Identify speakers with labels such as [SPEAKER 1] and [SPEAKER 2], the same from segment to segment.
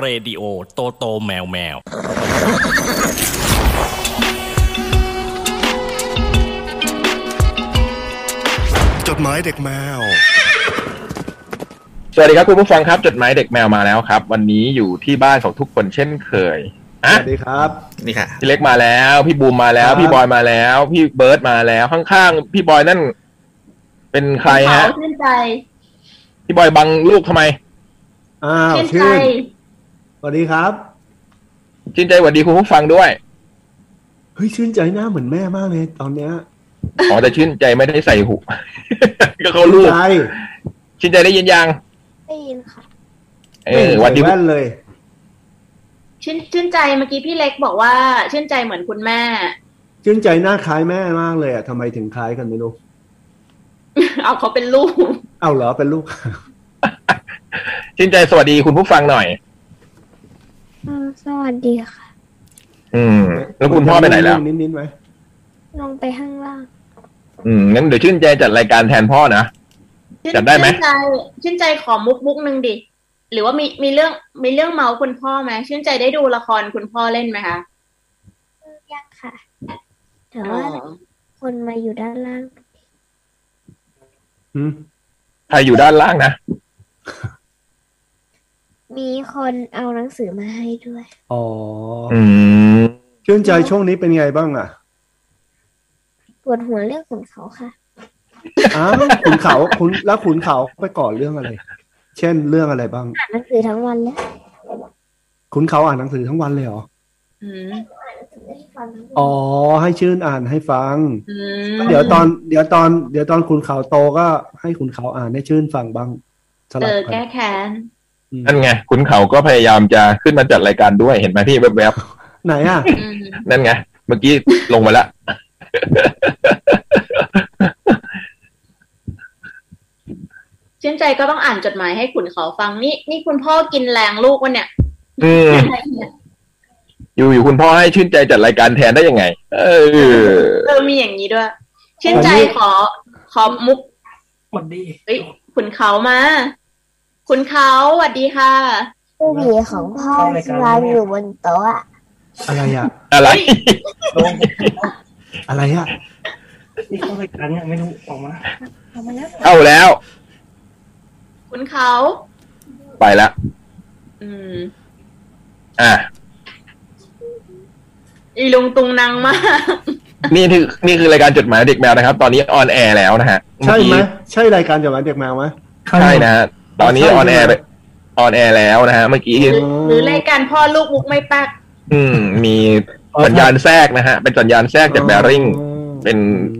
[SPEAKER 1] เรดิโอโตโตแมวแมว
[SPEAKER 2] จดหมายเด็กแมว
[SPEAKER 3] สวัสดีครับคุณผู้ฟังครับจดหมายเด็กแมวมาแล้วครับ วันนี้อยู่ที่บ้านของทุกคนเช่นเคย
[SPEAKER 4] ส
[SPEAKER 3] อ่ะ
[SPEAKER 4] วัสดีครับ
[SPEAKER 5] นี่ค่ะ
[SPEAKER 3] พี่เล็กมาแล้ว พี่บูมมาแล้
[SPEAKER 4] คว รับ
[SPEAKER 3] พี่บอยมาแล้ว พี่เบิร์ดมาแล้วข้างๆพี่บอยนั่น เป็นใครฮะ
[SPEAKER 6] ขาวชื่นใจ
[SPEAKER 3] พี่บอยบังลูกทำไม
[SPEAKER 4] อ้าว
[SPEAKER 6] ชื่น
[SPEAKER 4] ชื่
[SPEAKER 6] ใจ
[SPEAKER 4] นสวัสดีครับ
[SPEAKER 3] จินใจหวัดดีคุณผู้ฟังด้วย
[SPEAKER 4] เฮ้ยชื่นใจหน้าเหมือนแม่มากเลยตอนเนี้ย
[SPEAKER 3] อ๋อแต่ชื่นใจไม่ได้ใส่หู ก็เขาลูก
[SPEAKER 4] ใจ
[SPEAKER 3] ชื่นใจได้ยินยัง
[SPEAKER 6] ได้ยินค่ะ
[SPEAKER 3] เออหวัดดี
[SPEAKER 4] แว่นเลย
[SPEAKER 6] ชื่นชื่นใจเมื่อกี้พี่เล็กบอกว่า ชื่นใจเหมือนคุณแม่
[SPEAKER 4] ชื่นใจหน้าคล้ายแม่มากเลยอ่ะทำไมถึงคล้ายกันไม่รู้
[SPEAKER 6] เอาเขาเป็นลูก
[SPEAKER 4] เอาเหรอเป็นลูก
[SPEAKER 3] ชื่นใจสวัสดีคุณผู้ฟังหน่อย
[SPEAKER 7] อ่าสวัสดีค่ะ
[SPEAKER 3] อืม แล้วคุณพ่อไปไหนแล้ว
[SPEAKER 4] นิดๆไหม
[SPEAKER 7] ลงไปข้างล่าง
[SPEAKER 3] อืมงั้นเดี๋ยวชื่นใจจัดรายการแทนพ่อนะ
[SPEAKER 6] ชื่น
[SPEAKER 3] จัดได้ไหม
[SPEAKER 6] ชื่นใจ ชื่นใจขอมุกมุกหนึ่งดิ หรือว่ามีมีเรื่องมีเรื่องเมาส์คุณพ่อไหมชื่นใจได้ดูละครคุณพ่อเล่นไหมคะ
[SPEAKER 7] ยังค่ะ แต่ว่าคนมาอยู่ด้านล่าง
[SPEAKER 4] หืม
[SPEAKER 3] ใครอยู่ด้านล่างนะ
[SPEAKER 7] มีคนเอาหนังสือมาให้ด้วย
[SPEAKER 4] อ๋อ
[SPEAKER 3] อืม
[SPEAKER 4] ชื่นใจช่วงนี้เป็นไงบ้างอ่ะ
[SPEAKER 7] ปวดหัวเรื่องของเขาค่ะ
[SPEAKER 4] อ้าวขุนเขาขุนแล้วขุนเขาไปก่อเรื่องอะไร เช่นเรื่องอะไรบ้าง
[SPEAKER 7] อ่านหนังสือทั้งวันแล้ว
[SPEAKER 4] ขุนเขาอ่านหนังสือทั้งวันเลยเหรอ
[SPEAKER 6] อืม
[SPEAKER 7] อ่านหนังสือให้ฟังทั้งวัน
[SPEAKER 4] อ๋อ ให้ชื่นอ่านให้ฟัง
[SPEAKER 6] อืม
[SPEAKER 4] เดี๋ยวตอน เดี๋ยวตอน เดี๋ยวตอนขุนเขาโตก็ให้ขุนเขาอ่านให้ชื่นฟังบ้างส
[SPEAKER 6] เอ
[SPEAKER 4] ลับ
[SPEAKER 6] อ
[SPEAKER 4] กั
[SPEAKER 6] แก้
[SPEAKER 4] น
[SPEAKER 6] แค้น
[SPEAKER 4] อืม
[SPEAKER 3] นั่นไงคุณเขาก็พยายามจะขึ้นมาจัดรายการด้วยเห็นไหมพี่แวบ
[SPEAKER 4] ไหนอ่ะ
[SPEAKER 6] อืม
[SPEAKER 3] ๆนั่นไงเมื่อกี้ลงมาละ
[SPEAKER 6] ชื่นใจก็ต้องอ่านจดหมายให้ขุนเขาฟังนี่นี่คุณพ่อกินแรงลูกวะเนี่ย
[SPEAKER 3] อืมอยู่อยู่ๆคุณพ่อให้ชื่นใจจัดรายการแทนได้ยังไง เออ
[SPEAKER 6] เออมีอย่างนี้ด้วย ชื่นใจ
[SPEAKER 4] อันนี้
[SPEAKER 6] ขอขอมุก
[SPEAKER 8] หวัดดี
[SPEAKER 6] เฮ้ยขุนเขามา ขุนเขาสวัสดีค่ะ
[SPEAKER 7] ตู้เบียร์ของพ่อที่วางอยู่บนโต๊ะอะ
[SPEAKER 4] อะไรอ่ะ
[SPEAKER 3] อะไร
[SPEAKER 8] ลง
[SPEAKER 4] อะไรอ่ะ
[SPEAKER 8] นี่เข้ารายการยังไม่รู้ออกมา
[SPEAKER 7] เอามาแล้ว
[SPEAKER 3] เอาแล้ว
[SPEAKER 6] ขุนเขา
[SPEAKER 3] ไปละ
[SPEAKER 6] อืม
[SPEAKER 3] อ่ะ
[SPEAKER 6] อีลุงตุงนางมาก
[SPEAKER 3] นี่คือนี่คือรายการจดหมายเด็กแมวนะครับ ตอนนี้ออนแอร์แล้วนะฮะ
[SPEAKER 4] ใช่ไหมใช่รายการจดหมายเด็กแมวไหม
[SPEAKER 3] ใช่นะฮะตอนนี้ออนแอร์ออนแอร์แล้วนะฮะเมื่อกี้
[SPEAKER 6] หรือหรือรายการพ่อลูกมุกไม่แป๊ก
[SPEAKER 3] อืม มีสัญญาณแทรกนะฮะ เป็นสัญญาณแทรกจากแบริ่ง เป็น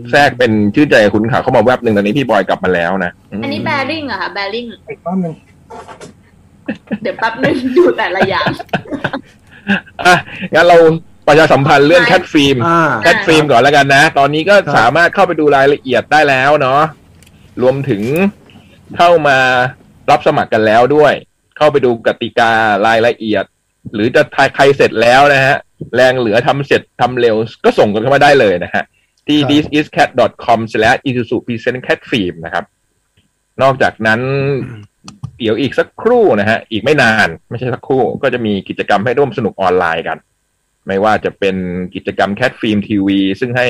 [SPEAKER 3] แทรกเป็นชื่อใจคุณขาเข้ามาแวบหนึ่งตอนนี้พี่บอยกลับมาแล้วนะม
[SPEAKER 6] อันนี้แบริ่งเหรอะค่ะแบริ่ง
[SPEAKER 8] อีกรอบหนึ่ง
[SPEAKER 6] เดี๋ยวแป๊บนึง ดูแต่ละอย่าง
[SPEAKER 3] อ่ะงั้นเราประชาสัมพันธ์เรื่องแคทฟิล์ม
[SPEAKER 4] อ่า
[SPEAKER 3] แคทฟิล์มก่อนแล้วกันนะ ตอนนี้ก็
[SPEAKER 4] ครับ
[SPEAKER 3] สามารถเข้าไปดูรายละเอียดได้แล้วเนาะรวมถึงเข้ามารับสมัครกันแล้วด้วย เข้าไปดูกติการายละเอียด หรือจะทายใครเสร็จแล้วนะฮะ แรงเหลือทำเสร็จทำเร็วก็ส่งกันเข้ามาได้เลยนะฮะ ที่
[SPEAKER 4] ครับ
[SPEAKER 3] thisiscat.com/isuzupresentcatfilm นะครับ นอกจากนั้น เดี๋ยวอีกสักครู่นะฮะ อีกไม่นาน ไม่ใช่สักครู่ ก็จะมีกิจกรรมให้ร่วมสนุกออนไลน์กัน ไม่ว่าจะเป็นกิจกรรมแคทฟิล์มทีวีซึ่งให้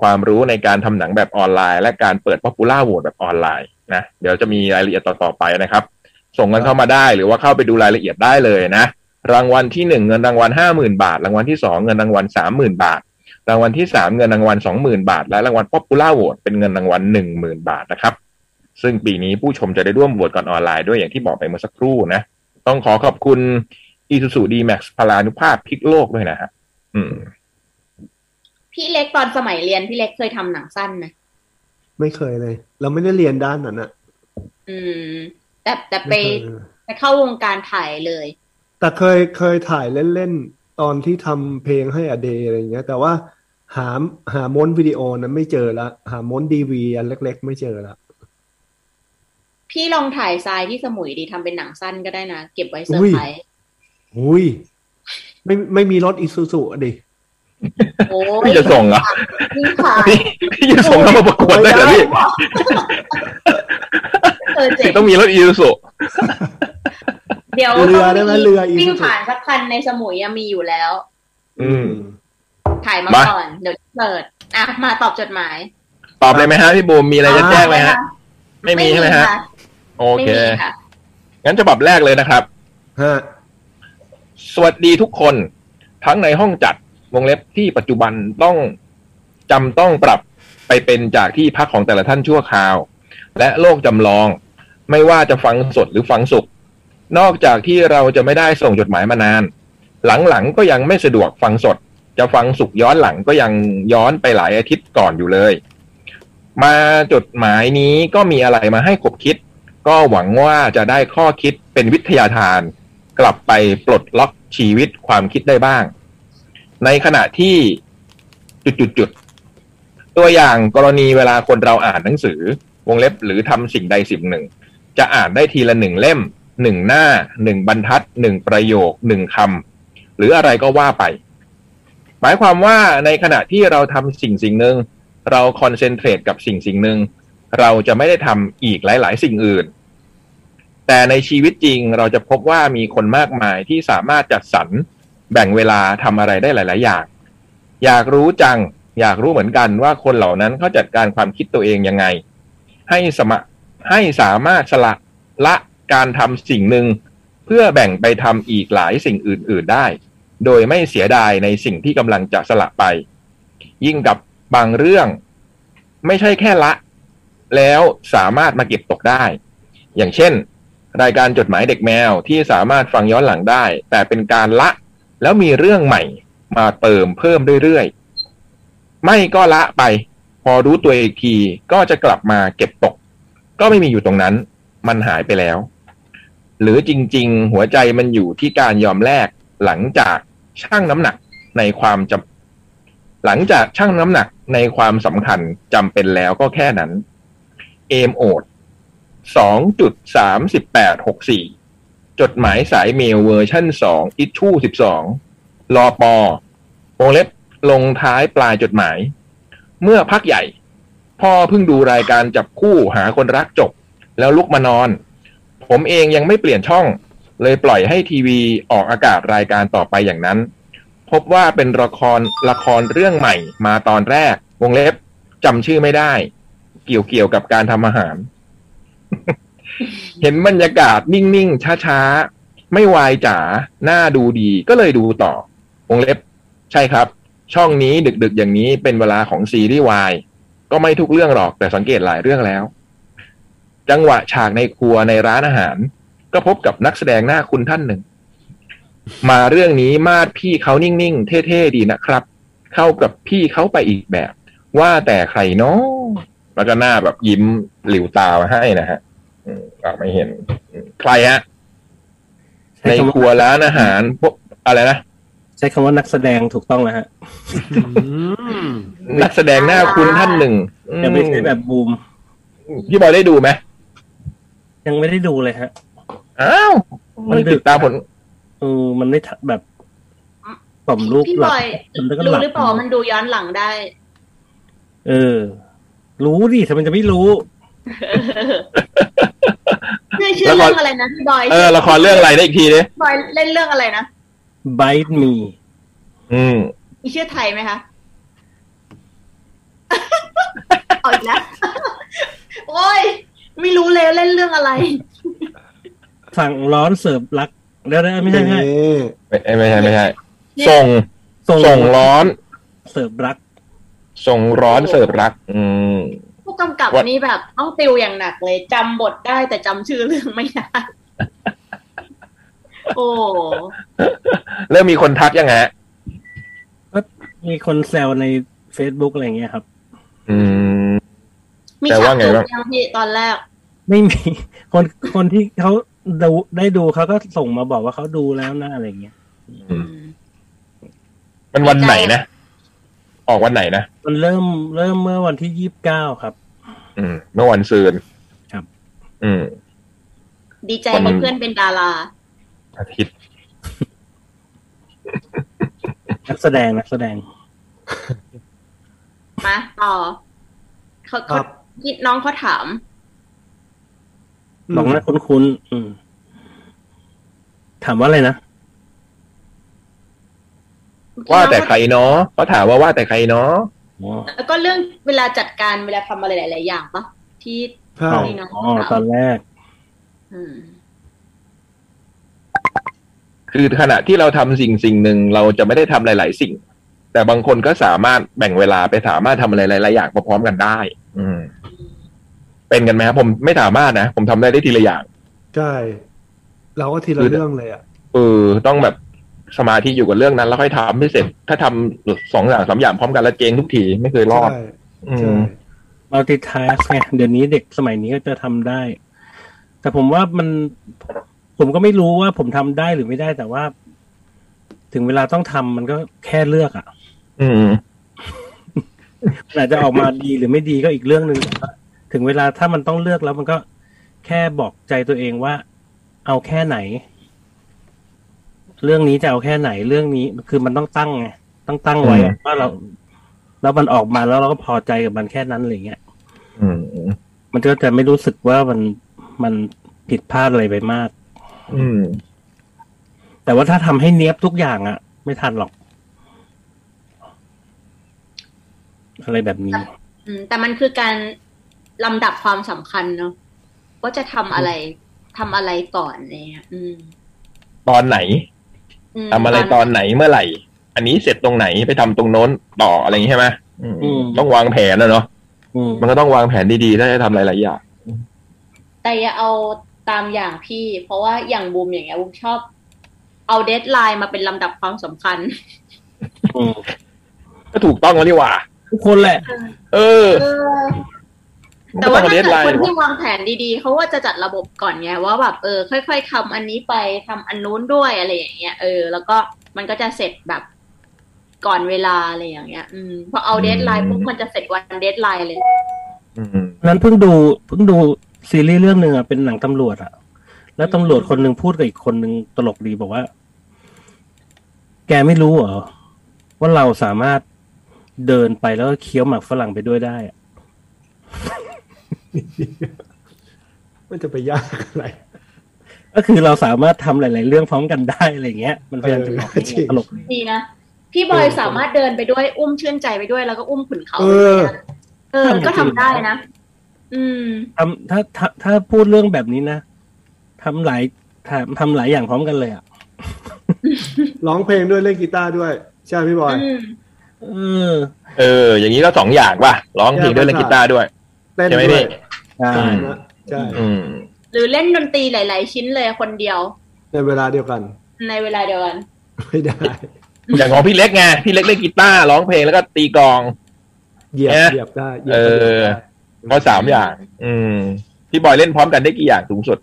[SPEAKER 3] ความรู้ในการทำหนังแบบออนไลน์ และการเปิด popular vote แบบออนไลน์นะ เดี๋ยวจะมีรายละเอียดต่อ ๆ ไปนะครับ ส่งกันเข้ามาได้หรือว่าเข้าไปดูรายละเอียดได้เลยนะ รางวัลที่หนึ่งเงินรางวัลห้าหมื่นบาท รางวัลที่สองเงินรางวัลสามหมื่นบาท รางวัลที่สามเงินรางวัลสองหมื่นบาท และรางวัลป๊อปปูล่าโหวตเป็นเงินรางวัลหนึ่งหมื่นบาทนะครับ ซึ่งปีนี้ผู้ชมจะได้ร่วมโหวตก่อนออนไลน์ด้วยอย่างที่บอกไปเมื่อสักครู่นะ ต้องขอขอบคุณ i s u z u D-Max พลานุภาพพลิกโลกด้วยนะฮะอืม
[SPEAKER 6] พี่เล็กตอนสมัยเรียนพี่เล็กเคยทำหนังสั้นไหม
[SPEAKER 4] ไม่เคยเลย เราไม่ได้เรียนด้านนั้นอ่ะ
[SPEAKER 6] อืม แต่แต่ไป
[SPEAKER 4] ไม่เคยเลย
[SPEAKER 6] ไปเข้าวงการถ่ายเลย
[SPEAKER 4] แต่เคยเคยถ่ายเล่นๆ ตอนที่ทำเพลงให้อเดย์อะไรอย่างเงี้ย แต่ว่าหาหาม้วนวิดีโอนั้นไม่เจอละ หาม้วนดีวีอันเล็ก ๆ ไม่เจอละ
[SPEAKER 6] พี่ลองถ่ายทรายที่สมุยดีทำเป็นหนังสั้นก็ได้นะ เก็บไว้เซอร์ไพรส์
[SPEAKER 4] อุ้ย ไม่ไม่มีรถอิซูซุดิ
[SPEAKER 6] โอ้ย
[SPEAKER 3] พี่จะส่งเหรอ
[SPEAKER 6] ยิ่งถ่าย
[SPEAKER 3] พี่พี่จะส่งเข้ามาประกวดได้เหรอพี่
[SPEAKER 6] เออเจ๋ง
[SPEAKER 3] พี่ต้องมีรถ Isuzu
[SPEAKER 6] เดี๋ยว
[SPEAKER 9] เรือได้ไหมเรืออีซูซู
[SPEAKER 6] วิ่งผ่านสักคันในสมุยอะมีอยู่แล้ว
[SPEAKER 3] อืม
[SPEAKER 6] ถ่ายมา
[SPEAKER 3] มา
[SPEAKER 6] ก่อนเดี๋ยวเปิดอ่ะมาตอบจดหมาย
[SPEAKER 3] ตอบเลยไหมฮะพี่บูมมีอะไรจะแจ้งไหมฮะ ไม่มีใช่ไหมฮะ
[SPEAKER 6] ค่ะ
[SPEAKER 3] โอ
[SPEAKER 6] ไม่
[SPEAKER 3] เค
[SPEAKER 6] มีค่ะ
[SPEAKER 3] งั้นฉบับแรกเลยนะครับ
[SPEAKER 9] ฮะ
[SPEAKER 3] สวัสดีทุกคน ทั้งในห้องจัดวงเล็บที่ปัจจุบันต้องจำต้องปรับไปเป็นจากที่พักของแต่ละท่านชั่วคราว และโลกจำลอง ไม่ว่าจะฟังสดหรือฟังสุกนอกจากที่เราจะไม่ได้ส่งจดหมายมานาน หลังๆก็ยังไม่สะดวกฟังสด จะฟังสุกย้อนหลังก็ยังย้อนไปหลายอาทิตย์ก่อนอยู่เลย มาจดหมายนี้ก็มีอะไรมาให้ขบคิด ก็หวังว่าจะได้ข้อคิดเป็นวิทยาทาน กลับไปปลดล็อกชีวิตความคิดได้บ้าง ในขณะที่จุดๆๆตัวอย่างกรณีเวลาคนเราอ่านหนังสือ วงเล็บหรือทำสิ่งใดสิ่งหนึ่ง จะอ่านได้ทีละหนึ่งเล่มหนึ่งหน้าหนึ่งบรรทัดหนึ่งประโยคหนึ่งคำหรืออะไรก็ว่าไป หมายความว่าในขณะที่เราทำสิ่งสิ่งหนึ่งเราคอนเซนเทรตกับสิ่งสิ่งหนึ่งเราจะไม่ได้ทำอีกหลาย ๆ สิ่งอื่น แต่ในชีวิตจริงเราจะพบว่ามีคนมากมายที่สามารถจัดสรรแบ่งเวลาทำอะไรได้หลาย ๆ อย่าง อยากรู้จัง อยากรู้เหมือนกันว่าคนเหล่านั้นเขาจัดการความคิดตัวเองยังไง ให้สมะให้สามารถสละละการทำสิ่งหนึ่ง เพื่อแบ่งไปทำอีกหลายสิ่งอื่น ๆ ได้ โดยไม่เสียดายในสิ่งที่กำลังจะสละไป ยิ่งกับบางเรื่อง ไม่ใช่แค่ละ แล้วสามารถมาเก็บตกได้ อย่างเช่น รายการจดหมายเด็กแมวที่สามารถฟังย้อนหลังได้ แต่เป็นการละ แล้วมีเรื่องใหม่มาเติมเพิ่มเรื่อยๆ ไม่ก็ละไป พอรู้ตัวอีกทีก็จะกลับมาเก็บตก ก็ไม่มีอยู่ตรงนั้น มันหายไปแล้ว หรือจริงๆ หัวใจมันอยู่ที่การยอมแลกหลังจากชั่งน้ำหนักในความจำหลังจากชั่งน้ำหนักในความสำคัญจำเป็นแล้วก็แค่นั้น เอมโอด สองจุดสามสิบแปดหกสี่จดหมายสายเมลเวอร์ชั่นสองอิชชูสิบสองรอปอวงเล็บลงท้ายปลายจดหมาย เมื่อพักใหญ่ พ่อเพิ่งดูรายการจับคู่หาคนรักจบ แล้วลุกมานอน ผมเองยังไม่เปลี่ยนช่อง เลยปล่อยให้ทีวีออกอากาศรายการต่อไปอย่างนั้น พบว่าเป็นละครละครเรื่องใหม่มาตอนแรก วงเล็บจำชื่อไม่ได้ เกี่ยวเกี่ยวกับการทำอาหาร เห็นบรรยากาศนิ่ง ๆ ช้า ๆ ไม่วายจ๋าหน้าดูดีก็เลยดูต่อ วงเล็บ ใช่ครับ ช่องนี้ดึก ๆ อย่างนี้เป็นเวลาของซีรีส์วายก็ไม่ทุกเรื่องหรอกแต่สังเกตหลายเรื่องแล้ว จังหวะฉากในครัวในร้านอาหาร ก็พบกับนักแสดงหน้าคุณท่านหนึ่ง มาเรื่องนี้มาดพี่เขานิ่ง ๆ เท่ ๆ ดีนะครับ เข้ากับพี่เขาไปอีกแบบ ว่าแต่ใครเนาะแล้วก็หน้าแบบยิ้มหลิวตามาให้นะฮะ อืมอ่ะไม่เห็นอืมใครฮะ
[SPEAKER 8] ใช้
[SPEAKER 3] ใน
[SPEAKER 8] คำ
[SPEAKER 3] ครัวร้านอาหารพวกอะไรนะ
[SPEAKER 8] ใช้คำว่านักแสดงถูกต้องนะฮะ
[SPEAKER 3] นักแสดงหน้าคุณท่านหนึ่งอืม
[SPEAKER 8] อย่าไปใช้แบบบูม
[SPEAKER 3] พี่บอยได้ดูไหม
[SPEAKER 8] ยังไม่ได้ดูเลยฮะ
[SPEAKER 3] อ้าว
[SPEAKER 8] มั
[SPEAKER 3] มัน น
[SPEAKER 8] ดึก
[SPEAKER 3] ติดตามผล
[SPEAKER 8] เออมันไม่ทันแบบต่อมลูก
[SPEAKER 6] พี่
[SPEAKER 8] ห
[SPEAKER 6] บ
[SPEAKER 8] ลับ
[SPEAKER 6] อย
[SPEAKER 8] มันก็
[SPEAKER 6] รู้
[SPEAKER 8] หลับ
[SPEAKER 6] หรือเปล่าว่ามันดูย้อนหลัง ได้
[SPEAKER 8] เออ รู้ดิทำไมจะไม่รู้
[SPEAKER 6] ชื่อชื่อ
[SPEAKER 3] แล้วก่อน
[SPEAKER 6] เรื่องอะไรนะพี่บอย
[SPEAKER 3] เออละครเรื่องอะไรได้อีกทีดิ
[SPEAKER 6] พี่บอยเล่นเรื่องอะไรนะ
[SPEAKER 8] bite me
[SPEAKER 3] อืม
[SPEAKER 6] มีชื่อไทยไหมคะ เอาอีกแล้ว โอ้ย ไม่รู้เลยเล่นเรื่องอะไร
[SPEAKER 8] สั่งร้อนเสิร์ฟรัก แล้วนะไม่ใช่ไม่ใช่
[SPEAKER 9] เอ๊ะ
[SPEAKER 3] ไม่ไม่ใช่ไม่ใช่
[SPEAKER 6] นี่
[SPEAKER 3] ส่งส่งร้อน
[SPEAKER 8] เสิร์ฟรัก
[SPEAKER 3] ส่งร้อนเสิร์ฟรัก อืม
[SPEAKER 6] ผู้กำกับ
[SPEAKER 3] วัด
[SPEAKER 6] นี่แบบต้องติวอย่างหนักเลยจำบทได้แต่จำชื่อเรื่องไม่ได้ โอ้
[SPEAKER 3] เริ่มมีคนทักยังไงฮะ
[SPEAKER 8] มีคนแซวใน Facebook อะไรอย่างเงี้ยครับ
[SPEAKER 3] อืม
[SPEAKER 6] มี
[SPEAKER 3] แต่
[SPEAKER 6] ฉา
[SPEAKER 3] ว่าก ไง
[SPEAKER 6] จูบ
[SPEAKER 3] บ้าง
[SPEAKER 6] ยังพี่ตอนแรก
[SPEAKER 8] ไม่มี คนคนที่เขาดูได้ดูเขาก็ส่งมาบอกว่าเขาดูแล้วนะอะไรอย่างเงี้ย
[SPEAKER 3] อืม มันวันไหนนะ ออกวันไหนนะ
[SPEAKER 8] มันเริ่มเริ่มเมื่อวันที่ยี่สิบเก้าครับ
[SPEAKER 3] อืม เมื่อวันซืน
[SPEAKER 8] ครับ
[SPEAKER 3] อืม
[SPEAKER 6] ดีใจมีเพื่อนเป็นดารา
[SPEAKER 3] อาทิตย์
[SPEAKER 8] นักแสดงนักแสดง
[SPEAKER 6] มาต่อเขา
[SPEAKER 9] ค
[SPEAKER 6] เขา
[SPEAKER 9] รับ
[SPEAKER 6] คิดน้องเขาถาม
[SPEAKER 8] บอกนะคุ้นๆอืม ถามว่าอะไรนะ
[SPEAKER 3] ว่าแต่ใครเนาะเขาถามว่าว่าแต่ใครเนาะ
[SPEAKER 8] อ๋อ
[SPEAKER 6] แล้วก็เรื่องเวลาจัดการเวลาทำอะไรหลายๆอย่างปะที่
[SPEAKER 4] ใช่
[SPEAKER 8] อ๋
[SPEAKER 6] เนอะ
[SPEAKER 8] อตอนแรก
[SPEAKER 6] อืม
[SPEAKER 3] คือขณะที่เราทำสิ่งสิ่งหนึ่งเราจะไม่ได้ทำหลาย ๆ สิ่ง แต่บางคนก็สามารถแบ่งเวลาไปสามารถทำอะไรหลายๆอย่างพร้อมๆกันได้ อืม เป็นกันไหมครับผมไม่สามารถนะผมทำได้ได้ทีละอย่าง
[SPEAKER 4] ใช่เราก็ทีละเรื่องเลยอ่ะ
[SPEAKER 3] เออต้องแบบสมาธิอยู่กับเรื่องนั้น แล้วค่อยทำให้เสร็จ ถ้าทำสองอย่างสามอย่างพร้อมกันแล้วเจงทุกทีไม่เคยรอด
[SPEAKER 4] ใช่
[SPEAKER 3] อื
[SPEAKER 4] ใช่
[SPEAKER 3] ม
[SPEAKER 8] มัลติทาสไงเดี๋ยวนี้เด็กสมัยนี้ก็จะทำได้ แต่ผมว่ามัน ผมก็ไม่รู้ว่าผมทำได้หรือไม่ได้ แต่ว่า ถึงเวลาต้องทำมันก็แค่เลือกอะ
[SPEAKER 3] อืม
[SPEAKER 8] มันอาจจะออกมาดีหรือไม่ดีก็อีกเรื่องหนึ่งแต่ว่าถึงเวลาถ้ามันต้องเลือกแล้วมันก็แค่บอกใจตัวเองว่า เอาแค่ไหน เรื่องนี้จะเอาแค่ไหนเรื่องนี้คือมันต้องตั้งไงต้องตั้งไว้อะว่าเรา แล้วมันออกมาแล้วเราก็พอใจกับมันแค่นั้นอะไรอย่างเงี้ย
[SPEAKER 3] อืม
[SPEAKER 8] มันก็จะไม่รู้สึกว่ามันมันผิดพลาดอะไรไปมาก
[SPEAKER 3] อืม
[SPEAKER 8] แต่ว่าถ้าทำให้เนี้ยบทุกอย่างอะไม่ทันหรอก อะไรแบบนี้
[SPEAKER 6] อืมแต่มันคือการลำดับความสำคัญเนาะว่าจะทำอะไรทำอะไรก่อนอะไรเนี่ยอืม
[SPEAKER 3] ตอนไหน
[SPEAKER 6] ม
[SPEAKER 3] ทำอะไรตอนไหนเมื่อไหร่ อันนี้เสร็จตรงไหนไปทำตรงโน้นต่ออะไรอย่างนี้ใช่ไหมอืม
[SPEAKER 8] อืม
[SPEAKER 3] ต้องวางแผนนะเนาะ
[SPEAKER 8] อืม
[SPEAKER 3] มันก็ต้องวางแผนดีๆถ้าจะทำหลายๆอย่าง
[SPEAKER 6] แต่อย่าเอาตามอย่างพี่ เพราะว่าอย่างบูมอย่างเงี้ยบูมชอบ เอาเดทไลน์มาเป็นลำดับความสำคัญ
[SPEAKER 8] อืม
[SPEAKER 3] ก็ถูกต้องแล้วนี่หว่า
[SPEAKER 8] ทุกคนแหละ
[SPEAKER 3] เออ
[SPEAKER 6] แต่ว่า
[SPEAKER 3] มันก็ต้องเด
[SPEAKER 6] ถ้า
[SPEAKER 3] ทไลน์
[SPEAKER 6] เกิดคนที่วางแผนดีๆ เขาว่าจะจัดระบบก่อนไงว่าแบบเออ ค่อย ๆทำอันนี้ไปทำอันนู้นด้วยอะไรอย่างเงี้ยเออ แล้วก็มันก็จะเสร็จแบบก่อนเวลาอะไรอย่างเงี้ย อืมพอเอาเดทไลน์ปุ๊บมันจะเสร็จวันเดทไลน์เลย
[SPEAKER 3] อืม
[SPEAKER 8] นั้นเพิ่งดูเพิ่งดูซีรีส์เรื่องหนึ่งอะเป็นหนังตำรวจอะแล้วตำรวจคนหนึ่งพูดกับอีกคนหนึ่งตลกดีบอกว่า แกไม่รู้เหรอว่าเราสามารถเดินไปแล้วก็เคี้ยวหมากฝรั่งไปด้วยได้อะ
[SPEAKER 4] มันจะไปยากอะไร
[SPEAKER 8] ก็คือเราสามารถทำหลาย ๆ เรื่องพร้อมกันได้อะไรอย่างเงี้ย มันพยายามจะบอก
[SPEAKER 4] เออจริง
[SPEAKER 8] ตลก
[SPEAKER 6] ดีนะ พี่บอย
[SPEAKER 4] เออ
[SPEAKER 6] สามารถเดินไปด้วย อุ้มชื่นใจไปด้วยแล้วก็อุ้มขุนเขา
[SPEAKER 4] เอ
[SPEAKER 6] ไป
[SPEAKER 4] อ
[SPEAKER 6] ด้วยนะเออ ก็ทำได้นะ อืม
[SPEAKER 8] ทำถ้าถ้าถ้าพูดเรื่องแบบนี้นะทำหลายทำทำหลายอย่างพร้อมกันเลยอ่ะ
[SPEAKER 4] ร้องเพลงด้วยเล่นกีตาร์ด้วย ใช่ไหมพี่บอย
[SPEAKER 6] อืม
[SPEAKER 8] เออ
[SPEAKER 3] เออ อย่างนี้ก็สองอย่างว่ะร้องเพลงด้วยเล่นกีตาร์ด้วย
[SPEAKER 4] เต้น
[SPEAKER 3] ใช่ไหม
[SPEAKER 4] ด้
[SPEAKER 3] พี่
[SPEAKER 4] วย
[SPEAKER 8] ใช่
[SPEAKER 4] ใช่นะใช่
[SPEAKER 3] อืม
[SPEAKER 6] หรือเล่นดนตรีหลาย ๆ ชิ้นเลยคนเดียว
[SPEAKER 4] ในเวลาเดียวกัน
[SPEAKER 6] ในเวลาเดียวกัน
[SPEAKER 4] ไม่ได้
[SPEAKER 3] อย่างของพี่เล็กไงพี่เล็กเล่นกีตาร์ร้องเพลงแล้วก็ตีกลอง
[SPEAKER 4] เหยียบ
[SPEAKER 3] เอ๊ะ
[SPEAKER 4] เหยียบได้เหยี
[SPEAKER 3] เอย
[SPEAKER 4] บ
[SPEAKER 3] อ
[SPEAKER 4] ได้
[SPEAKER 3] ก็สามอย่าง อืมพี่บอยเล่นพร้อมกันได้กี่อย่างสูงสุด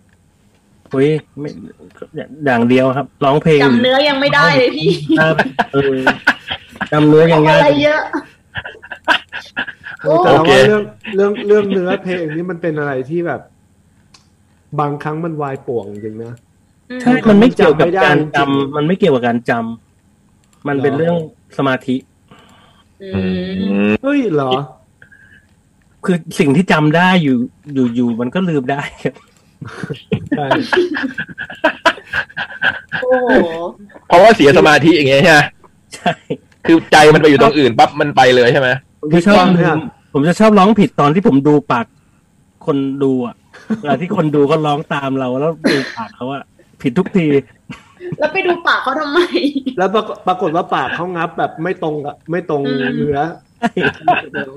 [SPEAKER 8] อุ้ยไม่อย่างเดียวครับ ร้องเพลง
[SPEAKER 6] จำเนื้อยังไม่ได้เลยพี่
[SPEAKER 8] ครับเออจำเนื้อยังไง
[SPEAKER 6] อะไรเยอะ โอ้
[SPEAKER 4] แต่
[SPEAKER 3] โอ
[SPEAKER 4] เรา
[SPEAKER 3] เค
[SPEAKER 4] ว่าเรื่องเรื่องเรื่องเนื้อเพลงนี่มันเป็นอะไรที่แบบ บางครั้งมันวายป่วงจริงนะ
[SPEAKER 8] ใช่มันไม่เกี่ยวกับการจำมันไม่เกี่ยวกับการจำมันเป็นเรื่องสมาธิ
[SPEAKER 6] อื
[SPEAKER 3] อื
[SPEAKER 6] ม
[SPEAKER 3] ม
[SPEAKER 4] เฮ้ยเหรอ
[SPEAKER 8] คือสิ่งที่จำได้อยู่อยู่อยู่มันก็ลืมได้ครับ
[SPEAKER 4] ใช่
[SPEAKER 6] โอ้โห
[SPEAKER 3] เพราะว่าเสียสมาธิอย่างเงี้ยใช่ไหม
[SPEAKER 8] ใช่
[SPEAKER 3] คือใจมันไปอยู่ตรงอื่นปั๊บมันไปเลยใช่ไหม
[SPEAKER 8] ผมจะชอบ
[SPEAKER 4] ฟัง
[SPEAKER 8] ลื
[SPEAKER 4] เนี่ย
[SPEAKER 8] มผมจะชอบร้องผิดตอนที่ผมดูปากคนดูอ่ะเวลาที่คนดูก็ร้องตามเราแล้ว ดูปากเขาอ่ะผิดทุกที
[SPEAKER 6] แล้วไปดูปากเขาทำไม
[SPEAKER 4] แล้วปรากฏปรากฏว่าปากเขางับแบบไม่ตรงกับไม่ตรง
[SPEAKER 6] อืม
[SPEAKER 4] เนื้อ
[SPEAKER 8] ใช่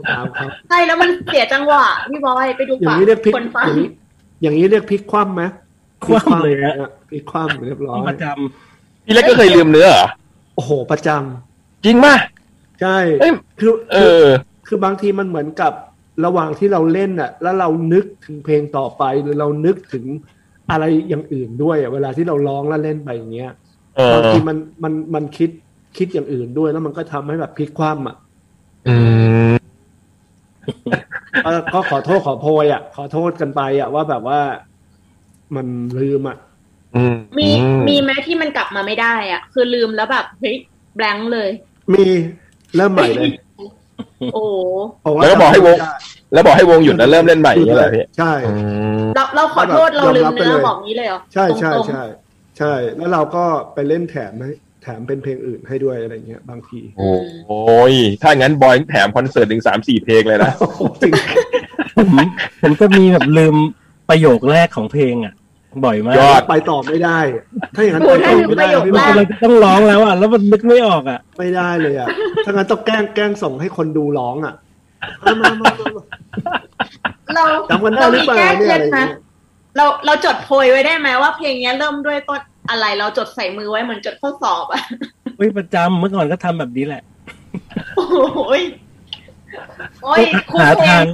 [SPEAKER 4] ตามเขา
[SPEAKER 6] ใช่แล้วมันเสียจังหวะพี่บอยไปดู
[SPEAKER 4] อย่า
[SPEAKER 6] ปาง ก
[SPEAKER 4] นี้เรียกพลิก
[SPEAKER 6] คนฟั
[SPEAKER 4] อง ย่างนี้อย่างนี้เรียกพลิกคว่ำไหม
[SPEAKER 8] คว่ำเลยฮะ
[SPEAKER 4] นี่พลิกคว่ำเรียบร้อย
[SPEAKER 8] ประจ
[SPEAKER 3] พี่เล็กก็เคยลืมเนื้อเหรอ
[SPEAKER 4] โอ้โหประจำ
[SPEAKER 3] จริงป่ะ
[SPEAKER 4] ใช่
[SPEAKER 3] เอ้ย
[SPEAKER 4] คือ
[SPEAKER 3] เอ
[SPEAKER 4] คือ
[SPEAKER 3] อ
[SPEAKER 4] คือบางทีมันเหมือนกับระหว่างที่เราเล่นน่ะ แล้วเรานึกถึงเพลงต่อไปหรือเรานึกถึงอะไรอย่างอื่นด้วยอะเวลาที่เราร้องแล้วเล่นไปอย่างเงี้ย
[SPEAKER 3] เออบ
[SPEAKER 4] างทีมันมันมันคิดคิดอย่างอื่นด้วยแล้วมันก็ทำให้แบบพลิกคว่ำอ่ะ
[SPEAKER 3] อืม
[SPEAKER 4] เออ ก็ขอโทษขอโพยอ่ะ ขอโทษกันไปอ่ะว่าแบบว่า มันลืมอ่ะ
[SPEAKER 3] อื
[SPEAKER 6] มีมีไหมที่มันกลับมาไม่ได้อ่ะ คือลืมแล้วแบบเฮ้ยแบงค์เลย
[SPEAKER 4] มีเริ่มใหม่เลย
[SPEAKER 6] โอ้โห
[SPEAKER 4] เพราะา
[SPEAKER 3] แล้วก็บอกให้วง แล้วบอกให้วงหยุดแล้วเริ่มเล่นใหม่อย่างเงี้ยเหรอพี่
[SPEAKER 4] ใช่
[SPEAKER 3] อืม
[SPEAKER 6] เราเราขอโทษ
[SPEAKER 4] แล้
[SPEAKER 6] เรา
[SPEAKER 4] วแบบ
[SPEAKER 6] ลื
[SPEAKER 4] ยอมรับไป
[SPEAKER 6] มเนื้อ
[SPEAKER 4] เลย
[SPEAKER 6] บอกนี้เลยเหรอ
[SPEAKER 4] ใช่ใช่
[SPEAKER 6] ตรงๆ
[SPEAKER 4] ใช่ ใช่ แล้วเราก็ไปเล่นแถมให้แถมเป็นเพลงอื่นให้ด้วยอะไรเงี้ยบางที
[SPEAKER 3] โอ้ย ถ้างั้นบอยแถมคอนเสิร์ตถึงสามสี่เพลงเลยนะ
[SPEAKER 4] โอ้โหจริง
[SPEAKER 8] ผมผมจะมีแบบลืมประโยคแรกของเพลงอ่ะ บ่อยมาก
[SPEAKER 3] ยอด
[SPEAKER 4] ไปต่อไม่ได้ ถ้าอย่างนั้น
[SPEAKER 6] โอ้
[SPEAKER 4] ไป
[SPEAKER 6] โห
[SPEAKER 4] ต่อไม่ได้
[SPEAKER 6] ถ้าลืมประโยค
[SPEAKER 4] พี่
[SPEAKER 6] แร
[SPEAKER 4] บอล
[SPEAKER 8] กำลังจะต้องร้องแล้วอ่ะ แล้วมันนึกไม่ออกอ่ะ
[SPEAKER 4] ไม่ได้เลยอ่ะ ถ้างั้นต้องแกล้งแกล้งส่งให้คนดูร้องอ่ะมามามามา
[SPEAKER 6] เรา
[SPEAKER 4] จำกันได้
[SPEAKER 6] เรา
[SPEAKER 4] หรือ
[SPEAKER 6] มี
[SPEAKER 4] เปล่า
[SPEAKER 6] แก้
[SPEAKER 4] เนี่ย
[SPEAKER 6] เพื่อน
[SPEAKER 4] อะไร
[SPEAKER 6] นะ
[SPEAKER 4] เงี้ย
[SPEAKER 6] เราเราจดโพยไว้ได้ไหมว่าเพลงเนี้ยเริ่มด้วยต้นอะไรเราจดใส่มือไว้เหมือนจดข้อสอบอะ
[SPEAKER 8] อุ้ยประจำเมื่อก่อนก็ทำแบบนี้แหละ
[SPEAKER 6] โอ้ยโอ้ยครู
[SPEAKER 8] หา
[SPEAKER 6] เพล
[SPEAKER 8] ทาง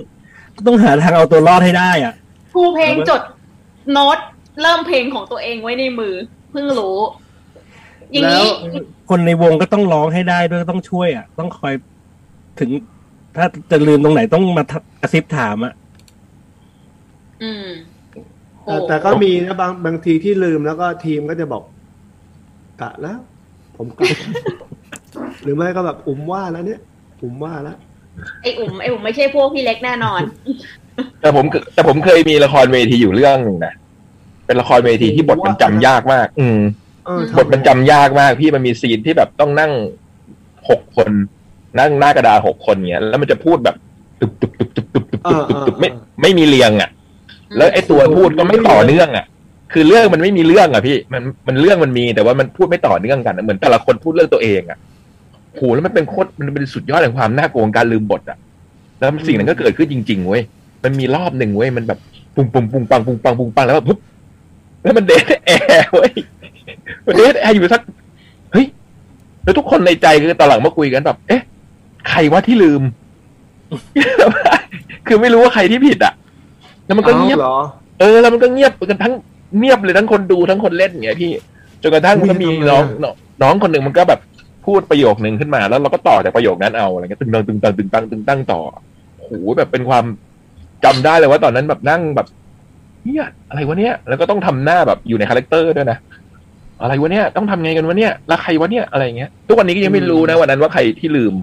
[SPEAKER 6] ง
[SPEAKER 8] ต้องหาทางเอาตัวรอดให้ได้อ่ะ
[SPEAKER 6] ครูเพลงจดโน้ตเริ่มเพลงของตัวเองไว้ในมือ เพิ่งรู้ อย่างนี้
[SPEAKER 8] คนในวงก็ต้องร้องให้ได้ด้วยต้องช่วยอ่ะ ต้องคอยถึง ถ้าจะลืมตรงไหนต้องมาทักกระซิบถามอ่ะ
[SPEAKER 6] อืมโอ้
[SPEAKER 4] แต่แต่ก็มีนะบางบางทีที่ลืมแล้วก็ทีมก็จะบอกกะแล้ว ผม กะ หรือไม่ก็แบบอุ้มว่าแล้วเนี่ยอุ้มว่าแล้ว
[SPEAKER 6] ไออุ่มไออุ่มไม่ใช่พวกพี่เล็กแน่นอน
[SPEAKER 3] แต่ผมแต่ผมเคยมีละครเวทีอยู่เรื่องหนึ่งนะเป็นละครเวทีที่บทมันจำยากมาก อืม
[SPEAKER 4] เออทำ
[SPEAKER 3] บทมันจำยากมากพี่มันมีซีนที่แบบต้องนั่งหกคน นั่งหน้ากระดาษหกคนเงี้ย แล้วมันจะพูดแบบตุบตุบตุบตุบตุบตุบตุบตุบตุบไม่ไม่มีเรียงอ่ะ แล้วไอ้ตัวพูดก็ไม่ต่อเนื่องอ่ะ คือเรื่องมันไม่มีเรื่องอ่ะพี่มันมันเรื่องมันมีแต่ว่ามันพูดไม่ต่อเนื่องกันอะเหมือนแต่ละคนพูดเรื่องตัวเองอ่ะโหแล้วมันเป็นโคตรมันเป็นสุดยอดแห่งความน่ากลัวของการลืมบทอ่ะ แล้วสิ่งนั้นก็เกิดขึ้นจริงๆเว้ยมันมีรอบหนึ่งเว้ยมันแบบปุงปุงปุงปังปุงปังปุงปังแล้วแบบปุ๊บแล้วมันเดทแอร์เว้ยมันเดทแอร์อยู่สักเฮ้ยแล้วทุกคนในใจคือตอนหลังมาคุยกันแบบ เอ๊ะ ใครวะที่ลืม คือไม่รู้ว่าใครที่ผิดอ่ะ แล้วมันก็เงียบ
[SPEAKER 4] อาหรอ
[SPEAKER 3] เออแล้วมันก็เงียบกันทั้งเงียบเลยทั้งคนดูทั้งคนเล่นอย่างเงี้ยพี่จนกระทั่งมันก็มีน้องน้องน้องคนหนึ่งมันก็แบบพูดประโยคหนึ่งขึ้นมาแล้วเราก็ต่อจากประโยคนั้นเอาอะไรเงี้ยตึงตังตึงตังตึงตังตึงตังต่อโอ้โหแบบเป็นความจำได้เลยว่าตอนนั้นแบบนั่งแบบเนี่ยอะไรวะเนี่ยแล้วก็ต้องทำหน้าแบบอยู่ในคาแรคเตอร์ด้วยนะอะไรวะเนี่ยต้องทำไงกันวะเนี่ยแล้วใครวะเนี่ยอะไรเงี้ยทุกวันนี้ก็ยังไม่รู้นะวันนั้นว่าใครที่ลืม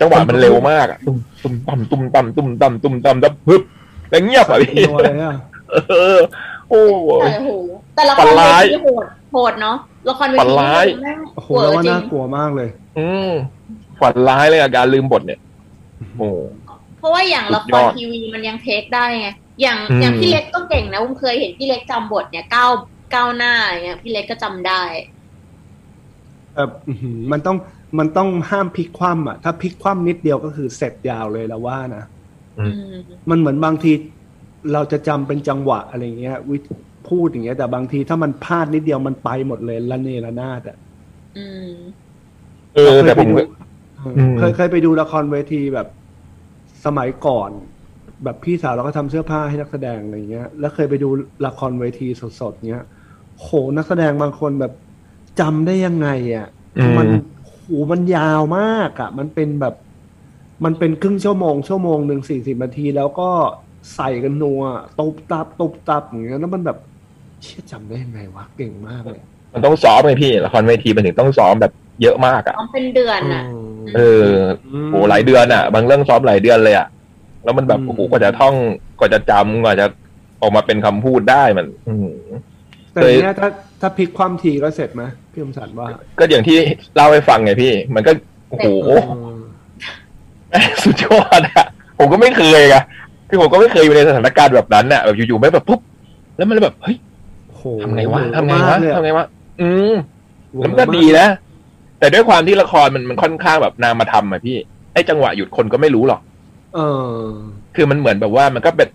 [SPEAKER 3] จังหวะมันเร็วมากอะตุ้มตุ้มต่ำตุ้มต่ำตุ้มต่ำตุ้มต่ำแล้วปึ๊บแล้วเงียบอะพี่
[SPEAKER 4] ตัวเลยอ่ะ
[SPEAKER 3] เออ โอ้โห
[SPEAKER 6] แต่โอ้โหแต่ละคร
[SPEAKER 3] ฝัน
[SPEAKER 6] เว
[SPEAKER 3] ร้าย
[SPEAKER 6] ทีโหดโหดเนาะละครเว
[SPEAKER 3] ฝัน
[SPEAKER 6] ที
[SPEAKER 3] ร้าย
[SPEAKER 6] แม่ง
[SPEAKER 4] โอ้โห
[SPEAKER 6] เวอ
[SPEAKER 4] แล้ว
[SPEAKER 6] ร์
[SPEAKER 4] ว่า
[SPEAKER 6] จริ
[SPEAKER 4] น่าง กลัวมากเลย
[SPEAKER 3] อืมฝันร้ายเลยอาการลืมบทเนี่ย โอ้
[SPEAKER 6] เพราะว่าอย่างละค
[SPEAKER 3] สุดย
[SPEAKER 6] ร
[SPEAKER 3] อด
[SPEAKER 6] ทีวีมันยังเทคได้ไง อย่าง
[SPEAKER 3] อืม
[SPEAKER 6] อย่างพี่เล็กก็เก่งนะผมเคยเห็นพี่เล็กจำบทเนี่ยก้าวก้าวหน้าอย่างเงี้ยพี่เล็กก็จำได้
[SPEAKER 4] แบบอื้อหือมันต้องมันต้องห้ามพลิกคว่ำอ่ะ ถ้าพลิกคว่ำนิดเดียวก็คือเสร็จยาวเลยแล้วว่านะ
[SPEAKER 3] อื
[SPEAKER 6] อืม
[SPEAKER 4] มันเหมือนบางทีเราจะจำเป็นจังหวะอะไรเงี้ยวิธีพูดอย่างเงี้ย แต่บางทีถ้ามันพลาดนิดเดียวมันไปหมดเลยละเนระนาดอ่ะ
[SPEAKER 6] อืม
[SPEAKER 3] เออ แต่ผม
[SPEAKER 4] เคยไปดูเอออ
[SPEAKER 3] ม
[SPEAKER 4] เคยเคยไปดูละครเวทีแบบสมัยก่อน แบบพี่สาวเราก็ทำเสื้อผ้าให้นักแสดงอะไรเงี้ย แล้วเคยไปดูละครเวทีสดๆเงี้ยโหนักแสดงบางคนแบบจำได้ยังไงอ่ะ มันโหมันยาวมากอะมันเป็นแบบ มันเป็นครึ่งชั่วโมง ชั่วโมงหนึ่งสี่สิบนาที แล้วก็ใส่กันนัวตบตับตบตับอย่างเงี้ยแล้วมันแบบเชี่ยจำได้ยังไงวะเก่งมากเลย
[SPEAKER 3] มันต้องซ้อมไงพี่ ละครเวทีมันถึงต้องซ้อมแบบเยอะมากอ่ะ
[SPEAKER 6] น้องเป็นเดือนอ่ะ
[SPEAKER 3] เออ
[SPEAKER 4] ม
[SPEAKER 3] โอ้หลายเดือนอ่ะ บางเรื่องซ้อมหลายเดือนเลยอ่ะ แล้วมันแบบ
[SPEAKER 4] อืม
[SPEAKER 3] โอ้โหกว่าจะท่อง กว่าจะจำกว่าจะออกมาเป็นคำพูดได้มัน อืม
[SPEAKER 4] แต่เนี้ยถ้าถ้าพลิกความทีก็เสร็จไหมพี่อมสันว่า
[SPEAKER 3] ก็อย่างที่เล่าให้ฟังไงพี่ มันก็ โอ้โห
[SPEAKER 4] เออ
[SPEAKER 3] สุดยอดอะผมก็ไม่เคยไงคือผมก็ไม่เคยอยู่ในสถานการณ์แบบนั้นอะแบบอยู่ๆไม่แบบปุ๊บ แล้วมันแบบเฮ้ย
[SPEAKER 4] โอ้โห
[SPEAKER 3] ทำไงวะ
[SPEAKER 4] เออ
[SPEAKER 3] ทำไง
[SPEAKER 4] มาว
[SPEAKER 3] ะ
[SPEAKER 4] กเลยอ
[SPEAKER 3] ทำไงวะ อืม
[SPEAKER 4] โอ้โห
[SPEAKER 3] แล้วมันก็ดีนะ แต่ด้วยความที่ละครมันมันค่อนข้างแบบนามธรรมอะพี่ ไอ้จังหวะหยุดคนก็ไม่รู้หรอก
[SPEAKER 4] เออ
[SPEAKER 3] คือมันเหมือนแบบว่ามันก็เป็น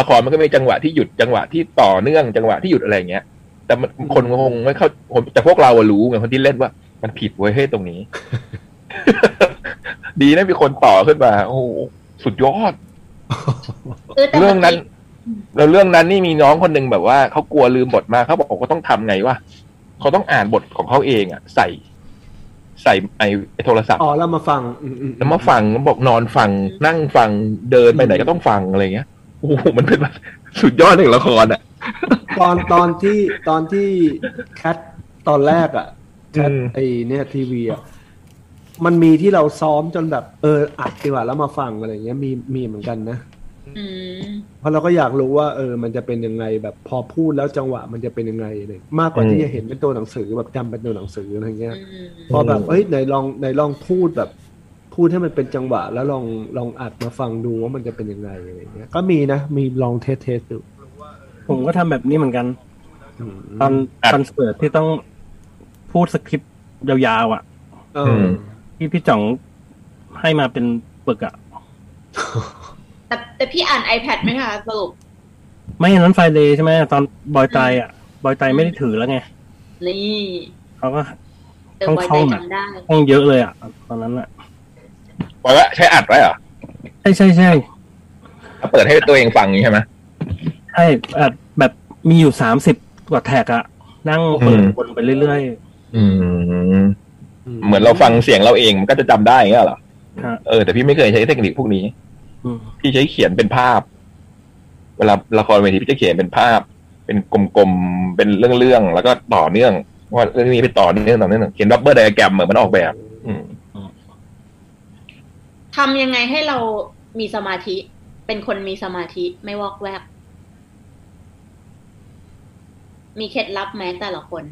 [SPEAKER 3] ละครมันก็มีจังหวะที่หยุดจังหวะที่ต่อเนื่องจังหวะที่หยุดอะไรอย่างเงี้ย แต่มัน
[SPEAKER 4] อืม
[SPEAKER 3] คนคงไม่เข้าผมแต่พวกเราอะรู้ไงคนที่เล่นว่า มันผิดเว้ยเฮ้ยตรง นี้ ดีนะมีคนต่อขึ้นมา โอ้โหสุดยอด
[SPEAKER 6] คือแต่
[SPEAKER 3] เรื่อง
[SPEAKER 6] บา
[SPEAKER 3] นั้น
[SPEAKER 6] ที
[SPEAKER 3] แล้วเรื่องนั้นนี่มีน้องคนหนึ่งแบบว่าเขากลัวลืมบทมากเขาบอกเขาต้องทำไงวะเขาต้องอ่านบทของเขาเองอ่ะ ใส่ ใส่ไอ้ไอ้โทรศัพท์
[SPEAKER 4] อ๋อแล้วมาฟังอืมอื
[SPEAKER 3] แล้วมาฟังบอกนอนฟัง นั่งฟังเดินไปไหนก็ต้องฟังอะไรเงี้ยโอ้โหมันเป็นแบบสุดยอดแห่งละครอ่ะ
[SPEAKER 4] ตอนตอนที่ตอนที่แคทตอนแรกอ่ะ แชท
[SPEAKER 3] อืม
[SPEAKER 4] ไอเนี่ยทีวีอ่ะมันมีที่เราซ้อมจนแบบเอออัดดีกว่าแล้วมาฟังอะไรเงี้ยมีมีเหมือนกันนะ
[SPEAKER 6] อืม
[SPEAKER 4] เพราะเราก็อยากรู้ว่าเออ มันจะเป็นยังไงแบบพอพูดแล้วจังหวะมันจะเป็นยังไงเลยมากกว่าที่จะเห็นเป็นตัวหนังสือแบบจำเป็นตัวหนังสืออะไรเงี้ย
[SPEAKER 6] อืม
[SPEAKER 4] พอแบบเอ้ยไหนลองไหนลองพูดแบบ พูดให้มันเป็นจังหวะ แล้วลองลองอัดมาฟังดูว่ามันจะเป็นยังไงอะไรเงี้ย ก็มีนะ มีลองเทสเทสดู
[SPEAKER 8] ผมก็ทำแบบนี้เหมือนกัน
[SPEAKER 4] อืม
[SPEAKER 8] ตอน
[SPEAKER 3] ครับ
[SPEAKER 8] คอนเสิร์ตที่ต้องพูดสคริปต์ยาวๆอ่ะ
[SPEAKER 4] เอออ
[SPEAKER 8] ที่พี่จ่องให้มาเป็นปึกอ่ะ
[SPEAKER 6] แต่แต่พี่อ่าน iPad ไหมคะสรุป
[SPEAKER 8] ไม่อย่างนั้นไฟเลยใช่ไหมตอนบอยไตายอ่ะ บอยไตายไม่ได้ถือแล้วไง
[SPEAKER 6] นี่
[SPEAKER 8] เขาก็
[SPEAKER 6] เติม
[SPEAKER 8] ต้อง
[SPEAKER 6] ไว้
[SPEAKER 8] เข้า
[SPEAKER 6] ใจ
[SPEAKER 8] หน่อย
[SPEAKER 6] จำได้
[SPEAKER 8] ต้องเยอะเลยอ่ะ ตอนนั้นอ่ะ
[SPEAKER 3] ไว้ว่าใช้อัดไว้เหรอ
[SPEAKER 8] ใช่ใช่ใช่
[SPEAKER 3] แล้วเปิดให้ตัวเองฟังอย่างนี้ใช่ไหม
[SPEAKER 8] ใช่อ่ะแบบมีอยู่สามสิบกว่าแท็กอ่ะ นั่งเปิด
[SPEAKER 3] อืม
[SPEAKER 8] วนไปเรื่อย
[SPEAKER 3] อืม เหมือนเราฟังเสียงเราเองมันก็จะจำได้อย่างเงี้ยเหรอ
[SPEAKER 8] ๆฮะ
[SPEAKER 3] เออแต่พี่ไม่เคยใช้เทคนิคพวกนี้
[SPEAKER 8] อืม
[SPEAKER 3] พี่ใช้เขียนเป็นภาพ เวลาละครเวทีพี่จะเขียนเป็นภาพ เป็นกลมๆ เป็นเรื่องๆ แล้วก็ต่อเนื่อง ว่าเรื่องนี้ไปต่อเนื่องต่อเนื่องเขียนดับเบิลไดอะแกรมเหมือนมันออกแบบ อืม
[SPEAKER 6] ทำยังไงให้เรามีสมาธิ เป็นคนมีสมาธิไม่วอกแวก มีเคล็ดลับไหมแต่ละคน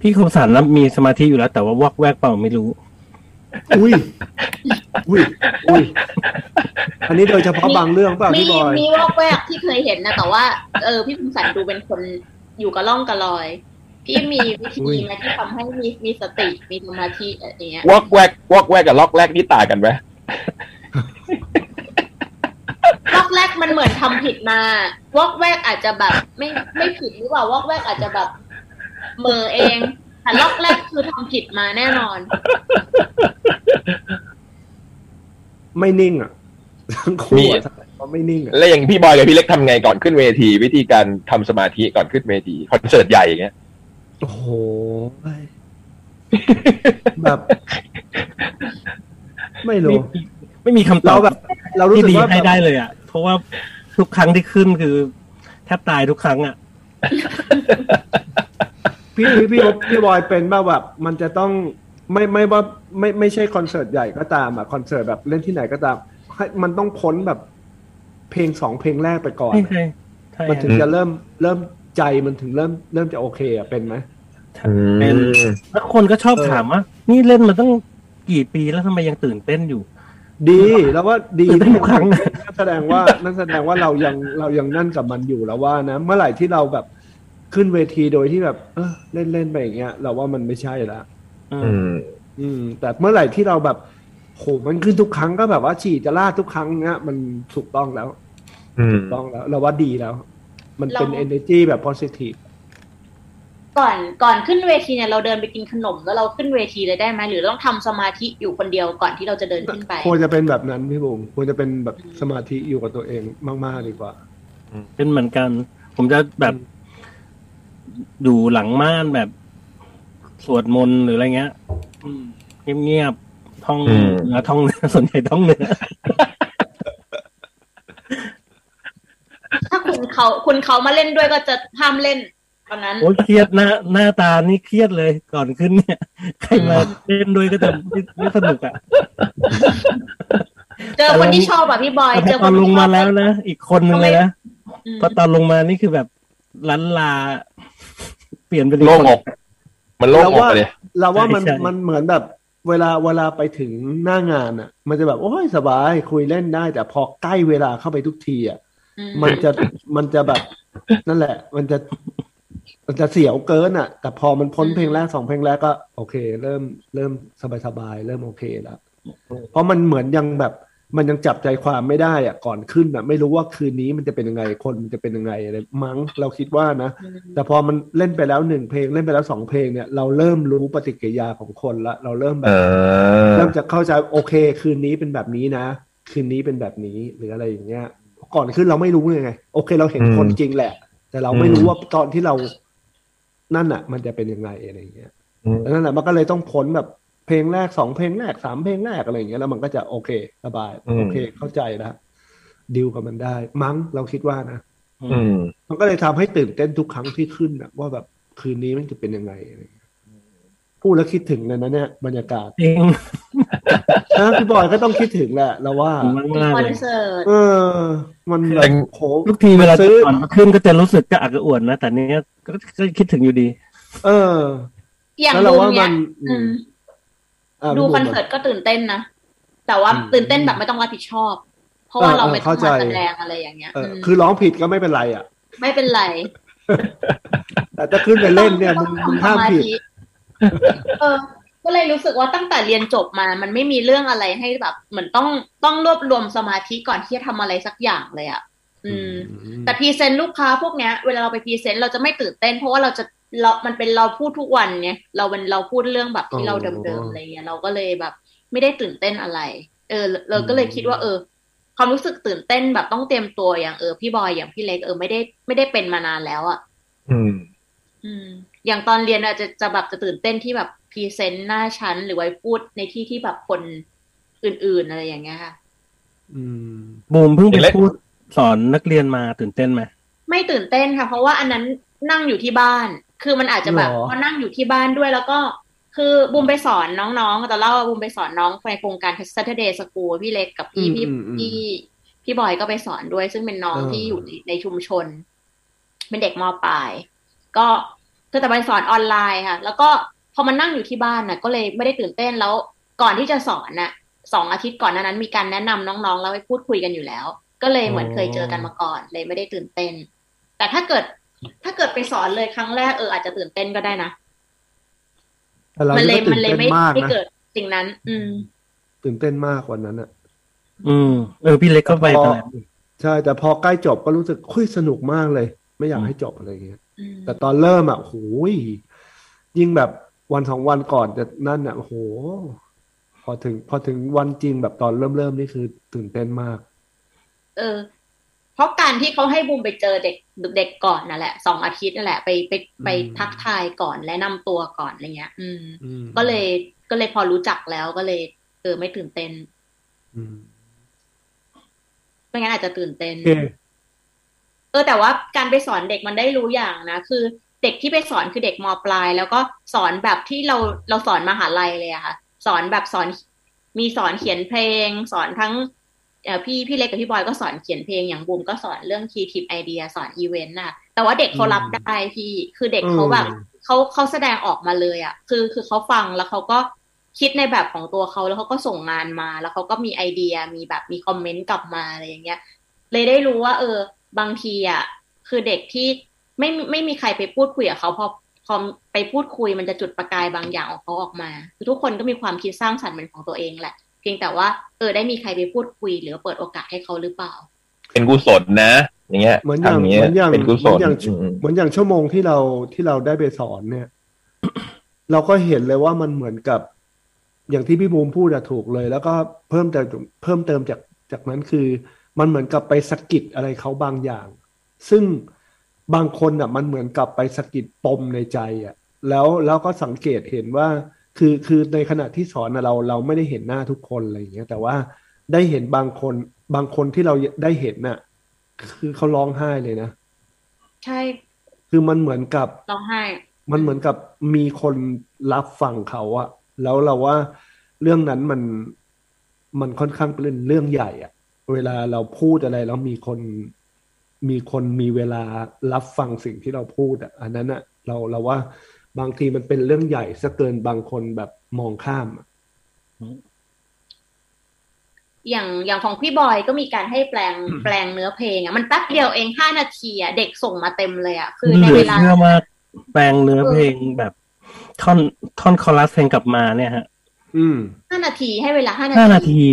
[SPEAKER 8] พี่คมสันนะมีสมาธิอยู่แล้ว แต่ว่าวอกแวกเปล่าไม่รู้
[SPEAKER 4] อุ้ย อุ้ย อุ้ย อันนี้โดยเฉพาะบางเรื่องเปล่า
[SPEAKER 6] มี
[SPEAKER 4] พี่บอย
[SPEAKER 6] มีวอกแวกที่เคยเห็นนะ แต่ว่า เออ พี่ภูมิสันดูเป็นคนอยู่กับล่องกับลอย พี่มีวิ
[SPEAKER 4] อุ้
[SPEAKER 6] ธี
[SPEAKER 4] ย
[SPEAKER 6] ไหมที่ทำให้มีมีสติมีสมาธิอะไรอย่างเงี้ย
[SPEAKER 3] วอกแวกวอกแวกกับล็อกแรกนี่ต่างกันไหม
[SPEAKER 6] วอกแวกมันเหมือนทำผิดมาวอกแวกอาจจะแบบ ไม่ไม่ผิดหรือเปล่าวอกแวกอาจจะแบบเหมือเองแต่ลอกแรกคือทำผิดมาแน่นอน
[SPEAKER 4] ไม่นิ่งอ่ะทั้งคู่อะเขาไม่นิ่งอ่ะ
[SPEAKER 3] แล้วอย่างพี่บอยกับพี่เล็กทำไงก่อนขึ้นเวที วิธีการทำสมาธิก่อนขึ้นเวทีคอนเสิร์ตใหญ่อย่างเงี้ย
[SPEAKER 4] โอ้โหแบบ ไม่
[SPEAKER 8] ไม่
[SPEAKER 4] รู้
[SPEAKER 8] ไม่มีคำต
[SPEAKER 4] เรา
[SPEAKER 8] อบ
[SPEAKER 4] แบบ เรารู้
[SPEAKER 8] ที่
[SPEAKER 4] สึก
[SPEAKER 8] ดี
[SPEAKER 4] ว่า
[SPEAKER 8] ให้
[SPEAKER 4] แบบ
[SPEAKER 8] ได้เลยอ่ะ เพราะว่าทุกครั้งที่ขึ้นคือแทบตายทุกครั้งอ่ะ
[SPEAKER 4] พี่พี่พี่พี่บอยเป็นบ้างแบบ มันจะต้องไม่ไม่ว่าไม่ไม่ใช่คอนเสิร์ตใหญ่ก็ตามอะคอนเสิร์ตแบบเล่นที่ไหนก็ตามให้มันต้องพ้นแบบ เพลงสองเพลงแรกไปก่อน
[SPEAKER 8] ใช่
[SPEAKER 4] อะ
[SPEAKER 8] ใช่ใช่
[SPEAKER 4] มันถึง
[SPEAKER 8] ฮะ
[SPEAKER 4] จะเริ่มเริ่มใจมันถึงเริ่มเริ่มจะโอเคอะเป็นไหม
[SPEAKER 8] เป็นแล้วคนก็ชอบ
[SPEAKER 4] เออ
[SPEAKER 8] ถามว่า นี่เล่นมาตั้งกี่ปีแล้วทำไมยังตื่นเต้นอยู่
[SPEAKER 4] ดีแล้วว่าดี
[SPEAKER 8] ตื่นเต้นทุกครั้งนะ
[SPEAKER 4] นั่นแสดงว่านั่นแสดงว่าเรายังเรายังนั่นกับมันอยู่แล้วว่านะ เมื่อไหร่ที่เราแบบขึ้นเวทีโดยที่แบบ เออเล่นเล่นๆไปอย่างเงี้ย เราว่ามันไม่ใช่ละ
[SPEAKER 8] เออ
[SPEAKER 3] อืม
[SPEAKER 4] อืม แต่เมื่อไหร่ที่เราแบบโหมันขึ้นทุกครั้งก็แบบว่าฉี่จะลาดทุกครั้งเนี้ยมันถูกต้องแล้ว
[SPEAKER 3] อืม
[SPEAKER 4] ถูกต้องแล้ว เราว่าดีแล้ว มันเป็น
[SPEAKER 6] เรา
[SPEAKER 4] energy แบบ positive
[SPEAKER 6] ก่อนก่อนขึ้นเวทีเนี่ยเราเดินไปกินขนมแล้วเราขึ้นเวทีเลยได้ไหมหรือต้องทำสมาธิอยู่คนเดียวก่อนที่เราจะเดินขึ้นไป
[SPEAKER 4] ควรจะเป็นแบบนั้นพี่บุ๋มควรจะเป็นแบบสมาธิอยู่กับตัวเองมาก ๆ ดีกว่า
[SPEAKER 8] เป็นเหมือนกัน ผมจะแบบอยู่หลังม่านแบบสวดมนต์หรืออะไรเงี้ย อืมเงียบๆท่อง
[SPEAKER 3] อืม
[SPEAKER 8] เนื้อท่องเนื้อ สวนใหญ่ท่องเนื้อ
[SPEAKER 6] ถ้าคุณเขาคุณเขามาเล่นด้วยก็จะห้ามเล่นตอนนั้น
[SPEAKER 8] โอ้ยเครียดหน้าหน้าตานี่เครียดเลยก่อนขึ้นเนี่ย ใครมาเล่นด้วยก็จะ ไม่ไม่สนุกอ่ะ
[SPEAKER 6] เจอคนที่ชอบอ่ะพี่บอยเจ
[SPEAKER 8] แต่
[SPEAKER 6] อ
[SPEAKER 8] พ
[SPEAKER 6] ค
[SPEAKER 8] อนล
[SPEAKER 6] ที่
[SPEAKER 8] ง
[SPEAKER 6] ช
[SPEAKER 8] มา
[SPEAKER 6] อบ
[SPEAKER 8] แล้วนะ อีกคนนึงเลยนะ
[SPEAKER 6] อืม
[SPEAKER 8] พอตอนลงมานี่คือแบบลันลา เปลี่ยนเป็น
[SPEAKER 3] โล่ง
[SPEAKER 8] คน
[SPEAKER 3] อก มันโล่ง
[SPEAKER 4] เรา
[SPEAKER 3] อก
[SPEAKER 4] ว่า
[SPEAKER 3] ไปเลย
[SPEAKER 4] เราว่ามัน
[SPEAKER 8] ใช่ใช่
[SPEAKER 4] มันเหมือนแบบเวลาเวลาไปถึงหน้างานอ่ะ มันจะแบบโอ้ยสบายคุยเล่นได้ แต่พอใกล้เวลาเข้าไปทุกทีอ่ะ
[SPEAKER 6] อืม
[SPEAKER 4] มันจะมันจะแบบ นั่นแหละ มันจะ มันจะเสียวเกินอ่ะ แต่พอมันพ้น
[SPEAKER 6] อืม
[SPEAKER 4] เพลงแรกสองเพลงแรกก็ โอเค เริ่มเริ่มสบายสบายๆเริ่มโอเคแล้วเพราะมันเหมือนยังแบบ มันยังจับใจความไม่ได้อ่ะก่อนขึ้นอ่ะ ไม่รู้ว่าคืนนี้มันจะเป็นยังไงคนมันจะเป็นยังไงอะไรมั้งเราคิดว่านะ แต่พอมันเล่นไปแล้วหนึ่งเพลงเล่นไปแล้วสองเพลงเนี่ยเราเริ่มรู้ปฏิกิริยาของคนละ เราเริ่มแบ
[SPEAKER 3] เอบ อ
[SPEAKER 4] เริ่มจะเข้าใจโอเค คืนนี้เป็นแบบนี้นะ คืนนี้เป็นแบบนี้หรืออะไรอย่างเงี้ย ก่อนขึ้นเราไม่รู้เลยไง โอเคเราเห็น
[SPEAKER 3] อืม
[SPEAKER 4] คนจริงแหละ แต่เราไม่
[SPEAKER 3] อืม
[SPEAKER 4] รู้ว่าตอนที่เรานั่นอ่ะ มันจะเป็นยังไงอะไรอย่างเงี้ย
[SPEAKER 3] อืม
[SPEAKER 4] แล้วนั่นแหละมันก็เลยต้องพ้นแบบเพลงแรกสองเพลงแรกสามเพลงแรกอะไรอย่างเงี้ยแล้วมันก็จะโอเคสบายโอเค เข้าใจแล้วดิวกับมันได้ มั้งเราคิดว่านะ
[SPEAKER 3] อืม
[SPEAKER 4] มันก็เลยทำให้ตื่นเต้นทุกครั้งที่ขึ้นนะว่าแบบคืนนี้มันจะเป็นยังไงอะไรอย่างเงี้ยพูดแล้วคิดถึงเลยนะเนี่ยบรรยากาศ
[SPEAKER 8] จริง
[SPEAKER 4] นะพี่บอยก็ต้องคิดถึงแหละเราว่า
[SPEAKER 8] ผมมาก
[SPEAKER 6] ค
[SPEAKER 8] ๆ
[SPEAKER 6] อน
[SPEAKER 8] เลย
[SPEAKER 6] เสิร์ต
[SPEAKER 4] เออ มันแบบโห
[SPEAKER 8] ทุกทีเวลา
[SPEAKER 4] ซื้
[SPEAKER 8] ซื้
[SPEAKER 4] อ
[SPEAKER 8] อก่อนมาขึ้นก็จะรู้สึกกระอักกระอ่วนนะ แต่เนี้ยก็ก็คิดถึงอยู่ดี
[SPEAKER 4] เออ
[SPEAKER 6] อย่าง
[SPEAKER 4] แล้วเรา
[SPEAKER 6] ดู
[SPEAKER 4] ว่ามั
[SPEAKER 6] เนี่ย
[SPEAKER 4] น
[SPEAKER 6] อืม
[SPEAKER 4] ะ
[SPEAKER 6] ดูค
[SPEAKER 4] พี่
[SPEAKER 6] อน
[SPEAKER 4] บุ๋มะ
[SPEAKER 6] เสิร์ตก็ตื่นเต้นนะ แต่ว่า
[SPEAKER 4] อืม
[SPEAKER 6] ตื่นเต้นแบบไม่ต้องรับผิดชอบ เพราะว่า
[SPEAKER 4] เออ
[SPEAKER 6] เราไม่ต้อง
[SPEAKER 4] เข้าใจ
[SPEAKER 6] มาแสดงอะไรอย่างเงี้ย
[SPEAKER 4] เออ
[SPEAKER 6] ม
[SPEAKER 4] คือร้องผิดก็ไม่เป็นไรอ่ะ
[SPEAKER 6] ไม่เป็นไร
[SPEAKER 4] แต่ถ้าขึ้นไปเล่นเนี่ยมึง
[SPEAKER 6] ต้อง
[SPEAKER 4] มึง
[SPEAKER 6] ทำส
[SPEAKER 4] ห้าม
[SPEAKER 6] มา
[SPEAKER 4] ผิด
[SPEAKER 6] ธิเออ ก็เลยรู้สึกว่าตั้งแต่เรียนจบมา มันไม่มีเรื่องอะไรให้แบบ เหมือนต้องต้องรวบรวมสมาธิก่อนที่จะทำอะไรสักอย่างเลยอ่ะอืม แต่พรีเซนต์ลูกค้าพวกเนี้ยเวลาเราไปพรีเซนต์เราจะไม่ตื่นเต้น เพราะว่าเราจะเรา มันเป็นเราพูดทุกวันไงเราเป็นเราพูดเรื่องแบบที่เราเดิมๆอะไรเงี้ยเราก็เลยแบบ ไม่ได้ตื่นเต้นอะไร เออ เราก็เลยคิดว่า เออ ความรู้สึกตื่นเต้นแบบต้องเตรียมตัวอย่างเออพี่บอยอย่างพี่เล็กเออไม่ได้ไม่ได้เป็นมานานแล้วอ่ะ
[SPEAKER 3] อืม
[SPEAKER 6] อืม อย่างตอนเรียนอาจจะจะแบบจะตื่นเต้นที่แบบพรีเซนต์หน้าชั้นหรือไว้พูดในที่ที่แบบคนอื่น ๆอะไรอย่างเงี้ยค่ะ
[SPEAKER 4] อืม
[SPEAKER 8] บูมเพิ่งไป
[SPEAKER 3] เล็ก
[SPEAKER 8] พูดสอนนักเรียนมาตื่นเต้นไหม
[SPEAKER 6] ไม่ตื่นเต้นค่ะ เพราะว่าอันนั้นนั่งอยู่ที่บ้าน คือมันอาจจะแบบ
[SPEAKER 4] หรอ
[SPEAKER 6] พอนั่งอยู่ที่บ้านด้วยแล้วก็ คือบุมไปสอนน้องๆแต่เล่าว่าบุมไปสอนน้องในโครงการ Saturday School พี่เล็กกับพี่พี่
[SPEAKER 4] อืมอืม
[SPEAKER 6] พี่พี่บอยก็ไปสอนด้วย ซึ่งเป็นน้อง
[SPEAKER 4] เออ
[SPEAKER 6] ที่อยู่ในในชุมชน เป็นเด็กมปลาย ก็คือแต่ไปสอนออนไลน์ค่ะ แล้วก็พอมันนั่งอยู่ที่บ้านน่ะ ก็เลยไม่ได้ตื่นเต้นแล้วก่อนที่จะสอนน่ะสองอาทิตย์ก่อนหนานั้น มีการแนะนำน้องๆแล้วให้พูดคุยกันอยู่แล้ว ก็เลยเหมือนเคยเจอกันมาก่อน เลยไม่ได้ตื่นเต้น แต่ถ้าเกิด ถ้าเกิดไปสอนเลยครั้งแรกเอออาจจะตื่นเต้นก็ได้นะ
[SPEAKER 4] แต่เรา
[SPEAKER 6] มันเลย
[SPEAKER 4] ก็ตื่
[SPEAKER 6] มัน
[SPEAKER 4] น
[SPEAKER 6] เลย
[SPEAKER 4] เต้น
[SPEAKER 6] ไม่
[SPEAKER 4] มาก
[SPEAKER 6] ไม่
[SPEAKER 4] นะ
[SPEAKER 6] เกิดสิ่งนั้น อืม
[SPEAKER 4] ตื่นเต้นมากวันนั้นอ่ะ
[SPEAKER 8] อืมเออพี่เล็กก็ไป
[SPEAKER 4] พอ
[SPEAKER 8] ตอนนั้น
[SPEAKER 4] ใช่ แต่พอใกล้จบก็รู้สึกคุยสนุกมากเลย ไม่อยาก
[SPEAKER 8] อืม
[SPEAKER 4] ให้จบอะไรอย่างเงี้ย
[SPEAKER 6] อืม
[SPEAKER 4] แต่ตอนเริ่มอ่ะโหยยิ่งแบบวันสองวันก่อนจะนั่นอ่ะโอ้โห พอถึง พอถึงวันจริงแบบตอนเริ่มเริ่มนี่คือตื่นเต้นมาก
[SPEAKER 6] เออ เพราะการที่เขาให้บูมไปเจอเด็กเด็กๆก่อนนั่นแหละสองอาทิตย์นั่นแหละไปไปไป
[SPEAKER 4] อืม
[SPEAKER 6] ทักทายก่อนและนำตัวก่อนอะไรเงี้ย อืม
[SPEAKER 4] อืม
[SPEAKER 6] ก็เลยก็เลยพอรู้จักแล้วก็เลย เออไม่ตื่นเต้น
[SPEAKER 4] อืม
[SPEAKER 6] ไม่งั้นอาจจะตื่นเต้น
[SPEAKER 4] โอเค
[SPEAKER 6] เออแต่ว่าการไปสอนเด็กมันได้รู้อย่างนะ คือเด็กที่ไปสอนคือเด็กมปลาย แล้วก็สอนแบบที่เราเราสอนมหาลัยเลยอะค่ะ สอนแบบสอนมีสอนเขียนเพลง สอนทั้งเอ่อพี่พี่เล็กกับพี่บอยก็สอนเขียนเพลงอย่างบุมก็สอนเรื่อง creative idea สอนอีเวนต์น่ะ แต่ว่าเด็กเขารับได้พี่คือเด็กเขาแบบ
[SPEAKER 4] อืม
[SPEAKER 6] เขาเขาแสดงออกมาเลยอะ่ะ คือคือเขาฟังแล้วเขาก็คิดในแบบของตัวเขาแล้วเขาก็ส่งงานมา แล้วเขาก็มีไอเดียมีแบบมีคอมเมนต์กลับมาอะไรอย่างเงี้ย เลยได้รู้ว่า เออ บางทีอะ่ะ คือเด็กที่ไม่ไม่มีใครไปพูดคุยกับเขาพอพอไปพูดคุยมันจะจุดประกายบางอย่างของเขาออกมาคือทุกคนก็มีความคิดสร้างสรรค์เป็นของตัวเองแหละ เพียงแต่ว่าเออได้มีใครไปพูดคุย หรือเปิดโอกาสให้เขาหรือเปล่า
[SPEAKER 3] เป็นกุศลนะ อย่างเงี้ย
[SPEAKER 4] เหมือนอย่าง
[SPEAKER 3] ทำ
[SPEAKER 4] เหมือนอย่าง
[SPEAKER 3] เป็นกุศล
[SPEAKER 4] เหมือนอย่าง
[SPEAKER 3] อืม
[SPEAKER 4] เหมือนอย่างชั่วโมงที่เราที่เราได้ไปสอนเนี่ย เราก็เห็นเลยว่ามันเหมือนกับ อย่างที่พี่บูมพูดอะถูกเลย แล้วก็เพิ่มเติมเพิ่มเติมจากจากนั้นคือ มันเหมือนกับไปสะกิดอะไรเขาบางอย่าง ซึ่งบางคนอะมันเหมือนกับไปสะกิดปมในใจอะแล้วแล้วก็สังเกตเห็นว่า คือคือในขณะที่สอนอะเราเราไม่ได้เห็นหน้าทุกคนอะไรอย่างเงี้ย แต่ว่าได้เห็นบางคนบางคนที่เราได้เห็นน่ะ คือเขาร้องไห้เลยนะ
[SPEAKER 6] ใช่
[SPEAKER 4] คือมันเหมือนกับ
[SPEAKER 6] ร้องไห้
[SPEAKER 4] มันเหมือนกับมีคนรับฟังเขาอะแล้วเราว่าเรื่องนั้นมันมันค่อนข้างเป็นเรื่องใหญ่อะเวลาเราพูดอะไรแล้วมีคนมีคนมีเวลารับฟังสิ่งที่เราพูดอะอันนั้นอะเราเราว่าบางทีมันเป็นเรื่องใหญ่ซะเกินบางคนแบบมองข้ามอะ
[SPEAKER 6] อย่างอย่างของพี่บอยก็มีการให้แปลงแปลงเนื้อเพลงอ่ะมันแป๊บเดียวเองห้านาทีอ่ะเด็กส่งมาเต็มเลยอ่ะคือใน
[SPEAKER 8] เห
[SPEAKER 6] เว
[SPEAKER 8] ลือ
[SPEAKER 6] ลา
[SPEAKER 8] เชื่อมากแปลงเนื้อเพลงแบบท่อนท่อนคอรัสเพลงกลับมาเนี่ยฮะ
[SPEAKER 4] อืม
[SPEAKER 6] ห้านาทีให้เวลาห้า
[SPEAKER 8] ห้า
[SPEAKER 6] นา
[SPEAKER 8] นา
[SPEAKER 6] ที
[SPEAKER 8] ที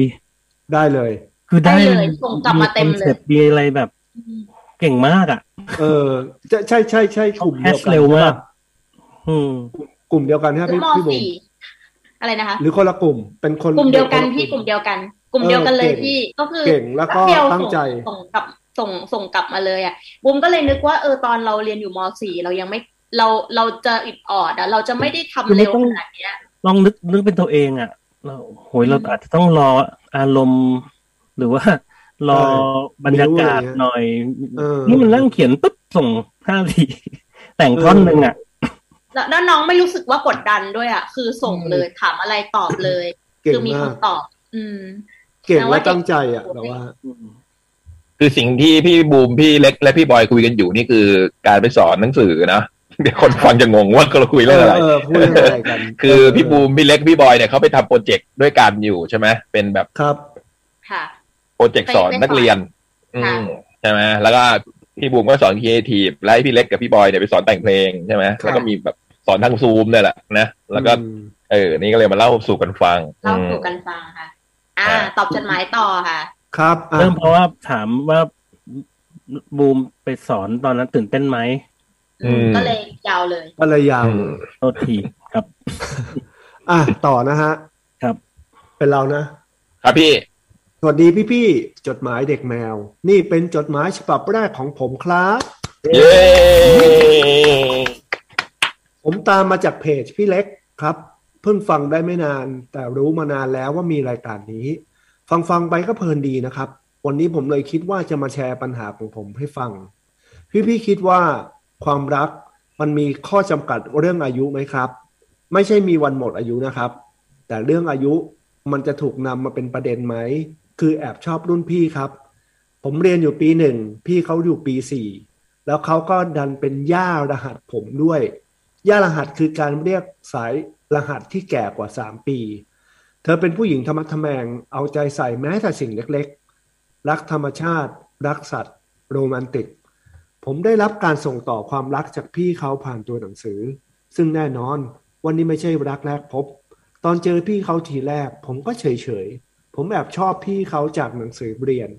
[SPEAKER 4] ได้เลย
[SPEAKER 8] คือได้
[SPEAKER 6] ได้เลยส่งกลับมาเต็มเลย
[SPEAKER 8] คอนซ็ปมีอะไรแบบ
[SPEAKER 6] อืม
[SPEAKER 8] เก่งมากอ่ะ
[SPEAKER 4] เออใช่ใช่ใช่ใช่กลุ่มเดียวกัน
[SPEAKER 8] แฮชเร็วมาก
[SPEAKER 4] ใช่ปะ
[SPEAKER 8] อืม
[SPEAKER 4] กลุ่มเดียวกันใช่
[SPEAKER 6] หรื
[SPEAKER 4] ไหม
[SPEAKER 6] อม
[SPEAKER 4] พี่บุ๋ม
[SPEAKER 6] สี่อะไรนะคะ
[SPEAKER 4] หรือคนละกลุ่มเป็นคน
[SPEAKER 6] กลุ่มเดียวกัน
[SPEAKER 4] ป็คละ
[SPEAKER 6] พี่กลุ่มเดียวกัน กลุ่มเดียวกันเลย
[SPEAKER 4] เออเก่ง
[SPEAKER 6] พี่ก็คือ
[SPEAKER 4] เก่งแล้วก็
[SPEAKER 6] ป๊บเดีย
[SPEAKER 4] ตั้งใจ
[SPEAKER 6] ส่งส่งกลับส่งส่งกลับมาเลยอ่ะบุมก็เลยนึกว่าเออตอนเราเรียนอยู่มสี่เรายังไม่เราเราจะอิดออดอ่ะเราจะไม่ได้ทำ
[SPEAKER 8] คือไม่
[SPEAKER 6] เร็ว
[SPEAKER 8] ต้อง
[SPEAKER 6] ขนาดเนี้ย
[SPEAKER 8] ลองนึกนึกเป็นตัวเองอ่ะเราโหยเราอาจจะต้องรออารมณ์ หรือว่า รอบรรยากาศหน่อย
[SPEAKER 4] เออ
[SPEAKER 8] นี่มันนั่งเขียนปุ๊บส่งห้าที แต่งท่อนหนึ่งอ่ะ
[SPEAKER 6] แล้วแล้วน้องไม่รู้สึกว่ากดดันด้วยอ่ะคือส่งเลยถามอะไรตอบเลย
[SPEAKER 4] เก่ง
[SPEAKER 6] คือมี
[SPEAKER 4] มาก
[SPEAKER 6] คำตอบ อืม
[SPEAKER 4] เก่ง
[SPEAKER 6] แต่
[SPEAKER 4] และ
[SPEAKER 6] ว่า
[SPEAKER 4] ตั้งใจอ่ะแบบว่า
[SPEAKER 3] คือสิ่งที่พี่บูมพี่เล็กและพี่บอยคุยกันอยู่นี่คือการไปสอนหนังสือนะ เดี๋ยวคนฟังจะงงว่าเราคุย
[SPEAKER 4] เอ
[SPEAKER 3] เรื่อง
[SPEAKER 4] อ
[SPEAKER 3] อะไร
[SPEAKER 4] เออพูดเรื่องอะไรกัน
[SPEAKER 3] คือพี่บูมพี่เล็กพี่บอยเนี่ยเขาไปทำโปรเจกต์ด้วยกันอยู่ใช่ไหมเป็นแบบ
[SPEAKER 4] ครับ
[SPEAKER 6] ค่ะ
[SPEAKER 3] โปรเจกต์สอนนักเรียน อื
[SPEAKER 6] ค่ะ
[SPEAKER 3] มใช่ไหมแล้วก็พี่บูมก็สอนครีเอทีฟและให้พี่เล็กกับพี่บอยเนี่ยไปสอนแต่งเพลงใช่ไหม
[SPEAKER 4] ค่ะ
[SPEAKER 3] แล้วก็มีแบบสอนทางซูมเนี่ยแหละนะแล้วก็
[SPEAKER 4] อืม
[SPEAKER 3] เออนี่ก็เลยมาเล่าสู่กันฟัง
[SPEAKER 6] เล่า
[SPEAKER 3] อืม
[SPEAKER 6] สู่กันฟังค่ะ อ่า
[SPEAKER 3] อ่า
[SPEAKER 6] ตอบจดหมายต่อค่ะ
[SPEAKER 4] ครับอ่ะ
[SPEAKER 8] เริ่มเพราะว่าถามว่าบูมไปสอนตอนนั้นตื่นเต้นไหม
[SPEAKER 3] อืม
[SPEAKER 6] ก็เลยยาวเลย
[SPEAKER 4] อะไรยาว
[SPEAKER 3] อืม
[SPEAKER 8] โทษทีครับ
[SPEAKER 4] อ่ะต่อนะฮะ
[SPEAKER 8] ครับ
[SPEAKER 4] เป็นเรานะ
[SPEAKER 3] ครับพี่
[SPEAKER 4] สวัสดีพี่ๆ จดหมายเด็กแมว นี่เป็นจดหมายฉบับแรกของผมครับ
[SPEAKER 3] เย้
[SPEAKER 4] ผมตามมาจากเพจพี่เล็กครับ เพิ่งฟังได้ไม่นาน แต่รู้มานานแล้วว่ามีรายการนี้ ฟังฟังๆไปก็เพลินดีนะครับ วันนี้ผมเลยคิดว่าจะมาแชร์ปัญหาของผมให้ฟัง พี่พี่ๆคิดว่าความรักมันมีข้อจำกัดเรื่องอายุไหมครับ ไม่ใช่มีวันหมดอายุนะครับ แต่เรื่องอายุมันจะถูกนำมาเป็นประเด็นไหม คือแอบชอบรุ่นพี่ครับ ผมเรียนอยู่ปีหนึ่งพี่เขาอยู่ปีสี่แล้วเขาก็ดันเป็นย่ารหัสผมด้วย ย่ารหัสคือการเรียกสายรหัสที่แก่กว่า 3 ปี เธอเป็นผู้หญิงธรรมะทะแมง เอาใจใส่แม้แต่สิ่งเล็กๆ รักธรรมชาติ รักสัตว์ โรแมนติก ผมได้รับการส่งต่อความรักจากพี่เขาผ่านตัวหนังสือ ซึ่งแน่นอนวันนี้ไม่ใช่รักแรกพบ ตอนเจอพี่เขาทีแรก ผมก็เฉยๆ ผมแอบชอบพี่เขาจากหนังสือเรียน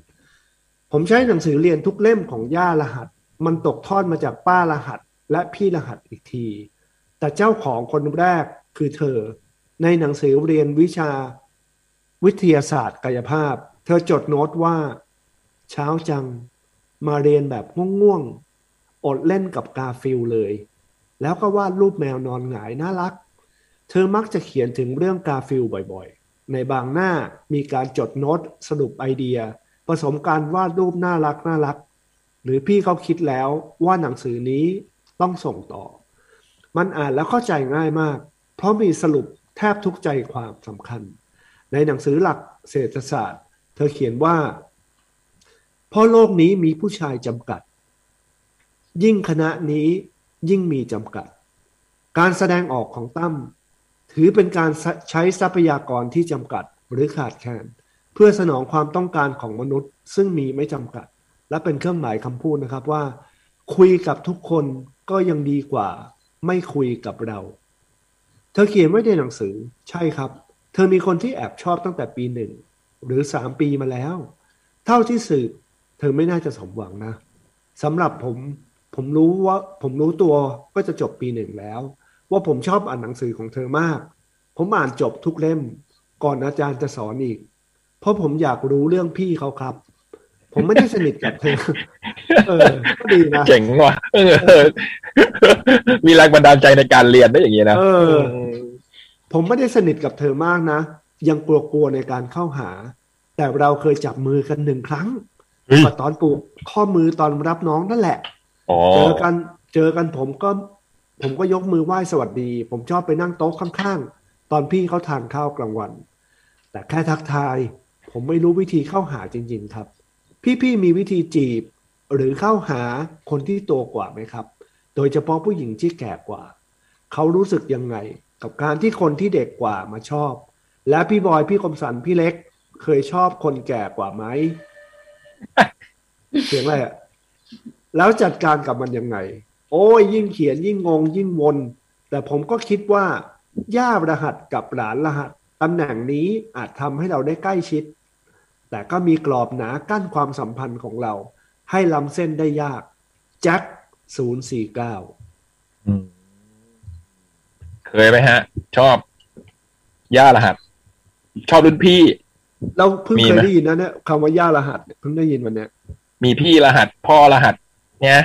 [SPEAKER 4] ผมใช้หนังสือเรียนทุกเล่มของย่ารหัส มันตกทอดมาจากป้ารหัสและพี่รหัสอีกที แต่เจ้าของคนแรกคือเธอ ในหนังสือเรียนวิชาวิทยาศาสตร์กายภาพ เธอจดโน้ตว่า เช้าจังมาเรียนแบบง่วงๆ อดเล่นกับกาฟิลเลย แล้วก็วาดรูปแมวนอนหงายน่ารัก เธอมักจะเขียนถึงเรื่องกาฟิลบ่อยๆ ในบางหน้ามีการจดโน้ตสรุปไอเดีย ผสมการวาดรูปน่ารักน่ารัก หรือพี่เขาคิดแล้วว่าหนังสือนี้ต้องส่งต่อ มันอ่านแล้วเข้าใจง่ายมาก เพราะมีสรุปแทบทุกใจความสำคัญ ในหนังสือหลักเศรษฐศาสตร์ เธอเขียนว่า เพราะโลกนี้มีผู้ชายจำกัด ยิ่งคณะนี้ยิ่งมีจำกัด การแสดงออกของตั้มถือเป็นการใช้ทรัพยากรที่จำกัดหรือขาดแคลนเพื่อสนองความต้องการของมนุษย์ ซึ่งมีไม่จำกัด และเป็นเครื่องหมายคำพูดนะครับว่า คุยกับทุกคนก็ยังดีกว่า ไม่คุยกับเรา เธอเขียนไว้ในหนังสือใช่ครับ เธอมีคนที่แอบชอบตั้งแต่ปีหนึ่ง หรือสามปีมาแล้ว เท่าที่สืบ เธอไม่น่าจะสมหวังนะสำหรับผมผมรู้ว่าผมรู้ตัวก็จะจบปีหนึ่งแล้ว ว่าผมชอบอ่านหนังสือของเธอมาก ผมอ่านจบทุกเล่ม ก่อนอาจารย์จะสอนอีก เพราะผมอยากรู้เรื่องพี่เขาครับ ผมไม่ได้สนิทกับเธอ เออก็ดีนะ
[SPEAKER 3] เจ๋งว่ะ เออมีแรงบันดาลใจในการเรียนได้อย่างนี้นะ
[SPEAKER 4] เออ ผมไม่ได้สนิทกับเธอมากนะ ยังกลัวๆในการเข้าหา แต่เราเคยจับมือกันหนึ่งครั้ง
[SPEAKER 3] เฮ้ย
[SPEAKER 4] ก็ตอนปลูกข้อมือตอนรับน้องนั่นแหละ
[SPEAKER 3] อ๋อ
[SPEAKER 4] เจอกันเจอกันผมก็ ผมก็ยกมือไหว้สวัสดี ผมชอบไปนั่งโต๊ะข้างๆ ตอนพี่เขาทานข้าวกลางวัน แต่แค่ทักทาย ผมไม่รู้วิธีเข้าหาจริงๆครับ พี่ๆมีวิธีจีบ หรือเข้าหาคนที่โตกว่าไหมครับ โดยเฉพาะผู้หญิงที่แก่กว่า เขารู้สึกยังไง กับการที่คนที่เด็กกว่ามาชอบ และพี่บอยพี่คมสันพี่เล็ก เคยชอบคนแก่กว่าไหม เสียงอะไรอะ แล้วจัดการกับมันยังไง โอ้ยยิ่งเขียนยิ่งงงยิ่งวน แต่ผมก็คิดว่า ย่ารหัสกับหลานรหัสตำแหน่งนี้อาจทำให้เราได้ใกล้ชิด แต่ก็มีกรอบหนากั้นความสัมพันธ์ของเรา ให้ล้ำเส้นได้ยากแจ็ค049
[SPEAKER 3] มเคยไหมฮะ ชอบ ย่ารหัส ชอบรุ่นพี่
[SPEAKER 4] เราเพิ่ง
[SPEAKER 3] มี
[SPEAKER 4] เค
[SPEAKER 3] ไหม
[SPEAKER 4] ยได้ยินนะเนี่ยคำว่าย่ารหัสเนี่ยเพิ่งได้ยินวันเนี้ย
[SPEAKER 3] มีพี่รหัส พ่อรหัส เนี่ย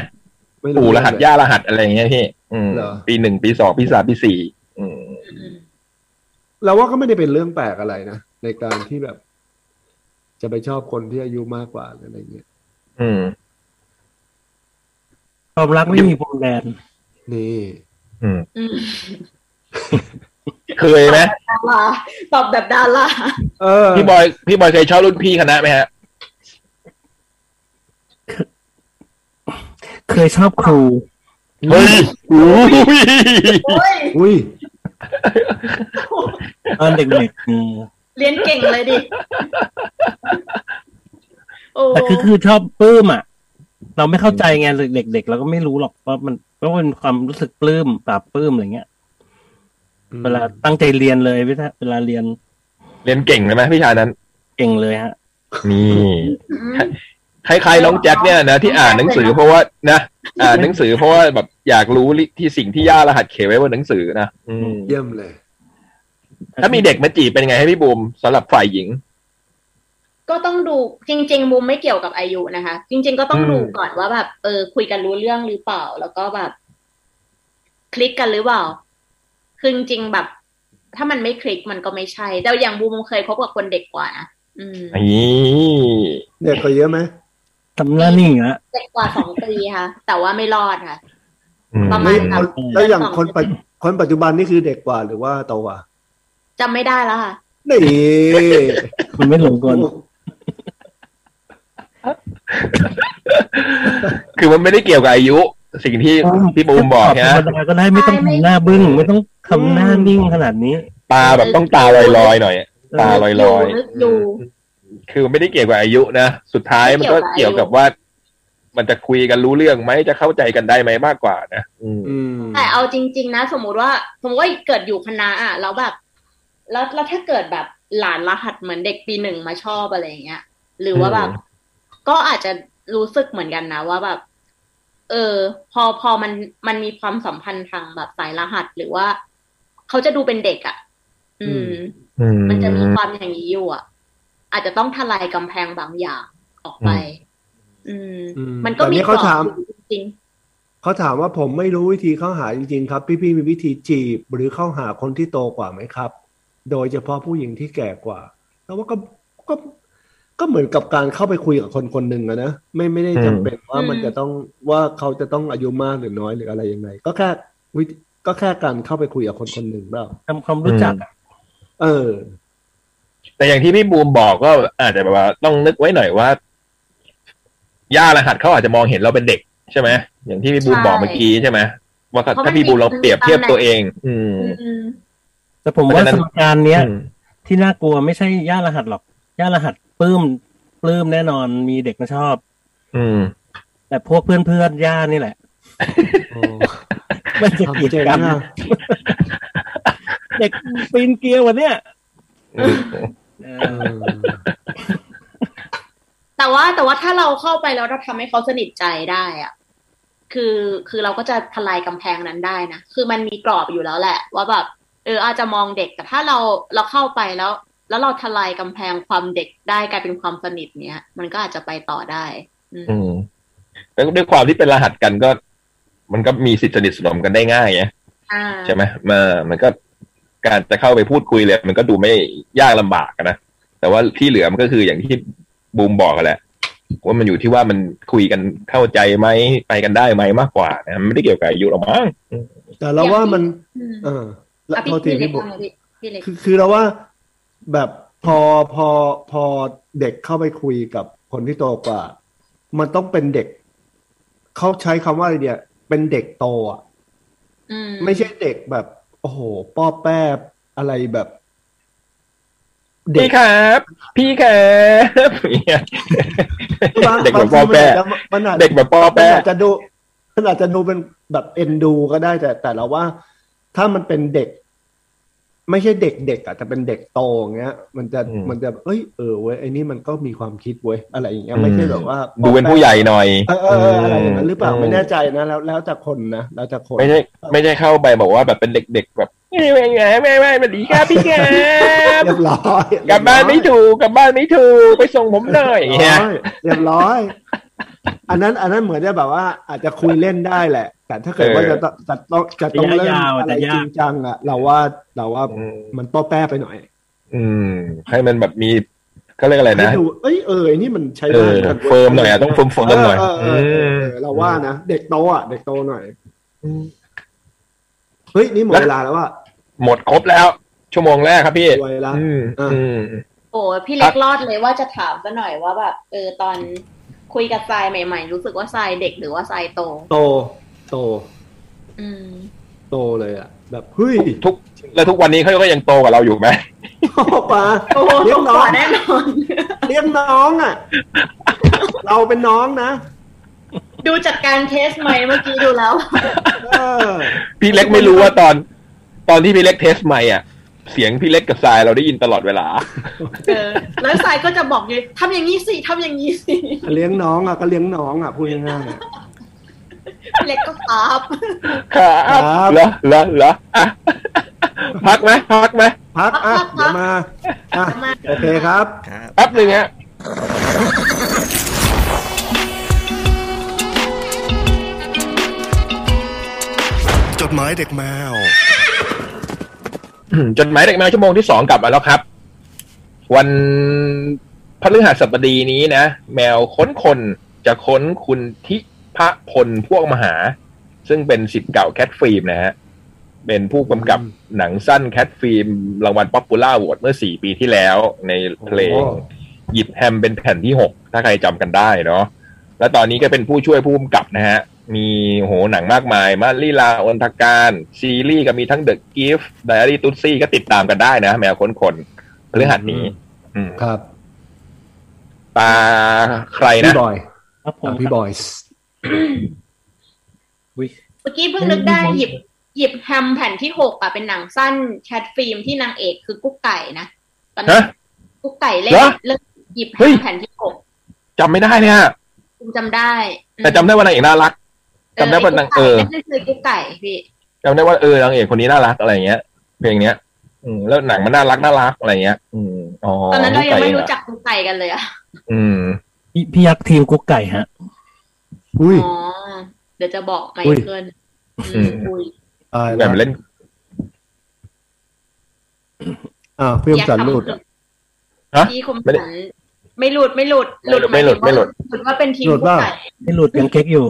[SPEAKER 4] ไม่
[SPEAKER 3] ปู่รหัส
[SPEAKER 4] เองเลย
[SPEAKER 3] ย่ารหัสอะไรอย่างเงี้ยพี่ อืม
[SPEAKER 4] เหรอ
[SPEAKER 3] ปีหนึ่งปีสองปีสามปีสี่อืม
[SPEAKER 6] อืม
[SPEAKER 4] เราว่าก็ไม่ได้เป็นเรื่องแปลกอะไรนะ ในการที่แบบ จะไปชอบคนที่อายุมากกว่าหรืออะไรเงี้ย
[SPEAKER 3] อืม
[SPEAKER 8] ความรักไม่มีพรมแดน
[SPEAKER 4] นี่
[SPEAKER 3] อืม
[SPEAKER 6] อืม
[SPEAKER 3] เคยไหม
[SPEAKER 6] ดาราตอบแบบดารา
[SPEAKER 4] เออ
[SPEAKER 3] พี่บอยพี่บอยเคยชอบรุ่นพี่คณะไหมฮะ
[SPEAKER 8] เคยชอบครู
[SPEAKER 3] เฮ้ย
[SPEAKER 6] โอ้ย
[SPEAKER 4] อุ้ย
[SPEAKER 8] ตอนเด็กๆเออ
[SPEAKER 6] เรียนเก่งเลยดิ โอ้
[SPEAKER 8] แต่คือคือชอบปลื้มอ่ะ เราไม่เข้าใจไงเด็กๆเราก็ไม่รู้หรอกว่ามันว่ามันความรู้สึกปลื้มปราบปลื้มอะไรเงี้ย เวลาตั้งใจเรียนเลยเวลาเวลาเรียน
[SPEAKER 3] เรียนเก่งเลยไหมพี่ชายนั้น
[SPEAKER 8] เก่งเลยฮะ
[SPEAKER 3] นี่
[SPEAKER 6] อืม
[SPEAKER 3] คล้ายๆน้องแจ็คเนี่ยนะที่อ่านหนังสือเพราะว่านะอ่านหนังสือเพราะว่าแบบอยากรู้ที่สิ่งที่ย่ารหัสเขียนไว้บนหนังสือนะอืม
[SPEAKER 4] เยี่ยมเลย
[SPEAKER 3] ถ้ามีเด็กมาจีบเป็นไงให้พี่บูมสำหรับฝ่ายหญิง
[SPEAKER 6] ก็ต้องดูจริง ๆ มุมไม่เกี่ยวกับอายุนะคะ จริง ๆ ก็ต้องดูก่อนว่าแบบเออ คุยกันรู้เรื่องหรือเปล่า แล้วก็แบบ คลิกกันหรือเปล่าคือจริงๆแบบ ถ้ามันไม่คลิกมันก็ไม่ใช่ แต่อย่างบูมเคยคบกับคนเด็กกว่านะอืม
[SPEAKER 3] นี่
[SPEAKER 4] เด็กกว่าเยอะไหม
[SPEAKER 8] ทำหน้านิ่งอะ
[SPEAKER 6] เด็กกว่าสองปีค่ะ แต่ว่าไม่รอดค่ะ
[SPEAKER 3] อืม
[SPEAKER 6] ประมา
[SPEAKER 4] ไม่
[SPEAKER 6] ณ ครับ
[SPEAKER 4] แล้วอย่างคนปัจคนปัจจุบันนี่คือเด็กกว่าหรือว่าโตกว่า
[SPEAKER 6] จำไม่ได้แล้วค่ะ
[SPEAKER 4] นี่
[SPEAKER 8] มันไม่หลงกล
[SPEAKER 3] คือมันไม่ได้เกี่ยวกับอายุ สิ่งที่พี่บูมบอก
[SPEAKER 8] ต
[SPEAKER 3] นะ
[SPEAKER 8] ธรรมดาก็ได้ไม่ต้องทำหน้าบึ้งไม่ต้องทำหน้านิ่งขนาดนี้
[SPEAKER 3] ตาแบบต้องตาลอยๆหน่อย ตาล
[SPEAKER 6] อยู่
[SPEAKER 3] อย
[SPEAKER 6] นึกอยู่
[SPEAKER 3] ๆ คือมันไม่ได้เกี่ยวกับอายุนะ สุดท้ายมันก็เกี่ยวกับว่า มันจะคุยกันรู้เรื่องไหมจะเข้าใจกันได้ไหมมากกว่านะอืม
[SPEAKER 4] อืม
[SPEAKER 6] แต่เอาจริง ๆ นะ สมมุติว่า สมมติว่าเกิดอยู่คณะอ่ะแล้วแบบ แล้วแล้วถ้าเกิดแบบหลานรหัสเหมือนเด็กปีหนึ่งมาชอบอะไรอย่างเงี้ยหรือว่าแบบ
[SPEAKER 3] อืม
[SPEAKER 6] ก็อาจจะรู้สึกเหมือนกันนะว่าแบบ เออ พอพอมันมันมีความสัมพันธ์ทางแบบสายรหัสหรือว่าเขาจะดูเป็นเด็กอ่ะ อืม
[SPEAKER 3] อืม
[SPEAKER 6] มันจะมีความอย่างนี้อยู่อ่ะ อาจจะต้องทลายกำแพงบางอย่างออกไป อืม มันก็มี
[SPEAKER 4] แต่เยเขา
[SPEAKER 6] กรอบ
[SPEAKER 4] ถาม
[SPEAKER 6] อยู่จริง
[SPEAKER 4] เขาถามว่าผมไม่รู้วิธีเข้าหาจริงๆครับ พี่ๆมีวิธีจีบ หรือเข้าหาคนที่โตกว่าไหมครับ โดยเฉพาะผู้หญิงที่แก่กว่าแล้วว่าก็ก็ ก็เหมือนกับการเข้าไปคุยกับคนคนหนึ่งอะนะไม่ไม่ได้จำเป็นว่ามัน
[SPEAKER 6] อืม
[SPEAKER 4] จะต้องว่าเขาจะต้องอายุมากหรือน้อยหรืออะไรยังไง ก็แค่วิธีก็แค่การเข้าไปคุยกับคนคนหนึ่งเปล่า
[SPEAKER 8] ทำความรู้จักอะ
[SPEAKER 4] เออ
[SPEAKER 3] แต่อย่างที่พี่บูมบอกก็อาจจะแบบว่าต้องนึกไว้หน่อยว่า ย่ารหัสเขาอาจจะมองเห็นเราเป็นเด็กใช่ไหมอย่างที่พี่บูมบอกเมื่อกี้ใช่ไหมว่า
[SPEAKER 6] เพราะมัน
[SPEAKER 3] ถ้าพี่บูมลองเปรียบเทียบตัวเอง อืม
[SPEAKER 6] ๆอืม
[SPEAKER 8] แต่ผมว่า
[SPEAKER 3] เพราะฉะนั้
[SPEAKER 8] ส
[SPEAKER 3] น
[SPEAKER 8] มการเนี้ย
[SPEAKER 3] อืม
[SPEAKER 8] ที่น่ากลัวไม่ใช่ย่ารหัสหรอกย่ารหัสปลื้มปลื้มแน่นอนมีเด็กมาชอบ
[SPEAKER 3] อืม
[SPEAKER 8] แต่พวกเพื่อนเพื่อนๆย่านี่แหละ มันจะ
[SPEAKER 4] ทำ
[SPEAKER 8] กิจ
[SPEAKER 4] เจ๋ง
[SPEAKER 8] กรรม
[SPEAKER 4] อะ
[SPEAKER 8] เด็กปีนเกียร์วันเนี้ยเออ
[SPEAKER 6] แต่ว่าแต่ว่าถ้าเราเข้าไปแล้วเราทำให้เขาสนิทใจได้อะคือคือเราก็จะทลายกำแพงนั้นได้นะ คือมันมีกรอบอยู่แล้วแหละ ว่าแบบเอออาจจะมองเด็กแต่ถ้าเราเราเข้าไปแล้ว แล้วเราทลายกำแพงความเด็กได้กลายเป็นความสนิทเนี้ย มันก็อาจจะไปต่อได้ อืม
[SPEAKER 3] อืมแล้วด้วยความที่เป็นรหัสกันก็ มันก็มีสิทธิ์สนิทสนมกันได้ง่ายไง
[SPEAKER 6] อ่า
[SPEAKER 3] ใช่ไหมมามันก็การจะเข้าไปพูดคุยเลย มันก็ดูไม่ยากลำบากอะนะแต่ว่าที่เหลือมันก็คืออย่างที่บูมบอกกันแหละ ว่ามันอยู่ที่ว่ามันคุยกันเข้าใจไหมไปกันได้ไหมมากกว่านะมันไม่ได้เกี่ยวกับอายุหรอกมั้ง
[SPEAKER 4] แต่เราว่ามัน
[SPEAKER 6] อืม
[SPEAKER 4] เออและ
[SPEAKER 6] อ่ะ
[SPEAKER 4] โทษที
[SPEAKER 6] พี่
[SPEAKER 4] พี่
[SPEAKER 6] เล็ก
[SPEAKER 4] บุ๊ค
[SPEAKER 6] ว่าไงพี่พี่เล็ก
[SPEAKER 4] คือคือเราว่าแบบพอพอพอเด็กเข้าไปคุยกับคนที่โตกว่า มันต้องเป็นเด็ก เขาใช้คำว่าอะไรเนี่ยเป็นเด็กโตอ่ะ
[SPEAKER 6] อืม
[SPEAKER 4] ไม่ใช่เด็กแบบ โอ้โห ป้อแป้อะไรแบบ เด็
[SPEAKER 3] พี่
[SPEAKER 4] ก
[SPEAKER 3] ครับ พี่ครับเนี่ย เด็กแบบป้อแป้
[SPEAKER 4] บางทีมันอาจจะมันอาจจะ
[SPEAKER 3] เด็กแบบป้อ
[SPEAKER 4] มัน
[SPEAKER 3] แป้
[SPEAKER 4] อาจจะดูมันอาจจะดูเป็นแบบเอ็นดูก็ได้แต่แต่เราว่า ถ้ามันเป็นเด็ก ไม่ใช่เด็กเด็กๆอ่ะแต่เป็นเด็กโตอย่างเงี้ย มันจะ
[SPEAKER 3] อืม
[SPEAKER 4] มันจะเอ้ยเออเว้ยไอ้นี่มันก็มีความคิดเว้ยอะไรอย่างเงี้ยไม่ใช่แบบว่า
[SPEAKER 3] ดูเป็นผู้ใหญ่หน่อย
[SPEAKER 4] เออเออเอออะไรอย่างนั้นหรือเปล่าไม่แน่ใจนะแล้วแล้วแต่คนนะแล้วแต่คน
[SPEAKER 3] ไม่ใช่ไม่ใช่เข้าไปบอกว่าแบบเป็นเด็ก ๆ แบบไม่ไม่ไม่ไม่ไม่สวัสดีครับพี่ครับ
[SPEAKER 4] เรียบร้อย
[SPEAKER 3] กลับบ้านไม่ถูกกลับบ้านไม่ถูกไปส่งผมหน่อยอย่าง
[SPEAKER 4] เรี
[SPEAKER 3] เงี้ย
[SPEAKER 4] ยบร้อยเรียบร้อย อันนั้น อันนั้นเหมือนจะแบบว่า อาจจะคุยเล่นได้แหละ แต่ถ้าเกิดว่าจะต้องจะต้องจะต้องเริ่ม
[SPEAKER 8] ระยะยาว
[SPEAKER 4] อะไร
[SPEAKER 8] จะ
[SPEAKER 4] จ
[SPEAKER 8] ยาก
[SPEAKER 4] ริงจังอ่ะ เราว่าเราว่า
[SPEAKER 3] อืม
[SPEAKER 4] มันป้อแป้ไปหน่อย
[SPEAKER 3] อืมให้มันแบบมีเขาเรียกอะไร
[SPEAKER 4] ให้
[SPEAKER 3] นะ
[SPEAKER 4] ดูเอ้ยเออไอ้นี่มันใช้
[SPEAKER 3] เอ
[SPEAKER 4] ได้
[SPEAKER 3] อ
[SPEAKER 4] หนกันว้
[SPEAKER 3] เฟิร์มหน่อยอะต้องเฟิร์มเฟิร์มหน่อย
[SPEAKER 4] เออเออเออเออ
[SPEAKER 3] ม
[SPEAKER 4] เราว่านะ เด็กโตอ่ะ เด็กโตหน่อย
[SPEAKER 3] อืม
[SPEAKER 4] เฮ้ย นี่หมดเวลาแล้วอ่ะ
[SPEAKER 3] หมดครบแล้ว ชั่วโมงแรกครับพี่
[SPEAKER 9] ไวละ
[SPEAKER 3] อืม
[SPEAKER 9] อ่ะ
[SPEAKER 3] อืม
[SPEAKER 6] โอ้ยพี่เล็กรอดเลยว่าจะถามซะหน่อยว่าแบบเออตอนคุยกับทรายใหม่ ๆ รู้สึกว่าทรายเด็กหรือว่าทรายโต
[SPEAKER 9] โต โต
[SPEAKER 6] อืม
[SPEAKER 9] โตเลยอ่ะ แบบเฮ้ย
[SPEAKER 3] ทุกแล้วทุกวันนี้เขาก็ยังโตกว่าเราอยู่ไหม
[SPEAKER 9] ป้า
[SPEAKER 6] โอ้โห
[SPEAKER 9] เรียก
[SPEAKER 6] ต่
[SPEAKER 9] น้อ
[SPEAKER 6] อง แน่นอน
[SPEAKER 9] เรียกน้องอ่ะ เราเป็นน้องนะ
[SPEAKER 6] ดูจากการเทสไหมเมื่อกี้ดูแล้ว
[SPEAKER 9] เออ
[SPEAKER 3] พี่เล็กไม่รู้ว่าตอน ตอนที่พี่เล็กเทสไม่อ่ะ เสียงพี่เล็กกับทรายเราได้ยินตลอดเวลา
[SPEAKER 6] เออ แล้วทรายก็จะบอกอยู่ทำอย่างนี้สิทำอย่างนี้สิ
[SPEAKER 9] เลี้ยงน้องอ่ะก็เลี้ยงน้องอ่ะพูดง่ายๆอ่ะ
[SPEAKER 6] พี่เล็กก็ครับ
[SPEAKER 3] ครับ
[SPEAKER 9] บ
[SPEAKER 3] เหรอเหรอเหรออ่ะ พักไหมพักไหม
[SPEAKER 9] พักอ่ะเดี๋ยวมาอ่ะโอเคครับ
[SPEAKER 3] แป๊บหนึ่งฮะ
[SPEAKER 2] จดหมายเด็กแมว
[SPEAKER 3] อืม จดหมายเด็กแมวชั่วโมงที่สองกลับมาแล้วครับ วันพฤหัสบดีนี้นะ แมวค้นคนจะค้นคุณทิพะพลพวกมหา ซึ่งเป็นสิทธิ์เก่าแคทฟิล์มนะฮะ เป็นผู้กำกับหนังสั้นแคทฟิล์มรางวัลป๊อปปูล่าโหวตเมื่อสี่ปีที่แล้วในเพลง
[SPEAKER 9] โอ้
[SPEAKER 3] หยิบแฮมเป็นแผ่นที่หกถ้าใครจำกันได้เนาะและตอนนี้ก็เป็นผู้ช่วยผู้กำกับนะฮะ มีโหหนังมากมายมาลีลาอนทการ ซีรีส์ก็มีทั้งเดอะกิฟต์ไดอารี่ตุซี่ก็ติดตามกันได้นะ แมวค้นคนพฤหัสนี้ อืม
[SPEAKER 9] ครับ
[SPEAKER 3] ตาใครนะ
[SPEAKER 9] พี่บอย
[SPEAKER 8] ครับผม
[SPEAKER 9] อ่ะพี่บอยส์
[SPEAKER 8] อุ๊ย
[SPEAKER 6] เมื่อกี้เพิ่งนึกได้หยิบหยิบแฮมแผ่นที่หกอ่ะเป็นหนังสั้นแคทฟิล์มที่นางเอกคือกุ๊กไก่นะตอนนั้น
[SPEAKER 3] ฮะ
[SPEAKER 6] กุ๊กไก่เล่น
[SPEAKER 3] เหรอ
[SPEAKER 6] เรื่องหยิบแฮ
[SPEAKER 3] เฮ้ย
[SPEAKER 6] มแผ่นที่หก
[SPEAKER 3] จำไม่ได้เนี่ย
[SPEAKER 6] คุณจำได้อืม
[SPEAKER 3] แต่จำได้ว่านางเอกน่ารัก จำได้ว่า
[SPEAKER 6] ไอ้
[SPEAKER 3] นางเออ
[SPEAKER 6] กุ๊กไก่นั่นคือกุ๊กไก่พี่
[SPEAKER 3] จำได้ว่าเออนางเอกคนนี้น่ารักอะไรอย่างเงี้ย เพลงเนี้ย อืมแล้วหนังมันน่ารักน่ารักอะไรอย่างเงี้ย อืมอ๋อ
[SPEAKER 6] ตอนนั้นเรายังไม่
[SPEAKER 3] ใส่
[SPEAKER 6] รู้จักกุ๊กไก่กันเลยอ่ะ
[SPEAKER 3] อืม
[SPEAKER 8] พี่พี่ยักษ์ทีมกุ๊กไก่ฮะ
[SPEAKER 9] อุ้ย
[SPEAKER 6] อ๋อเดี๋ยวจะบอกไม
[SPEAKER 9] อุ้ย
[SPEAKER 6] เคิลอืม
[SPEAKER 3] อืม
[SPEAKER 6] อุ้ย
[SPEAKER 9] ตาย
[SPEAKER 3] แบ
[SPEAKER 9] แล้ว
[SPEAKER 3] บเล่น
[SPEAKER 9] อ่าพี่คมสันหลุด
[SPEAKER 3] ฮะ
[SPEAKER 6] พี่คมสันไม่หลุดไม่หลุด
[SPEAKER 3] ไม่หลุดไม่หลุด
[SPEAKER 6] หลุดว่าเป็นทีม
[SPEAKER 9] หลุด
[SPEAKER 6] ผู้
[SPEAKER 9] ว่า
[SPEAKER 6] ใส่
[SPEAKER 8] ไม่หลุดยังเก๊กอยู่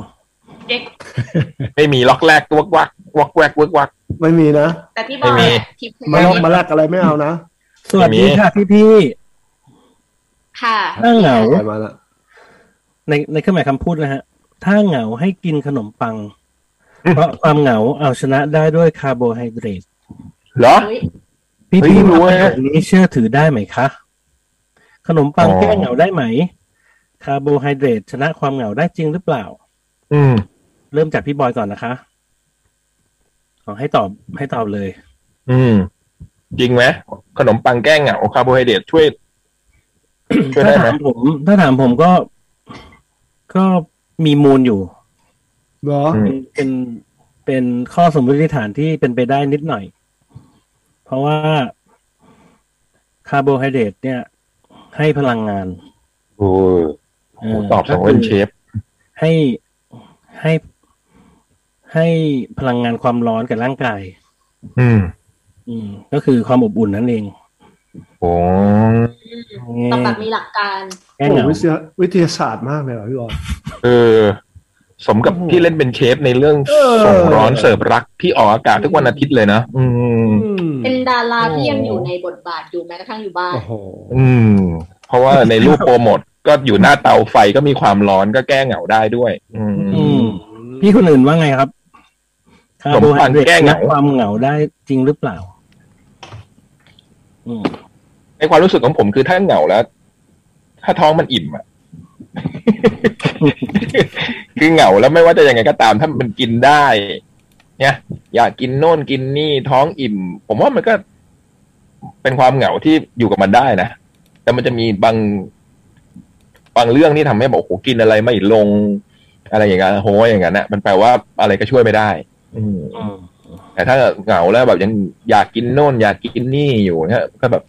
[SPEAKER 6] เก๊ก
[SPEAKER 3] ไม่มีล็อกแรกวักวักวักแวกวักวัก
[SPEAKER 9] ไม่มีนะ
[SPEAKER 6] แต่พี่บอย
[SPEAKER 3] ไม่มี
[SPEAKER 6] อะทีมผู้
[SPEAKER 9] มา
[SPEAKER 6] ใส่
[SPEAKER 9] ลอกมาแลกอะไรไม่เอานะ
[SPEAKER 8] สวัสดีค่ะพี่พี่
[SPEAKER 6] ค่ะ
[SPEAKER 8] ๆถ้าเหงา
[SPEAKER 9] ไปมาละ
[SPEAKER 8] ในในเครื่องหมายคำพูดนะฮะ ถ้าเหงาให้กินขนมปัง เพราะความเหงาเอาชนะได้ด้วยคาร์โบไฮเดรต
[SPEAKER 3] เหรอ
[SPEAKER 6] อุ๊ย
[SPEAKER 8] พี่
[SPEAKER 3] เฮ้ย
[SPEAKER 8] พี่
[SPEAKER 3] รู้
[SPEAKER 8] รู้
[SPEAKER 3] เว้
[SPEAKER 8] ว่าย แบบนี้เชื่อถือได้ไหมคะ ขนมปัง
[SPEAKER 3] อ๋อ
[SPEAKER 8] แก้เหงาได้ไหม คาร์โบไฮเดรตชนะความเหงาได้จริงหรือเปล่า
[SPEAKER 3] อืม
[SPEAKER 8] เริ่มจากพี่บอยก่อนนะคะ ขอให้ตอบให้ตอบเลย
[SPEAKER 3] อืม จริงไหมขนมปังแกล้งเหงาคาร์โบไฮเดรตช่วย ช่วย
[SPEAKER 8] ถ้า
[SPEAKER 3] ได้ไหม
[SPEAKER 8] ถามผม ถ้าถามผมก็ ก็มีมูลอยู่
[SPEAKER 9] เหรอ
[SPEAKER 3] อืม
[SPEAKER 8] เป็นเป็นข้อสมมติฐานที่เป็นไปได้นิดหน่อย เพราะว่าคาร์โบไฮเดรตเนี่ย ให้พลังงาน
[SPEAKER 3] โอ้ย
[SPEAKER 8] เ
[SPEAKER 3] โหตอบสองเล่นเชฟ
[SPEAKER 8] ให้ให้ให้พลังงานความร้อนกับร่างกาย
[SPEAKER 3] อืม
[SPEAKER 8] อืม ก็คือความอบอุ่นนั่นเอง
[SPEAKER 3] โอ้
[SPEAKER 6] ตอบแบบมีหลักการ
[SPEAKER 8] แก้เหงา
[SPEAKER 9] โอ้โหวิทยาวิทยาศาสตร์มากเลยว่ะพี่บอย
[SPEAKER 3] เออ สมกับที่เล่นเป็นเชฟในเรื่อง
[SPEAKER 9] เออ
[SPEAKER 3] ส่งร้อนเสิร์ฟรักที่ออกอากาศทุกวันอาทิตย์เลยนะอืม
[SPEAKER 9] อืม
[SPEAKER 6] เป็นดาราที่ยังอยู่ในบทบาทอยู่แม้กระทั่งอยู่บ้าน
[SPEAKER 9] โอ้โห
[SPEAKER 3] อืม เพราะว่าในรูปโปรโมทก็อยู่หน้าเตาไฟก็มีความร้อนก็แก้เหงาได้ด้วย อืม
[SPEAKER 8] อืม พี่คนอื่นว่าไงครับคาร์โบไฮเดรต
[SPEAKER 3] แก้เห
[SPEAKER 8] นะ
[SPEAKER 3] งา
[SPEAKER 8] ความเหงาได้จริงหรือเปล่า อืม
[SPEAKER 3] ในความรู้สึกของผมคือถ้าเหงาแล้ว ถ้าท้องมันอิ่มอะ คือเหงาแล้วไม่ว่าจะยังไงก็ตามถ้ามันกินได้เนี่ยอยากกินโน่นกินนี่ท้องอิ่ม ผมว่ามันก็ เป็นความเหงาที่อยู่กับมันได้นะแต่มันจะมีบางบางเรื่องที่ทำให้บอกโหกินอะไรไม่ลง อะไรอย่างเงี้ยโหอย่างนั้นนะมันแปลว่าอะไรก็ช่วยไม่ได้ อืม
[SPEAKER 8] อืม
[SPEAKER 3] แต่ถ้าเหงาแล้วแบบยังอยากกินโน่น อยากกินนี่อยู่เนี่ยก็แบบ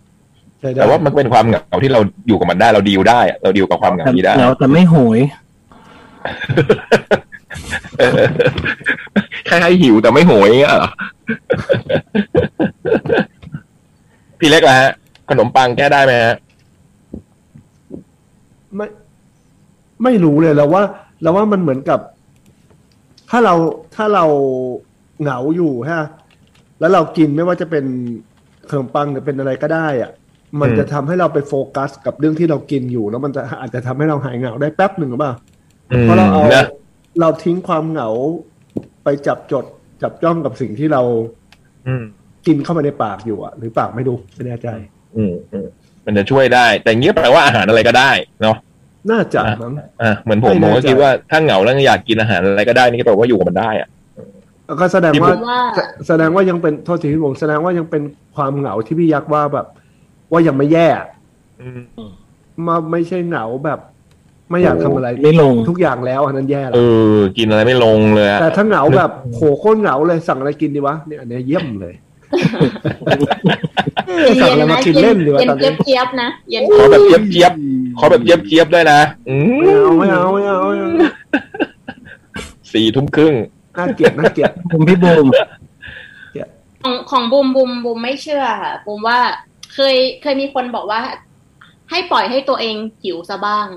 [SPEAKER 9] ใช่ได้
[SPEAKER 3] แต่ว่ามันเป็นความเหงาที่เราอยู่กับมันได้เราดีลได้อะเราดีลกับความเหงานี้ได้
[SPEAKER 8] เหงาแต่ไม่โหย
[SPEAKER 3] เออ คล้ายๆหิวแต่ไม่โหยอย่างเงี้ยเหรอ พี่เล็กละฮะ ขนมปังแก้ได้ไหมฮะ
[SPEAKER 9] ไม่ไม่รู้เลยแล้วว่าแล้วว่ามันเหมือนกับ ถ้าเราถ้าเราเหงาอยู่ฮะ แล้วเรากินไม่ว่าจะเป็น ขนมปังเนี่ยเป็นอะไรก็ได้อะมันจะทำให้เราไปโฟกัสกับเรื่องที่เรากินอยู่ แล้วมันจะอาจจะทำให้เราหายเหงาได้แป๊บหนึ่งหรือเปล่า
[SPEAKER 3] อืม
[SPEAKER 9] เพราะเราเอา
[SPEAKER 3] นะ
[SPEAKER 9] เราทิ้งความเหงาไปจับจดจับจ้องกับสิ่งที่เรา
[SPEAKER 3] อืม
[SPEAKER 9] กินเข้าไปในปากอยู่อะหรือปากไม่ดูไม่แน่ใจ
[SPEAKER 3] อืมอืมมันจะช่วยได้ แต่อย่างเงี้ยแปลว่าอาหารอะไรก็ได้เนาะ
[SPEAKER 9] น่าจะมั้ง
[SPEAKER 3] อ่ะเหมือนผม
[SPEAKER 9] ไม่
[SPEAKER 3] ผ
[SPEAKER 9] แน่
[SPEAKER 3] ม
[SPEAKER 9] ใจ
[SPEAKER 3] ก็คิดว่าถ้าเหงาแล้วอยากกินอาหารอะไรก็ได้นี่ก็แปลว่าอยู่กับมันได้อะ
[SPEAKER 9] ก็แสดงว่า
[SPEAKER 3] ที่ผม
[SPEAKER 6] ว่า
[SPEAKER 9] แสแสดงว่ายังเป็นโทษทีพี่ผมแสดงว่ายังเป็นความเหงาที่พี่ยักษ์ว่าแบบ ว่ายังไม่แย่มาไม่ใช่เหงาแบบ ไม่อยากทำอะไร
[SPEAKER 8] ไม่ลง
[SPEAKER 9] ทุกอย่างแล้วอันนั้นแย่
[SPEAKER 3] เอ
[SPEAKER 9] แล้ว
[SPEAKER 3] อ กินอะไรไม่ลงเลยอะ
[SPEAKER 9] แต่ถ้าเหงาแบบโหโคตรเหงาเลยสั่งอะไรกินดีวะเนี่ยอันเนี้ยเยี่ยมเลย สั่งอะไรมากินเล่นดีวะ
[SPEAKER 6] เย็น
[SPEAKER 9] ตอน
[SPEAKER 6] เจี๊
[SPEAKER 9] นี้
[SPEAKER 6] ยบเจี๊ยบๆนะเย็น
[SPEAKER 3] ขอแบบเจี๊ยบเจี๊ยบขอแบบเจี๊ยบเจี๊ยบได้นะอื
[SPEAKER 9] ไม่
[SPEAKER 3] ม
[SPEAKER 9] เอาไม่เอาไม่เอาไม่เอา
[SPEAKER 3] สี่ทุ่มครึ่ง
[SPEAKER 9] น่าเกลียดน่าเกลียด
[SPEAKER 8] ผมพี่บูม
[SPEAKER 6] ของของบุมบุมบุมไม่เชื่อค่ะบุมว่าเคยเคยมีคนบอกว่า ให้ปล่อยให้ตัวเองหิวซะบ้าง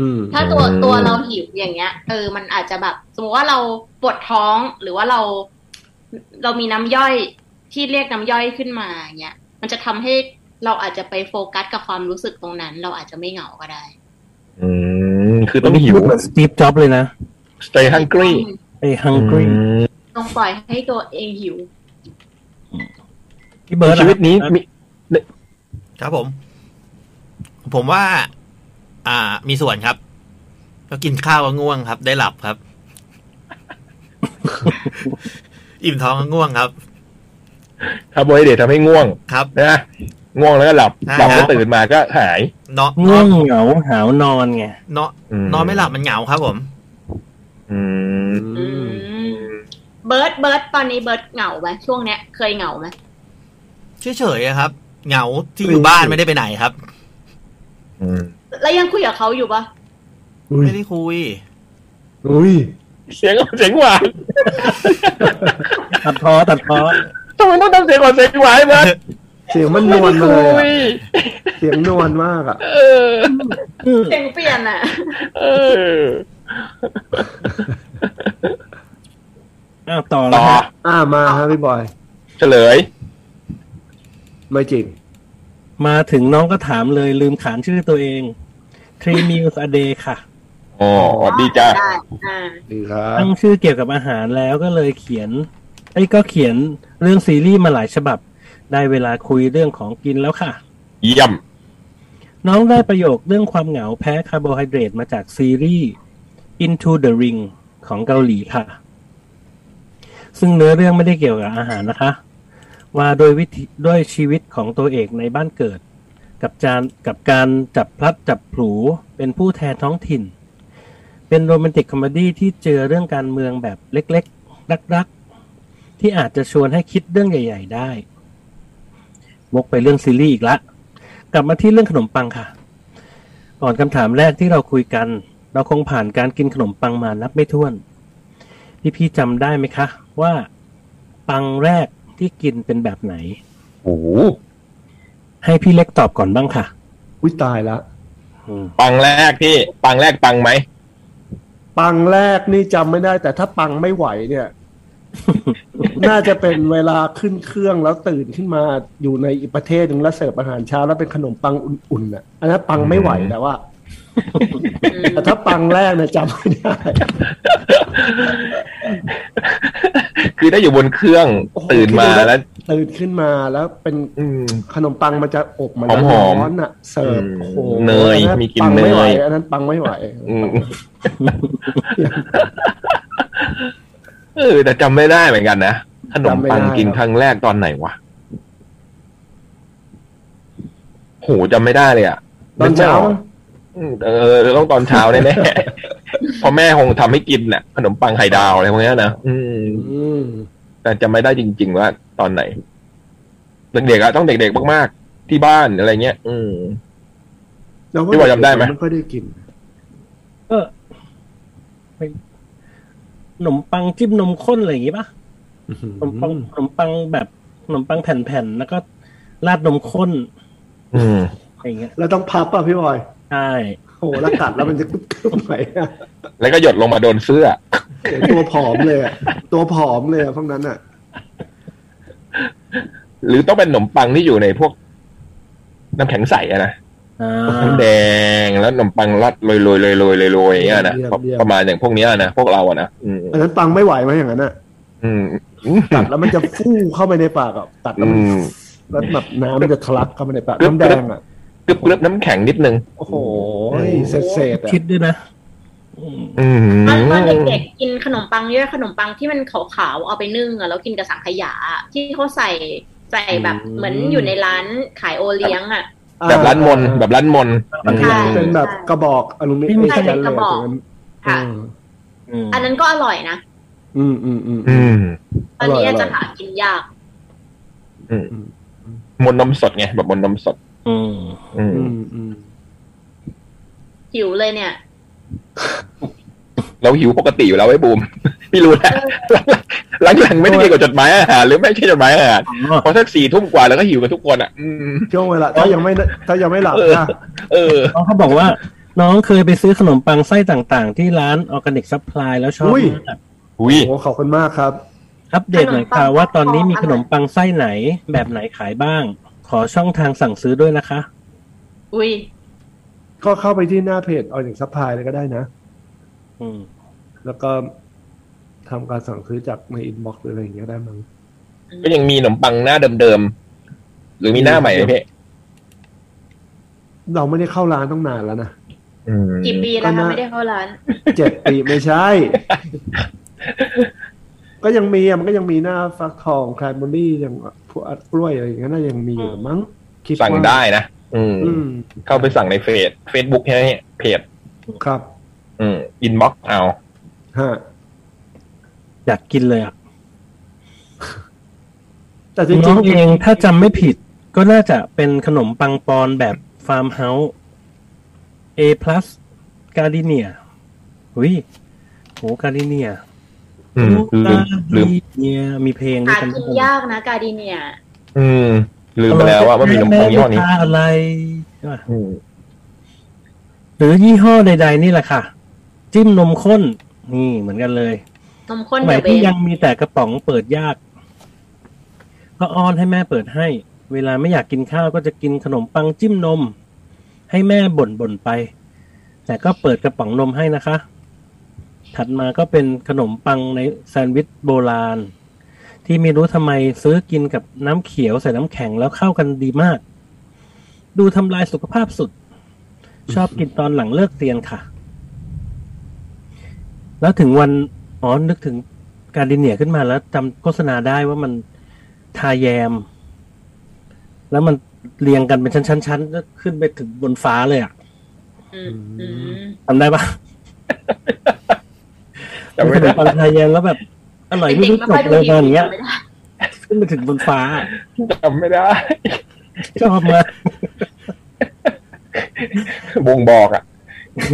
[SPEAKER 9] อืม
[SPEAKER 6] ถ้าตัว
[SPEAKER 3] อืม
[SPEAKER 6] ตัวเราหิวอย่างเงี้ยเออมันอาจจะแบบ สมมติว่าเราปวดท้องหรือว่าเรา เรามีน้ำย่อยที่เรียกน้ำย่อยขึ้นมาอย่างเงี้ยมันจะทำให้เราอาจจะไปโฟกัสกับความรู้สึกตรงนั้น เราอาจจะไม่เหงาก็ได้
[SPEAKER 3] อืมคือต้องหิว
[SPEAKER 8] สตีฟจ็อบเลยนะ
[SPEAKER 3] stay hungry
[SPEAKER 8] ไอ้ hungry
[SPEAKER 3] อืม
[SPEAKER 6] ต้องปล่อยให้ตัวเองหิว
[SPEAKER 8] พี่เบิร์ดอะ
[SPEAKER 3] ชีวิตนี้มี
[SPEAKER 4] ครับผม ผมว่า อ่า มีส่วนครับก็กินข้าวก็ง่วงครับ ได้หลับ ครับ อิ่มท้องก็ง่วงครับ
[SPEAKER 3] คาร์โบไฮเดรตทำให้ง่วง
[SPEAKER 4] ครับ
[SPEAKER 3] นะง่วงแล้วก็หลับ
[SPEAKER 4] อ่า
[SPEAKER 3] หลับแล้วตื่นมาก็หาย
[SPEAKER 4] เนาะ
[SPEAKER 8] ง่ว
[SPEAKER 4] เนาะ
[SPEAKER 8] งเหงาหาวนอนไง
[SPEAKER 4] เนาะ
[SPEAKER 3] อืม
[SPEAKER 4] นอนไม่หลับมันเหงาครับผม
[SPEAKER 3] อืม
[SPEAKER 6] อืมเบิร์ดเบิร์ดตอนนี้เบิร์ดเหงาไหมช่วงเนี้ยเคยเหงาไหม
[SPEAKER 4] เฉยๆอะครับ เหงาที่อยู่บ้านไม่ได้ไปไหนครับ
[SPEAKER 3] อืม
[SPEAKER 6] แล้วยังคุยกับเขาอยู่ปะ
[SPEAKER 9] อุ้ย
[SPEAKER 4] ไม่ได้คุย
[SPEAKER 9] อุ้ย
[SPEAKER 3] เสียงเสียงหวาน
[SPEAKER 8] ตัดพ้อตัดพ้อ
[SPEAKER 3] ทำไมต้องทำเสียงหวานเสียงหวานมา
[SPEAKER 9] เสียงมันนวลมาเลยอะเสียงนวลมากอ่ะ
[SPEAKER 3] เออ
[SPEAKER 6] เสียงเปลี่ยนอ่ะ
[SPEAKER 3] เออ
[SPEAKER 8] อ้าวต่อแล้ว
[SPEAKER 3] ต่อ
[SPEAKER 8] ฮะ
[SPEAKER 9] อ่ามาฮะพี่บอย
[SPEAKER 3] เฉลย
[SPEAKER 9] ไม่จริง
[SPEAKER 8] มาถึงน้องก็ถามเลยลืมขานชื่อตัวเอง three meals a day ค่ะ
[SPEAKER 3] อ๋อดีจ้า
[SPEAKER 6] ได้ อ่า
[SPEAKER 9] ดีครับ
[SPEAKER 8] ตั้งชื่อเกี่ยวกับอาหารแล้วก็เลยเขียนไอ้ยก็เขียนเรื่องซีรีส์มาหลายฉบับ ได้เวลาคุยเรื่องของกินแล้วค่ะ
[SPEAKER 3] เยี่ยม
[SPEAKER 8] น้องได้ประโยคเรื่องความเหงาแพ้คาร์โบไฮเดรตมาจากซีรีส์ Into the Ring ของเกาหลีค่ะ ซึ่งเนื้อเรื่องไม่ได้เกี่ยวกับอาหารนะคะ ว่าโดวยวิธีด้วยชีวิตของตัวเอกในบ้านเกิด กับจานกับการจับพลัดจับผลูเป็นผู้แทนท้องถิ่น เป็นโรแมนติกคอมเมดี้ที่เจอเรื่องการเมืองแบบเล็กๆ รักๆ ที่อาจจะชวนให้คิดเรื่องใหญ่ ๆ ได้วกไปเรื่องซีรีส์อีกละ กลับมาที่เรื่องขนมปังค่ะ ก่อนคำถามแรกที่เราคุยกัน เราคงผ่านการกินขนมปังมานับไม่ถ้วน พี่พี่ๆจำได้ไหมคะ ว่า ปังแรกที่กินเป็นแบบไหน
[SPEAKER 3] โอ้โห
[SPEAKER 8] ให้พี่เล็กตอบก่อนบ้างค่ะ
[SPEAKER 9] อุ้ยตายละ
[SPEAKER 8] อืม
[SPEAKER 3] ปังแรกพี่ ปังแรกปังไหม
[SPEAKER 9] ปังแรกนี่จำไม่ได้ แต่ถ้าปังไม่ไหวเนี่ย น่าจะเป็นเวลาขึ้นเครื่องแล้วตื่นขึ้นมาอยู่ในอีกประเทศหนึ่งแล้วเสิร์ฟอาหารเช้าแล้วเป็นขนมปังอุ่นๆน่ะ อันนั้นปังไม่ไหวแล้ว ว่า แต่ถ้าปังแรกเนี่ยจำไม่ได้
[SPEAKER 3] คือถ้าอยู่บนเครื่อง
[SPEAKER 9] โอ้โห
[SPEAKER 3] ตื่นมาแล้ว
[SPEAKER 9] ตื่นขึ้นมาแล้วเป็น
[SPEAKER 3] อืม
[SPEAKER 9] ขนมปังมันจะอบมัน
[SPEAKER 3] หอมๆ
[SPEAKER 9] ร้อนๆน่ะ เสิร์ฟ
[SPEAKER 3] อืม
[SPEAKER 9] โอ้โห
[SPEAKER 3] เนย
[SPEAKER 9] อั
[SPEAKER 3] มีกลิ่น
[SPEAKER 9] ปังไม่ไหว
[SPEAKER 3] เนย
[SPEAKER 9] อันนั้นปังไม่ไหว
[SPEAKER 3] อืมเออแต่จำไม่ได้เหมือนกันนะขนมปังกินครั้งแรกตอนไหนวะโหจำไม่ได้เลยอ่ะ
[SPEAKER 9] ตอนเช้า
[SPEAKER 3] อืมเออต้องตอนเช้าแน่ ๆเพราะแม่คงทำให้กินน่ะ ขนมปังไข่ดาวอะไรพวกเนี้ยนะอืม
[SPEAKER 9] อืม
[SPEAKER 3] แต่จำไม่ได้จริง ๆ ว่าตอนไหน เด็กๆอะต้องเด็กๆมากๆ ที่บ้านอะไรเงี้ย อืม
[SPEAKER 9] เราก็
[SPEAKER 3] พี่บอยจำได้ไหม
[SPEAKER 9] ไม่ค่อยได้กิน
[SPEAKER 8] ก็เป็นขนมปังจิ้มนมข้นอะไรอย่างงี้ปะขนมปังขนมปังแบบขนมปังแผ่นๆแล้วก็ราดนมข้น
[SPEAKER 3] อืม
[SPEAKER 8] อะไรอย่างเงี้ย
[SPEAKER 9] แล้วต้องพับป่ะพี่บอย
[SPEAKER 8] ใช่
[SPEAKER 9] โหแล้วกัดแล้วมันจะกรึบกรึบไหมอะ
[SPEAKER 3] แล้วก็หยดลงมาโดนเสื้อ
[SPEAKER 9] เดี๋ยวตัวผอมเลยอะตัวผอมเลยอะพวกนั้นอ่ะ
[SPEAKER 3] หรือต้องเป็นขนมปังที่อยู่ในพวกน้ำแข็งใสอะนะ
[SPEAKER 8] อ่า
[SPEAKER 3] น้ำแดงแล้วขนมปังรัดโรยๆโรยๆโรยๆโรยๆอย่างเงี้ยนะ
[SPEAKER 9] เยี่ยมเยี่ยม
[SPEAKER 3] ประมาณอย่างพวกเนี้ยนะพวกเราอะนะอืม
[SPEAKER 9] อันนั้นปังไม่ไหวไหมอย่างนั้นอ่ะ
[SPEAKER 3] อืม
[SPEAKER 9] ตัดแล้วมันจะฟู่เข้าไปในปากอ่ะตัดแล้ว
[SPEAKER 3] อื
[SPEAKER 9] มัน
[SPEAKER 3] ม
[SPEAKER 9] แล้วแบบน้ำมันจะทะลักเข้าไปในปาก
[SPEAKER 3] กรึบ
[SPEAKER 9] น้ำแดงอ่ะ
[SPEAKER 3] กรึบกรึบน้ำแข็งนิดนึง
[SPEAKER 9] โอ้โหเศษเศษๆอ่ะ
[SPEAKER 8] คิดด้วยนะอืม
[SPEAKER 3] อืม
[SPEAKER 6] ตอนตอนเด็กๆกินขนมปังเนี่ยขนมปังที่มันขาวๆเอาไปนึ่งอะแล้วกินกับสังขยาอะที่เขาใส่ใส่แบบเหมือนอยู่ในร้านขายโอเลี้ยงอ่ะ
[SPEAKER 3] แบบร้านมนต์แบบร้านมนต์
[SPEAKER 9] อัน
[SPEAKER 6] ใช่
[SPEAKER 9] ที่เป็นแบบกระบอกอลูมิเนียม
[SPEAKER 6] ใช่เป็นกระบอก
[SPEAKER 9] อ่า
[SPEAKER 6] ค่ะ
[SPEAKER 8] อืม
[SPEAKER 6] อันนั้นก็อร่อยนะ
[SPEAKER 9] อืมอืมอืม
[SPEAKER 3] อืม
[SPEAKER 6] ตอนนี้อาจจะ
[SPEAKER 9] ร่ย
[SPEAKER 6] หากินยาก
[SPEAKER 3] มนต์นมสดไงแบบมนต์นมสด
[SPEAKER 8] อืม
[SPEAKER 3] อืม
[SPEAKER 9] อืมอืม
[SPEAKER 6] หิวเลยเนี่ย
[SPEAKER 3] เราหิวปกติอยู่แล้วไอ้บูม พี่รู้แล้วหลังๆไม่ได้เกี่ยวกับจดหมายอาหารหรือไม่ใช่จดหมายอาหาร
[SPEAKER 8] อ๋อ
[SPEAKER 3] พอสักสี่ทุ่มกว่าแล้วก็หิวกันทุกคนอ่ะ อืม
[SPEAKER 9] ช่วงเวลาถ้ายังไม่ถ้ายังไม่หลับ
[SPEAKER 3] เออ
[SPEAKER 9] นะ
[SPEAKER 3] เออ
[SPEAKER 8] น้องเขาบอกว่า น้องเคยไปซื้อขนมปังไส้ต่างๆ ที่ร้านออร์แกนิกซัพพลายแล้วชอบมาก
[SPEAKER 3] อุ้ย
[SPEAKER 9] โอ้ขอบคุณมากครับ
[SPEAKER 8] อัปเดตหน่อยค่ะว่าตอนนี้มีขนมปังไส้ไหน แบบไหนขายบ้าง ขอช่องทางสั่งซื้อด้วยนะคะ
[SPEAKER 6] อุ้ย
[SPEAKER 9] ก็เข้าไปที่หน้าเพจออ i ิงซัพพลายเลยก็ได้นะ
[SPEAKER 8] อืม
[SPEAKER 9] แล้วก็ทำการสั่งซื้อจากในอินบ็อกซ์หรืออะไรอย่างเงี้ยได้มั้ง
[SPEAKER 3] ก็ยังมีขนมปังหน้าเดิมๆหรือมีหน้าใหม่ไหมพี่
[SPEAKER 9] เราไม่ได้เข้าร้านต้องนานแล้วนะ
[SPEAKER 3] อืม
[SPEAKER 6] กี่ปีแล้วคะไม่ได้เข้าร้าน
[SPEAKER 9] เจ็ดปีไม่ใช่ ก็ยังมีอะมันก็ยังมีหน้าฟักทองคลายบอรี่อย่างพวกกล้วยอะไรอย่างเงี้ยน่ายังมีอยู่มั้งคิดว่า
[SPEAKER 3] สั่งได้นะอืม
[SPEAKER 9] อืม
[SPEAKER 3] เข้าไปสั่งในเฟซเฟซบุ๊กใช่ไหมพี่เพจ
[SPEAKER 9] ครับ
[SPEAKER 3] อืมอินบ็อกซ์เอา
[SPEAKER 9] ฮะ
[SPEAKER 8] อยากกินเลยอ่ะ
[SPEAKER 9] แต่จริง
[SPEAKER 8] น้อง
[SPEAKER 9] ๆ
[SPEAKER 8] เองถ้าจำไม่ผิด ก็น่าจะเป็นขนมปังปอนแบบฟาร์มเฮาส์ A plus Gardenia หุยโห Gardenia
[SPEAKER 3] อืมลืมลืม
[SPEAKER 8] Gardenia มีเพลงด้
[SPEAKER 6] หา
[SPEAKER 8] วยกัน
[SPEAKER 6] กินยากนะการดีเนีย
[SPEAKER 3] อืม ลืมไปแล้วว่ามันมีขนมปังยี่ห้อนี้
[SPEAKER 8] ราคาอะไรใช่ปะ
[SPEAKER 3] อืม
[SPEAKER 8] หรือยี่ห้อใด ๆ นี่แหละค่ะ จิ้มนมข้น นี่เหมือนกันเลย
[SPEAKER 6] นมข้น
[SPEAKER 8] สมั
[SPEAKER 6] เดี๋
[SPEAKER 8] ย
[SPEAKER 6] ยวเบ
[SPEAKER 8] ที่
[SPEAKER 6] น
[SPEAKER 8] ยังมีแต่กระป๋องเปิดยาก ก็อ้อนให้แม่เปิดให้ เวลาไม่อยากกินข้าวก็จะกินขนมปังจิ้มนม ให้แม่บ่นบ่นๆไป แต่ก็เปิดกระป๋องนมให้นะคะ ถัดมาก็เป็นขนมปังในแซนด์วิชโบราณ ที่ไม่รู้ทำไมซื้อกินกับน้ำเขียวใส่น้ำแข็งแล้วเข้ากันดีมาก ดูทำลายสุขภาพสุด ชอบกินตอนหลังเลิกเรียนค่ะ แล้วถึงวันอ๋อนึกถึงการดินเนียขึ้นมาแล้วจำโฆษณาได้ว่ามันทาแยม แล้วมันเรียงกันเป็นชั้นๆๆก็ขึ้นไปถึงบนฟ้าเลยอ่ะ
[SPEAKER 6] อืมอืม
[SPEAKER 8] ทำได้ปะ
[SPEAKER 3] จำไม่ได้
[SPEAKER 8] ขนมปังทาแยมแล้วแบบอร่อยไม่รู้จบเลยมาอย่างเงี้ย
[SPEAKER 6] ไม่ได้
[SPEAKER 8] ขึ้นไปถึงบนฟ้า
[SPEAKER 3] จำไม่ได้
[SPEAKER 8] ชอบมาก
[SPEAKER 3] บ่งบอกอะ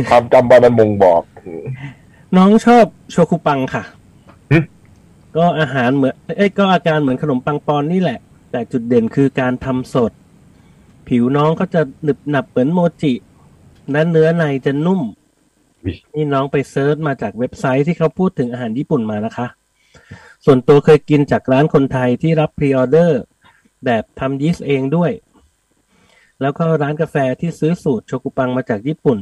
[SPEAKER 3] ความจำบอลมันบ่งบอก
[SPEAKER 8] น้องชอบโชคุปังค่ะ
[SPEAKER 3] หึ
[SPEAKER 8] ก็อาหารเหมือนเอ้ยก็อาการเหมือนขนมปังปอนนี่แหละ แต่จุดเด่นคือการทำสด ผิวน้องก็จะหนึบหนับเหมือนโมจินั้นเนื้อในจะนุ่ม นี่น้องไปเซิร์ชมาจากเว็บไซต์ที่เขาพูดถึงอาหารญี่ปุ่นมานะคะ ส่วนตัวเคยกินจากร้านคนไทยที่รับพรีออเดอร์ แบบทำยีสต์เองด้วย แล้วก็ร้านกาแฟที่ซื้อสูตรโชกุปังมาจากญี่ปุ่น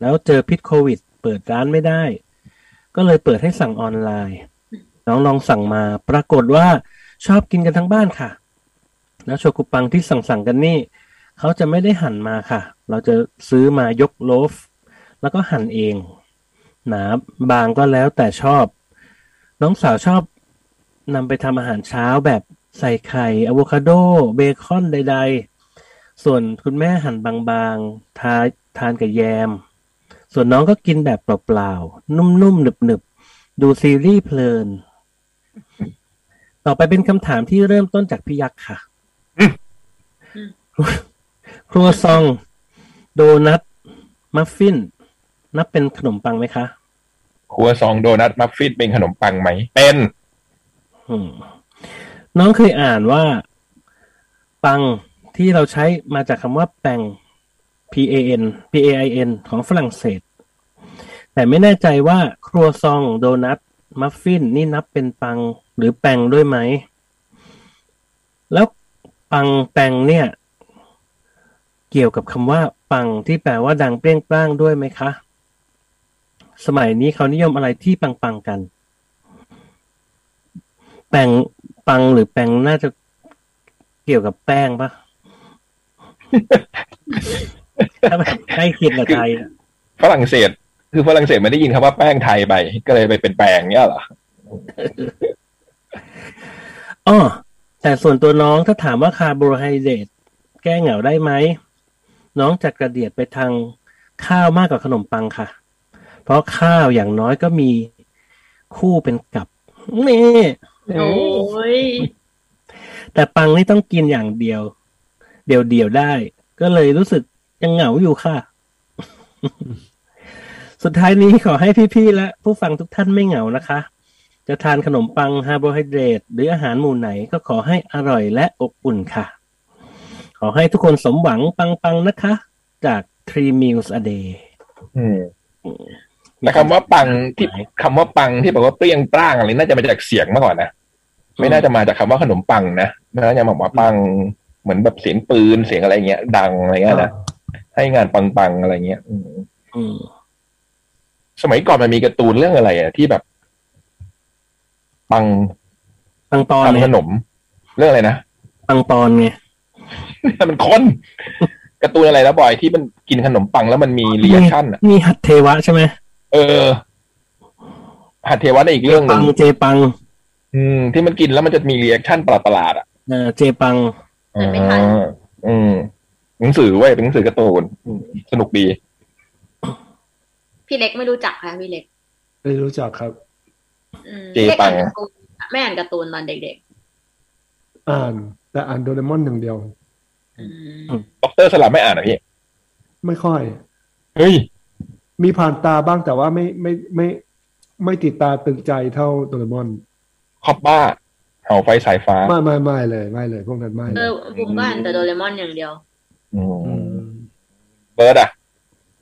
[SPEAKER 8] แล้วเจอพิษโควิด เปิดร้านไม่ได้ ก็เลยเปิดให้สั่งออนไลน์ น้องลองสั่งมาปรากฏว่าชอบกินกันทั้งบ้านค่ะ แล้วโชกุปังที่สั่งสั่งๆกันนี่ เขาจะไม่ได้หั่นมาค่ะ เราจะซื้อมายกโลฟ แล้วก็หั่นเอง หนาบางก็แล้วแต่ชอบ น้องสาวชอบนำไปทำอาหารเช้าแบบใส่ไข่อะโวคาโด เบคอนใดๆ ส่วนคุณแม่หั่นบางๆ ทาทานกับแยม ส่วนน้องก็กินแบบเปล่าๆ นุ่มๆ หนึบๆ ดูซีรีส์เพลิน ต่อไปเป็นคำถามที่เริ่มต้นจากพี่ยักษ์ค่ะ
[SPEAKER 6] อืม
[SPEAKER 8] ครัวซอง โดนัท มัฟฟิน นับเป็นขนมปังไหมคะ
[SPEAKER 3] ครัวซองโดนัทมัฟฟินเป็นขนมปังไหม เป็น
[SPEAKER 8] อืมน้องเคยอ่านว่า ปังที่เราใช้มาจากคำว่าแปง P A N P A I N ของฝรั่งเศส แต่ไม่แน่ใจว่าครัวซองโดนัทมัฟฟินนี่นับเป็นปังหรือแปงด้วยไหม แล้ว ปังแปงเนี่ย เกี่ยวกับคำว่า ปังที่แปลว่าดังเปรี้ยงปร้างด้วยไหมคะ สมัยนี้เขานิยมอะไรที่ปังปังๆกัน แปงปังหรือแปงน่าจะเกี่ยวกับแป้งปะ ถ้าแบบใกล้เคียงกับไทยอะ
[SPEAKER 3] ฝรั่งเศส คือฝรั่งเศสไม่ได้ยินคำว่าแป้งไทยไป ก็เลยไปเป็นแปลงเนี้ยเหรอ
[SPEAKER 8] อ้อแต่ส่วนตัวน้องถ้าถามว่าคาร์โบไฮเดรตแก้เหงาได้ไหม น้องจะกระเดียดไปทางข้าวมากกว่าขนมปังค่ะ เพราะข้าวอย่างน้อยก็มีคู่เป็นกับนี่
[SPEAKER 6] โอ้ย
[SPEAKER 8] แต่ปังนี่ต้องกินอย่างเดียว เดียวเดียวๆได้ ก็เลยรู้สึกยังเหงาอยู่ค่ะ สุดท้ายนี้ขอให้พี่ๆและผู้ฟังทุกท่านไม่เหงานะคะ จะทานขนมปังคาร์โบไฮเดรตหรืออาหารหมู่ไหนก็ขอให้อร่อยและอบอุ่นค่ะ ขอให้ทุกคนสมหวังปังๆนะคะ จาก Three Meals a Day
[SPEAKER 3] อืม แต่คำว่าปังที่คำว่าปังที่บอกว่าเปรี้ยงปร้างอะไรน่าจะมาจากเสียงมากกว่านะไม่น่าจะมาจากคำว่าขนมปังนะน่าจะบอกว่าปังเหมือนแบบเสียงปืนเสียงอะไรเงี้ย ดังอะไรเงี้ยนะให้งานปังๆอะไรเงี้ยอืม
[SPEAKER 8] อืม
[SPEAKER 3] สมัยก่อนมันมีการ์ตูนเรื่องอะไรอะที่แบบ ปัง
[SPEAKER 8] ปังปอน
[SPEAKER 3] ปัง
[SPEAKER 8] ไง
[SPEAKER 3] ขนม เรื่องอะไรนะ
[SPEAKER 8] ปังปอนไง
[SPEAKER 3] มันคนการ์ตูนอะไรแล้วบ่อยที่มันกินขนมปังแล้วมันมีรีแอคชั่นอะ
[SPEAKER 8] มีหัตเทวะใช่ไหม
[SPEAKER 3] เออหัดเทวะในอีกเรื่องห
[SPEAKER 8] ปั
[SPEAKER 3] นึ่
[SPEAKER 8] ง
[SPEAKER 3] ง
[SPEAKER 8] เจปัง
[SPEAKER 3] อืม ที่มันกินแล้วมันจะมีรีแอคชั่นประหลาดๆอะ
[SPEAKER 8] เอ่อเจปัง
[SPEAKER 6] เกิดไม่ทัน
[SPEAKER 3] อ่าอืมหนังสือเว้ยเป็นหนังสือการ์ตูนอืมสนุกดี
[SPEAKER 6] พี่เล็กไม่รู้จักค่ะพี่เล็ก
[SPEAKER 9] ไม่รู้จักครับ
[SPEAKER 6] อืม
[SPEAKER 3] เจ
[SPEAKER 6] พี่ล็ก
[SPEAKER 3] ปั
[SPEAKER 6] อ่าง นการ์ตูนแม่อ่านการ์ตูนตอนเด็ก
[SPEAKER 9] อ่าน แต่อ่านโดเรมอนอย่างเดียว
[SPEAKER 6] ๆอืม
[SPEAKER 3] ด็อกเตอร์สลับไม่อ่านเหรอ่ะพี่
[SPEAKER 9] ไม่ค่อย
[SPEAKER 3] เฮ้ย
[SPEAKER 9] มีผ่านตาบ้างแต่ว่าไม่ไม่ไม่ไม่ติดตาตึงใจเท่าโดเรมอน
[SPEAKER 3] คอปบ้าเห่าไฟสายฟ้า
[SPEAKER 9] ไม่ไม่ไม่เลยไม่เลย พวกนั้นไม่
[SPEAKER 6] เอ
[SPEAKER 9] เลย
[SPEAKER 6] อบุมก็อ่านแต่โดเรมอนอย่างเดียว
[SPEAKER 3] อืม
[SPEAKER 9] ม
[SPEAKER 3] เบิร์ดอ่ะ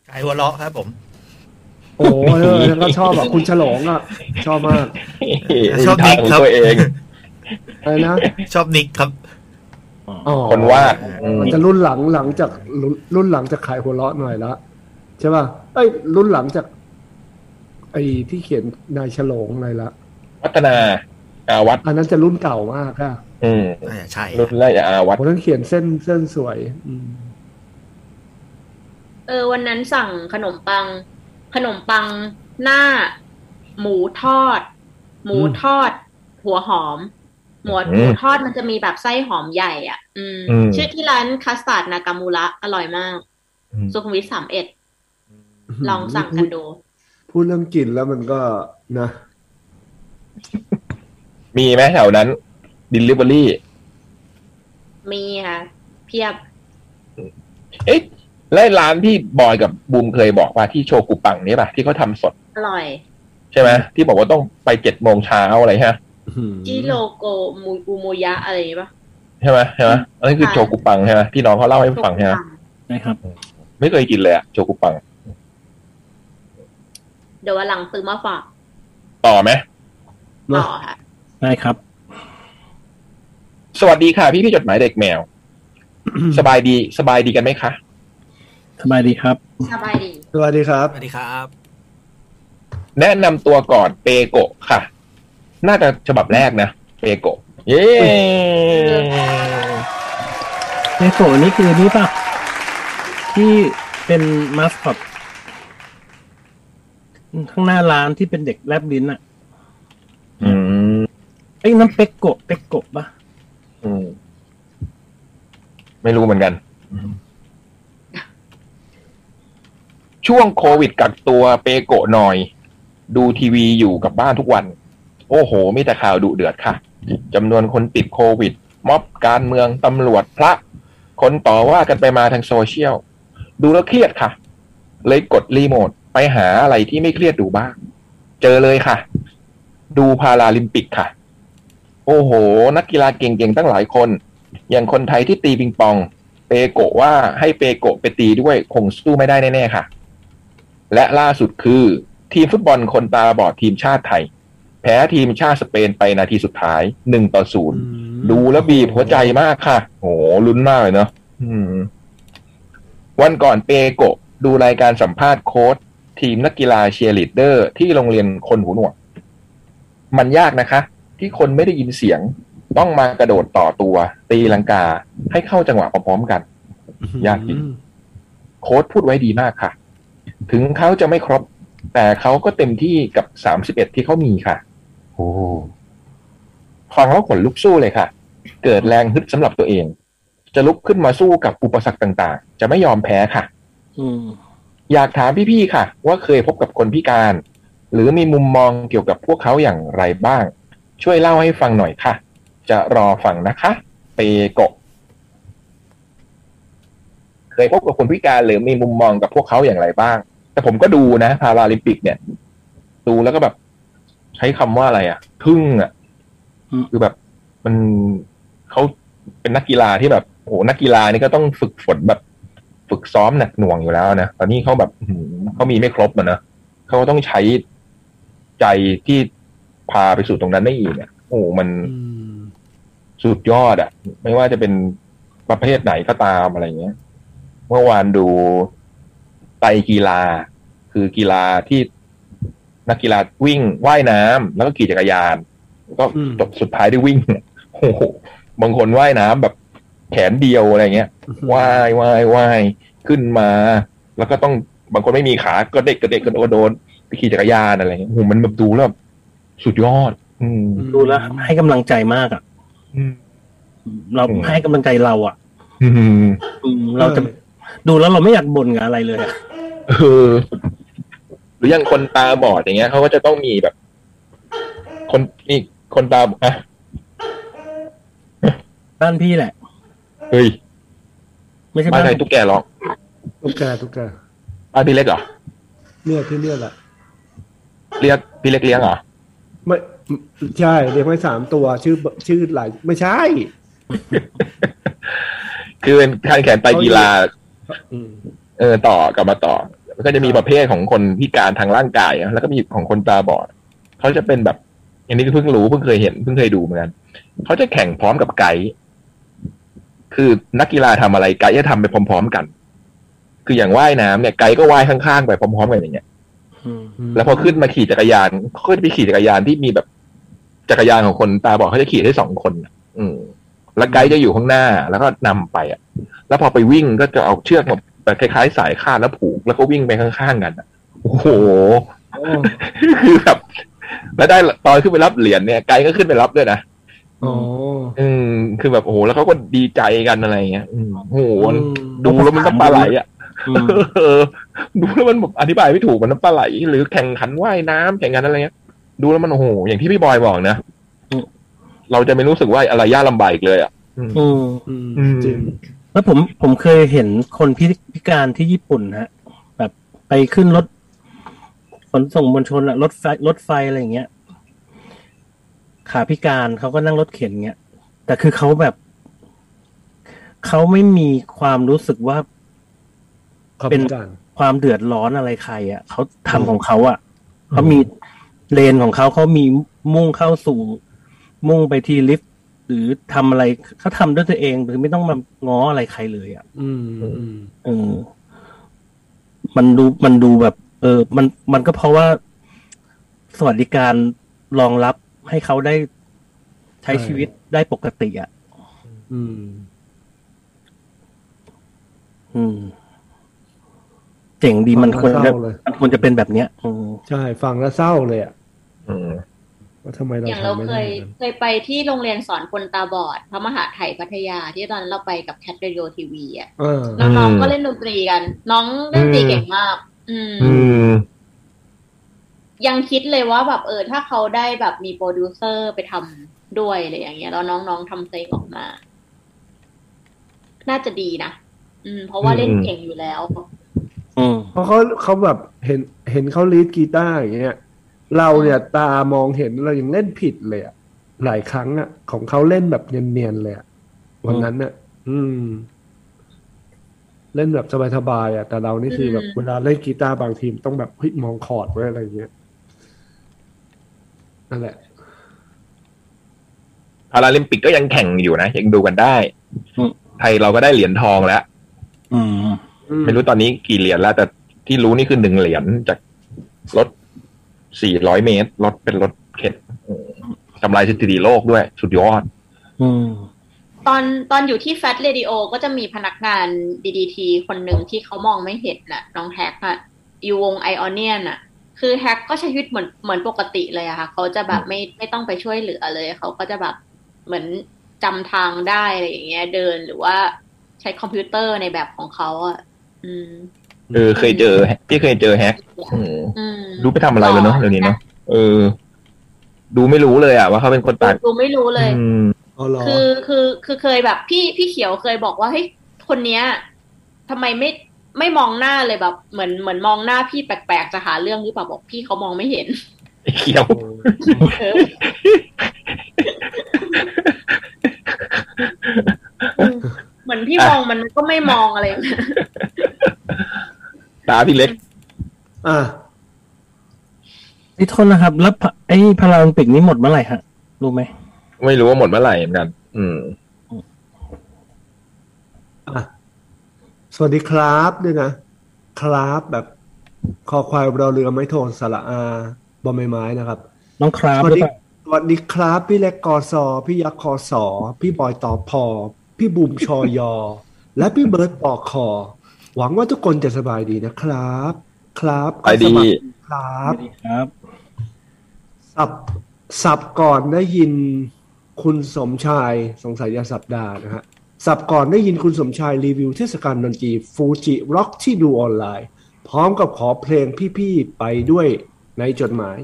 [SPEAKER 4] ไก่หัวเราะครับผม
[SPEAKER 9] โอ้เออแล้วก็ชอบอ่ะคุณฉลองอ่ะ ชอบมาก
[SPEAKER 4] ชอบนิกครั
[SPEAKER 3] ทา
[SPEAKER 4] บ
[SPEAKER 3] งของตัวเอง
[SPEAKER 9] อะไรนะ
[SPEAKER 4] ชอบนิกครับ
[SPEAKER 9] อ๋อ
[SPEAKER 3] คนวาดอืม
[SPEAKER 9] มันจะรุ่นหลังหลังจากรุ่นรุ่นหลังจากขายหัวเราะหน่อยละใช่ป่ะเอ้ยรุ่นหลังจาก ไอ้ที่เขียนนายฉลองอะไรละ
[SPEAKER 3] วัฒนาอาวัต
[SPEAKER 9] อันนั้นจะรุ่นเก่ามากค่ะ
[SPEAKER 3] อืม
[SPEAKER 4] อ่าใช่
[SPEAKER 3] รุ่นแรกอาวัต
[SPEAKER 9] ผมนั้นเขียนเส้นเส้นสวย อืม
[SPEAKER 6] เออ วันนั้นสั่งขนมปัง ขนมปังหน้า หมูทอด หมูทอด หัวหอม หมูหมูทอดมันจะมีแบบไส้หอมใหญ่อ่ะ อืม ชื่อที่ร้านคาสตาร์ดนากามูระอร่อยมาก สุขุมวิทสามเอ็ดลองสั่งกันดู
[SPEAKER 9] พูดเรื่องกลิ่นแล้วมันก็นะ
[SPEAKER 3] มีไหมแถวนั้น delivery
[SPEAKER 6] มีค่ะ เพียบ
[SPEAKER 3] เอ๊ะและร้านที่บอยกับบูมเคยบอกว่าที่โชกุปังนี่ป่ะที่เขาทำสด
[SPEAKER 6] อร่อย
[SPEAKER 3] ใช่ไหมที่บอกว่าต้องไปเจ็ดโมงเช้าอะไรฮะ
[SPEAKER 6] จิโรโกมูอุโมยะอะไรอย่างงี้ปะ
[SPEAKER 3] ใช่ไหมใช่ไหมอันนั้นคือโชกุปังใช่ไหมที่น้องเขาเล่าให้ฟังใช่ไหม
[SPEAKER 8] นะครับ
[SPEAKER 3] ไม่เคยกินเลยอะโชกุปัง
[SPEAKER 6] เดี๋ยววันหลังซื้อมาฝาก
[SPEAKER 3] ต่อไหม
[SPEAKER 9] เน
[SPEAKER 6] ต่อ
[SPEAKER 9] อะ
[SPEAKER 6] ค่ะ
[SPEAKER 8] ได้ครับ
[SPEAKER 3] สวัสดีค่ะพี่พี่จดหมายเด็กแมว สบายดีสบายดีกันไหมคะ
[SPEAKER 8] สบายดีครับ
[SPEAKER 6] สบายดี
[SPEAKER 9] สวัสดีครับ
[SPEAKER 4] สวัสดีครับ
[SPEAKER 3] แนะนำตัวก่อนเปโกะค่ะ น่าจะฉบับแรกนะ เปโกะเย้
[SPEAKER 8] เนโกะนี่คือนี่ป่ะ ที่เป็นมาสคอตข้างหน้าร้านที่เป็นเด็กแลบลิ้นอะ
[SPEAKER 3] อืม
[SPEAKER 8] ไอ้ยน้ำเป็กโกะเป็กโกะป่ะ
[SPEAKER 3] อืมไม่รู้เหมือนกัน ช่วงโควิดกักตัวเปโกะหน่อย ดูทีวีอยู่กับบ้านทุกวัน โอ้โหมีแต่ข่าวดุเดือดค่ะจำนวนคนติดโควิด ม็อบการเมืองตำรวจพระ คนต่อว่ากันไปมาทางโซเชียล ดูแล้วเครียดค่ะ เลยกดรีโมท ไปหาอะไรที่ไม่เครียดดูบ้าง เจอเลยค่ะ ดูพาราลิมปิกค่ะ โอ้โห นักกีฬาเก่งๆตั้งหลายคน อย่างคนไทยที่ตีปิงปอง เปโกะว่าให้เปโกะไปตีด้วยคงสู้ไม่ได้แน่ๆค่ะ และล่าสุดคือ ทีมฟุตบอลคนตาบอดทีมชาติไทย แพ้ทีมชาติสเปนไปนาทีสุดท้ายหนึ่งต่อศูนย์ โด ดูแล้วบีบหัวใจมากค่ะ โหลุ้นมากเลยเนาะอืม วันก่อนเปโกะดูรายการสัมภาษณ์โค้ชทีมนักกีฬาเชียร์ลีดเดอร์ ที่โรงเรียนคนหูหนวก มันยากนะคะ ที่คนไม่ได้ยินเสียง ต้องมากระโดดต่อตัว ตีลังกาให้เข้าจังหวะพร้อมๆกัน ยากจริง โค้ชพูดไว้ดีมากค่ะ ถึงเขาจะไม่ครบ แต่เขาก็เต็มที่กับสามสิบเอ็ดที่เขามีค่ะ โอ้ฟังแล้วขนลุกสู้เลยค่ะ เกิดแรงฮึดสำหรับตัวเอง จะลุกขึ้นมาสู้กับอุปสรรคต่างๆ จะไม่ยอมแพ้ค่ะ
[SPEAKER 8] อืม
[SPEAKER 3] อยากถามพี่ๆ ค่ะ ว่าเคยพบกับคนพิการ หรือมีมุมมองเกี่ยวกับพวกเขาอย่างไรบ้าง ช่วยเล่าให้ฟังหน่อยค่ะ จะรอฟังนะคะ เปโกะเคยพบกับคนพิการหรือมีมุมมองกับพวกเขาอย่างไรบ้าง แต่ผมก็ดูนะพาราลิมปิกเนี่ย ดูแล้วก็แบบ ใช้คำว่าอะไรอะทึ่งอะ
[SPEAKER 8] อืม
[SPEAKER 3] คือแบบมันเขาเป็นนักกีฬาที่แบบโอ้โหนักกีฬานี่ก็ต้องฝึกฝนแบบ ฝึกซ้อมหนักหน่วงอยู่แล้วนะ ตอนนี้เขาแบบอื้อหือเขามีไม่ครบอะนะเขาก็ต้องใช้ใจที่พาไปสู่ตรงนั้นได้อีกเนี่ยโอ้โหมัน
[SPEAKER 9] อืม
[SPEAKER 3] สุดยอดอะไม่ว่าจะเป็นประเภทไหนก็ตามอะไรเงี้ย เมื่อวานดูไตรกีฬา คือกีฬาที่นักกีฬาวิ่งว่ายน้ำแล้วก็ขี่จักรยาน ก็
[SPEAKER 9] อืม
[SPEAKER 3] จบสุดท้ายได้วยวิ่งโอ้โหบางคนว่ายน้ำแบบแขนเดียวอะไรเงี้ย ว่ายว่ายว่ายขึ้นมา แล้วก็ต้องบางคนไม่มีขากระเด็กกระเด็กกระโดดโดนไปขี่จักรยานอะไรเงี้ยโอ้โหมันแบบดูแล้วแบบสุดยอด อืม
[SPEAKER 8] ดูแล้ว ให้กำลังใจมากอ่ะ เรา
[SPEAKER 3] อืม
[SPEAKER 8] ให้กำลังใจเราอ่ะ
[SPEAKER 3] อืม
[SPEAKER 8] อืมเราจะดูแล้วเราไม่อยากบ่นกับอะไรเลยอะ
[SPEAKER 3] เออหรืออย่างคนตาบอดอย่างเงี้ยเขาก็จะต้องมีแบบ คนนี่คนตาบอดอ่ะ
[SPEAKER 8] บ้านพี่แหละ
[SPEAKER 3] เฮ้ย
[SPEAKER 8] ไม่ใช่
[SPEAKER 3] บ้า
[SPEAKER 8] บ้าน น
[SPEAKER 3] ใครตุ๊กแกร้อง
[SPEAKER 9] ตุ๊กแกตุ๊กแก
[SPEAKER 3] บ้านพี่เล็กเหรอ
[SPEAKER 9] เนี่ยที่เนี่ยแหละ
[SPEAKER 3] เรียกพี่เล็กเลี้ยงเหรอ
[SPEAKER 9] ไม่ใช่เลี้ยงไว้สามตัวชื่อชื่อหลายไม่ใช่
[SPEAKER 3] คือเป็นการแข่งไปกีฬา
[SPEAKER 9] อืม
[SPEAKER 3] เออต่อกลับมาต่อมันก็จะมีประเภทของคนพิการทางร่างกายนะแล้วก็มีของคนตาบอดเขาจะเป็นแบบ อันนี้ก็เพิ่งรู้เพิ่งเคยเห็นเพิ่งเคยดูเหมือนกันเขาจะแข่งพร้อมกับไกด์คือนักกีฬาทำอะไรไกด์จะทำไปพร้อม ๆ กัน คืออย่างว่ายน้ำเนี่ยไกด์ก็ว่ายข้างๆไปพร้อมๆกันอย่างเงี้ย
[SPEAKER 8] อืม
[SPEAKER 3] แล้วพอขึ้นมาขี่จักรยานเขาก็จะไปขี่จักรยานที่มีแบบจักรยานของคนตาบอดเขาจะขี่ได้สองคนน่ะอืม แล้วไกด์จะอยู่ข้างหน้าแล้วก็นำไปอ่ะ แล้วพอไปวิ่งก็จะเอาเชือกมาแบบคล้ายๆ สายคาดแล้วผูก แล้วก็วิ่งไปข้างๆกันน่ะโอ้โห คือแบบแล้วได้ตอนขึ้นไปรับเหรียญเนี่ยไกด์ก็ขึ้นไปรับด้วยนะ
[SPEAKER 9] อ๋อ
[SPEAKER 3] อืม คือแบบโอ้โหแล้วเขาก็ดีใจกันอะไรเงี้ยอืมโอ้โหดูแล้วมันก็ปลาไหลอ่ะ
[SPEAKER 8] อืม
[SPEAKER 3] เออดูแล้วมันแบบอธิบายไม่ถูกมันน้ำปลาไหล หรือแข่งขันว่ายน้ำแข่งขันอะไรเงี้ยดูแล้วมันโอ้โหอย่างที่พี่บอยบอกนะเราจะไม่รู้สึกว่าอะไรยากลำบากอีกเลยอ่ะ
[SPEAKER 8] อืม
[SPEAKER 9] อืม
[SPEAKER 3] อืม
[SPEAKER 9] จริง
[SPEAKER 8] แล้วผมผมเคยเห็นคนพิพิการที่ญี่ปุ่นฮะ แบบไปขึ้นรถขนส่งมวลชนอะรถไฟรถไฟอะไรอย่างเงี้ย ขาพิการเขาก็นั่งรถเข็นเงี้ย แต่คือเขาแบบเขาไม่มีความรู้สึกว่า
[SPEAKER 9] ขอบ
[SPEAKER 8] เป็น
[SPEAKER 9] คุณกัน
[SPEAKER 8] ความเดือดร้อนอะไรใครอ่ะเขาทำของเขาอ่ะเขามีเลนของเขาเขามีมุ่งเข้าสู่ มุ่งไปที่ลิฟต์หรือทำอะไรเขาทำด้วยตัวเองหรือไม่ต้องมาง้ออะไรใครเลยอ่ะ
[SPEAKER 9] อืมอืม
[SPEAKER 8] เออ มันดูมันดูแบบ เออ มันมันก็เพราะว่าสวัสดิการรองรับให้เขาได้ใช้
[SPEAKER 9] ใช่
[SPEAKER 8] ชีวิตได้ปกติอ่ะ
[SPEAKER 9] อืม
[SPEAKER 8] อืม เจ๋งดีมันควร
[SPEAKER 9] เศ
[SPEAKER 8] จะ
[SPEAKER 9] ร้าเลย
[SPEAKER 8] มันควรจะเป็นแบบเนี้ยอืม
[SPEAKER 9] ใช่ฟังแล้วเศร้าเลยอ่ะ
[SPEAKER 3] อืม
[SPEAKER 9] ว่าทำไมเรา
[SPEAKER 6] อย่างเรา
[SPEAKER 9] ทำไม่
[SPEAKER 6] เค
[SPEAKER 9] ได้
[SPEAKER 6] ย
[SPEAKER 9] แบบนั้น
[SPEAKER 6] เคยไปที่โรงเรียนสอนคนตาบอดพระมหาไทยพัทยาที่ตอนนั้นเราไปกับแคทเรดิโอทีวีอ่ะ
[SPEAKER 9] เออ
[SPEAKER 6] น้องๆก็เล่นดนตรีกัน น้องเล่นดนตรีเก่งมาก อืม
[SPEAKER 3] อืม
[SPEAKER 6] ยังคิดเลยว่าแบบเออถ้าเขาได้แบบมีโปรดิวเซอร์ไปทำด้วยอะไรอย่างเงี้ยแล้วน้องๆทำเพลงออกมา น่าจะดีนะอืม เพราะว่าเล่นเก่งอยู่แล้ว
[SPEAKER 8] อืม
[SPEAKER 9] เพราะเขาเขาแบบเห็นเห็นเขาลีดกีตาร์อย่างเงี้ย เราเนี่ยตามองเห็นเรายังเล่นผิดเลยอะหลายครั้งอะของเขาเล่นแบบเนียนๆเลยอะวันนั้นอะอืม เล่นแบบสบายๆอะแต่เรานี่คือแบบ
[SPEAKER 6] อืม
[SPEAKER 9] เวลาเล่นกีตาร์บางทีมนต้องแบบเฮ้ยมองคอร์ดไว้อะไรอย่างเงี้ยนั่นแหละ
[SPEAKER 3] พาราลิมปิกก็ยังแข่งอยู่นะ ยังดูกันได้
[SPEAKER 8] อืม
[SPEAKER 3] ไทยเราก็ได้เหรียญทองแล้ว
[SPEAKER 8] อืม
[SPEAKER 3] ไม่รู้ตอนนี้กี่เหรียญแล้ว แต่ที่รู้นี่คือหนึ่งเหรียญจากรถ 400 เมตร รถเป็นรถเข็นอืมทำลายสถิติโลกด้วย สุดยอด
[SPEAKER 8] อืม
[SPEAKER 6] ตอนตอนอยู่ที่แฟ t เรดิโอก็จะมีพนักงานดีดีทีคนหนึ่งที่เขามองไม่เห็นน่ะ น้องแฮกอะอยู่วงไอออนเนียนอะคือแฮกก็ใช้ชีวิตเหมือนเหมือนปกติเลยอะค่ะ เขาจะแบบไม่ไม่ต้องไปช่วยเหลือเลย เขาก็จะแบบเหมือนจำทางได้อะไรอย่างเงี้ยเดินหรือว่าใช้คอมพิวเตอร์ในแบบของเขาอะอืม
[SPEAKER 3] เออเคยเจอพี่เคยเจอแฮกอืม
[SPEAKER 6] อืม
[SPEAKER 3] รู้ไปทำอะไรเลยเนาะเดี๋ยวนี้เนาะเออ ดูไม่รู้เลยอะว่าเขาเป็นคนตัด
[SPEAKER 6] ดูไม่รู้เลย
[SPEAKER 3] อืม
[SPEAKER 4] อ๋อเหรอ
[SPEAKER 6] คือคือคือเคยแบบพี่พี่เขียวเคยบอกว่าเฮ้ยคนเนี้ยทำไมไม่ไม่มองหน้าเลยแบบเหมือนเหมือนมองหน้าพี่แปลกๆจะหาเรื่องหรือเปล่าบอกพี่เขามองไม่เห็น
[SPEAKER 3] ไอ้เขียว
[SPEAKER 6] เออเหมือนพี่มองมันก็ไม่มองอะไรอย่างเงี้ย
[SPEAKER 3] ตาพี่เล็ก
[SPEAKER 4] อ่ะ
[SPEAKER 8] นี่โทษนะครับ แล้วพะไอ้พาราลิมปิกนี้หมดเมื่อไหร่ฮะ รู้ไหม
[SPEAKER 3] ไม่รู้ว่าหมดเมื่อไหร่เหมือนกัน อืม
[SPEAKER 4] อ่ะสวัสดีครับด้วยนะ ครับแบบคอควายเราเรือไม่โทนสระอาบอมไม้ไม้นะครับ
[SPEAKER 8] น้องคราฟ
[SPEAKER 4] สวั
[SPEAKER 8] ห
[SPEAKER 4] ส
[SPEAKER 8] รือ
[SPEAKER 4] ดี
[SPEAKER 8] เปล่า
[SPEAKER 4] สวัสดีครับ พี่เล็กกอซอพี่ยักษ์คอสอพี่บอยตอพอ พี่บุมชอยอ และพี่เบิร์ตปอคอ หวังว่าทุกคนจะสบายดีนะครับ ครับ
[SPEAKER 3] ไปดี
[SPEAKER 4] สมัครครับ
[SPEAKER 8] ครับ
[SPEAKER 4] สับสับก่อนได้ยินคุณสมชายสงสัยจะสัปดาห์นะฮะสับก่อนได้ยินคุณสมชายรีวิวเทศกาลดนตรีฟูจิร็อกที่ดูออนไลน์ พร้อมกับขอเพลงพี่ๆไปด้วยในจดหมาย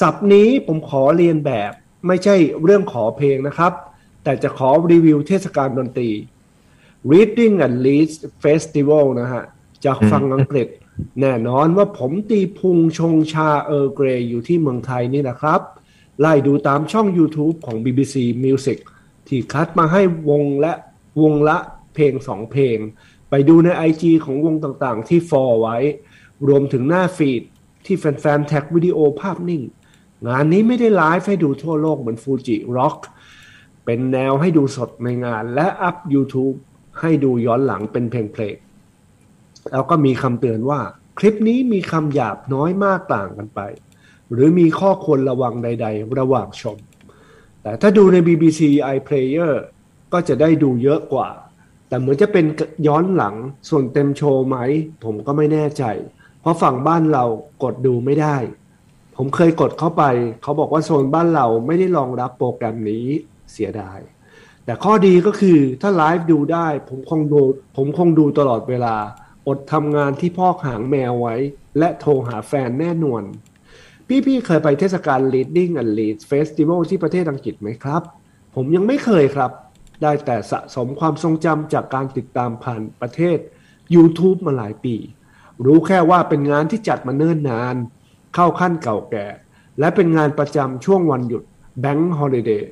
[SPEAKER 4] สับนี้ผมขอเรียนแบบไม่ใช่เรื่องขอเพลงนะครับ แต่จะขอรีวิวเทศกาลดนตรี Reading and Leeds Festival นะฮะ จากฟังอังกฤษ แน่นอนว่าผมตีพุงชงชาเออร์เกรย์อยู่ที่เมืองไทยนี่นะครับ ไล่ดูตามช่อง YouTube ของ BBC Music ที่คัดมาให้วงและวงละเพลงสองเพลง ไปดูใน IG ของวงต่างๆ ที่ฟอไว้ รวมถึงหน้าฟีดที่แฟนๆ แท็กวิดีโอภาพนิ่ง งานนี้ไม่ได้ไลฟ์ให้ดูทั่วโลกเหมือนฟูจิร็อก เป็นแนวให้ดูสดในงานและอัพ YouTube ให้ดูย้อนหลังเป็นเพลงเพลงๆแล้วก็มีคำเตือนว่า คลิปนี้มีคำหยาบน้อยมากต่างกันไป หรือมีข้อควรระวังใด ๆ ระหว่างชม แต่ถ้าดูใน BBC iPlayer ก็จะได้ดูเยอะกว่า แต่เหมือนจะเป็นย้อนหลังส่วนเต็มโชว์ไหม ผมก็ไม่แน่ใจ เพราะฝั่งบ้านเรากดดูไม่ได้ ผมเคยกดเข้าไป เขาบอกว่าโซนบ้านเราไม่ได้รองรับโปรแกรมนี้เสียดาย แต่ข้อดีก็คือถ้าไลฟ์ดูได้ ผมคงดูผมคงดูตลอดเวลา อดทำงานที่พอกหางแมวไว้ และโทรหาแฟนแน่นวน พี่ๆเคยไปเทศกาล Leading and Leeds Festival ที่ประเทศอังกฤษไหมครับ ผมยังไม่เคยครับ ได้แต่สะสมความทรงจำจากการติดตามผ่านประเทศ YouTube มาหลายปี รู้แค่ว่าเป็นงานที่จัดมาเนิ่นนาน เข้าขั้นเก่าแก่ และเป็นงานประจำช่วงวันหยุด Bank Holiday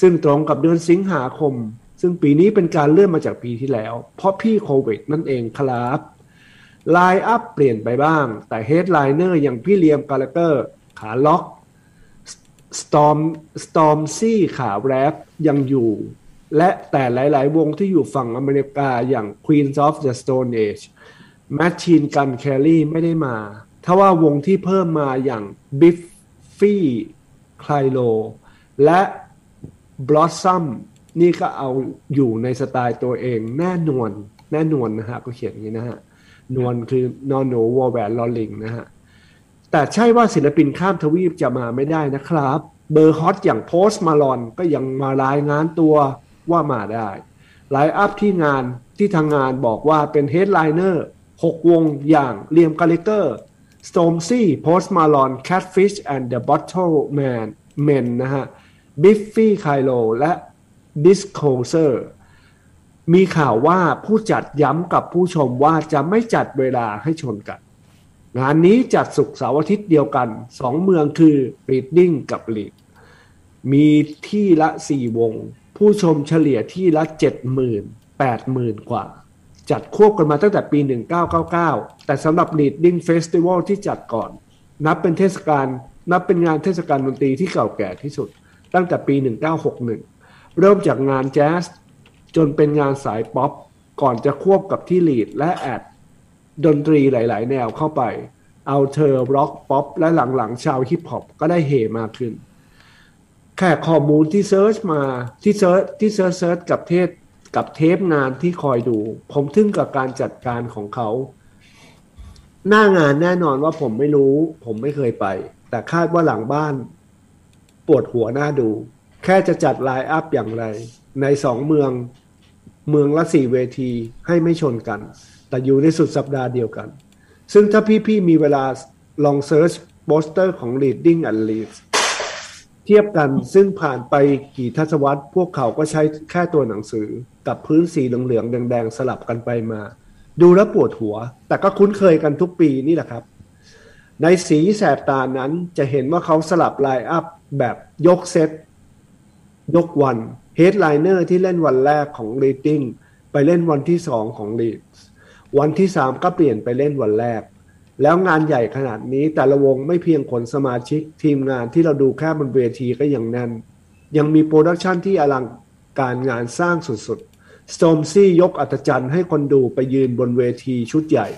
[SPEAKER 4] ซึ่งตรงกับเดือนสิงหาคม ซึ่งปีนี้เป็นการเลื่อนมาจากปีที่แล้ว เพราะพี่โควิดนั่นเองครับไลน์อัพเปลี่ยนไปบ้าง แต่เฮดไลเนอร์อย่างพี่เลียมกาลาเกอร์ ขาล็อกสตอมสตอมซี่ขาแรปยังอยู่ และแต่หลาย ๆ วงที่อยู่ฝั่งอเมริกาอย่าง Queens of the Stone Age แมชชีนกันแคลรี่ไม่ได้มา ถ้าว่าวงที่เพิ่มมาอย่างบิฟฟี่ไคลโลและบลอ s ซัมนี่ก็เอาอยู่ในสไตล์ตัวเองแน่นวลแน่นวลนะฮะ ก็เขียนอย่างนี้นะฮะ นวลคือนอนหนูวอแหวนลอลิงนะฮะ แต่ใช่ว่าศิลปินข้ามทวีปจะมาไม่ได้นะครับ เบอร์ฮอตอย่างโพสมาลอนก็ยังมารายงานตัวว่ามาได้ ไลน์อัพที่งานที่ทางงานบอกว่าเป็นเฮดไลเนอร์6วงอย่างเลียมกาลิเกอร์ Stormzy, Post Malone, Catfish and the Bottle Man Men นะฮะ Biffy Clyro และ Discoser มีข่าวว่าผู้จัดย้ำกับผู้ชมว่าจะไม่จัดเวลาให้ชนกัน งานนี้จัดสุกร์เสาร์อาทิตย์เดียวกัน สองเมืองคือ Reading กับ Leeds มีที่ละสี่วง ผู้ชมเฉลี่ยที่ละเจ็ดหมื่นแปดหมื่นกว่า จัดควบกันมาตั้งแต่ปี 1999 แต่สำหรับ Leading Festival ที่จัดก่อน นับเป็นเทศกาลนับเป็นงานเทศกาลดนตรีที่เก่าแก่ที่สุด ตั้งแต่ปี 1961
[SPEAKER 9] เริ่มจากงานแจ๊สจนเป็นงานสายป๊อป ก่อนจะควบกับที่ลีดและแอดดนตรีหลาย ๆ แนวเข้าไป เอาเธอร็อกป๊อป และหลัง ๆ ชาวฮิปฮอปก็ได้เฮมากขึ้น แค่ข้อมูลที่เซิร์ชมาที่เซิร์ชที่เซิร์ชเซิร์ชกับเทศกับเทปงานที่คอยดู ผมทึ่งกับการจัดการของเขา หน้างานแน่นอนว่าผมไม่รู้ ผมไม่เคยไป แต่คาดว่าหลังบ้าน ปวดหัวหน้าดู แค่จะจัดไลน์อัพอย่างไร ในสองเมือง เมืองละสี่เวทีให้ไม่ชนกัน แต่อยู่ในสุดสัปดาห์เดียวกัน ซึ่งถ้าพี่ๆมีเวลาลองเซิร์ชโปสเตอร์ของ Leading and Leads เทียบกันซึ่งผ่านไปกี่ทศวรรษพวกเขาก็ใช้แค่ตัวหนังสือ กับพื้นสีเหลืองๆแดงๆ สลับกันไปมา ดูแล้วปวดหัว แต่ก็คุ้นเคยกันทุกปีนี่แหละครับ ในสีแสบตานั้นจะเห็นว่าเขาสลับไลน์อัพแบบยกเซต ยกวันเฮดไลเนอร์ที่เล่นวันแรกของ Reading ไปเล่นวันที่สองของ Leads วันที่สามก็เปลี่ยนไปเล่นวันแรก แล้วงานใหญ่ขนาดนี้แต่ละวงไม่เพียงขนสมาชิกทีมงานที่เราดูแค่บนเวทีก็ยังแน่น ยังมีโปรดักชันที่อลังการงานสร้างสุดๆ Stormzy ยกอัศจรรย์ให้คนดูไปยืนบนเวทีชุดใหญ่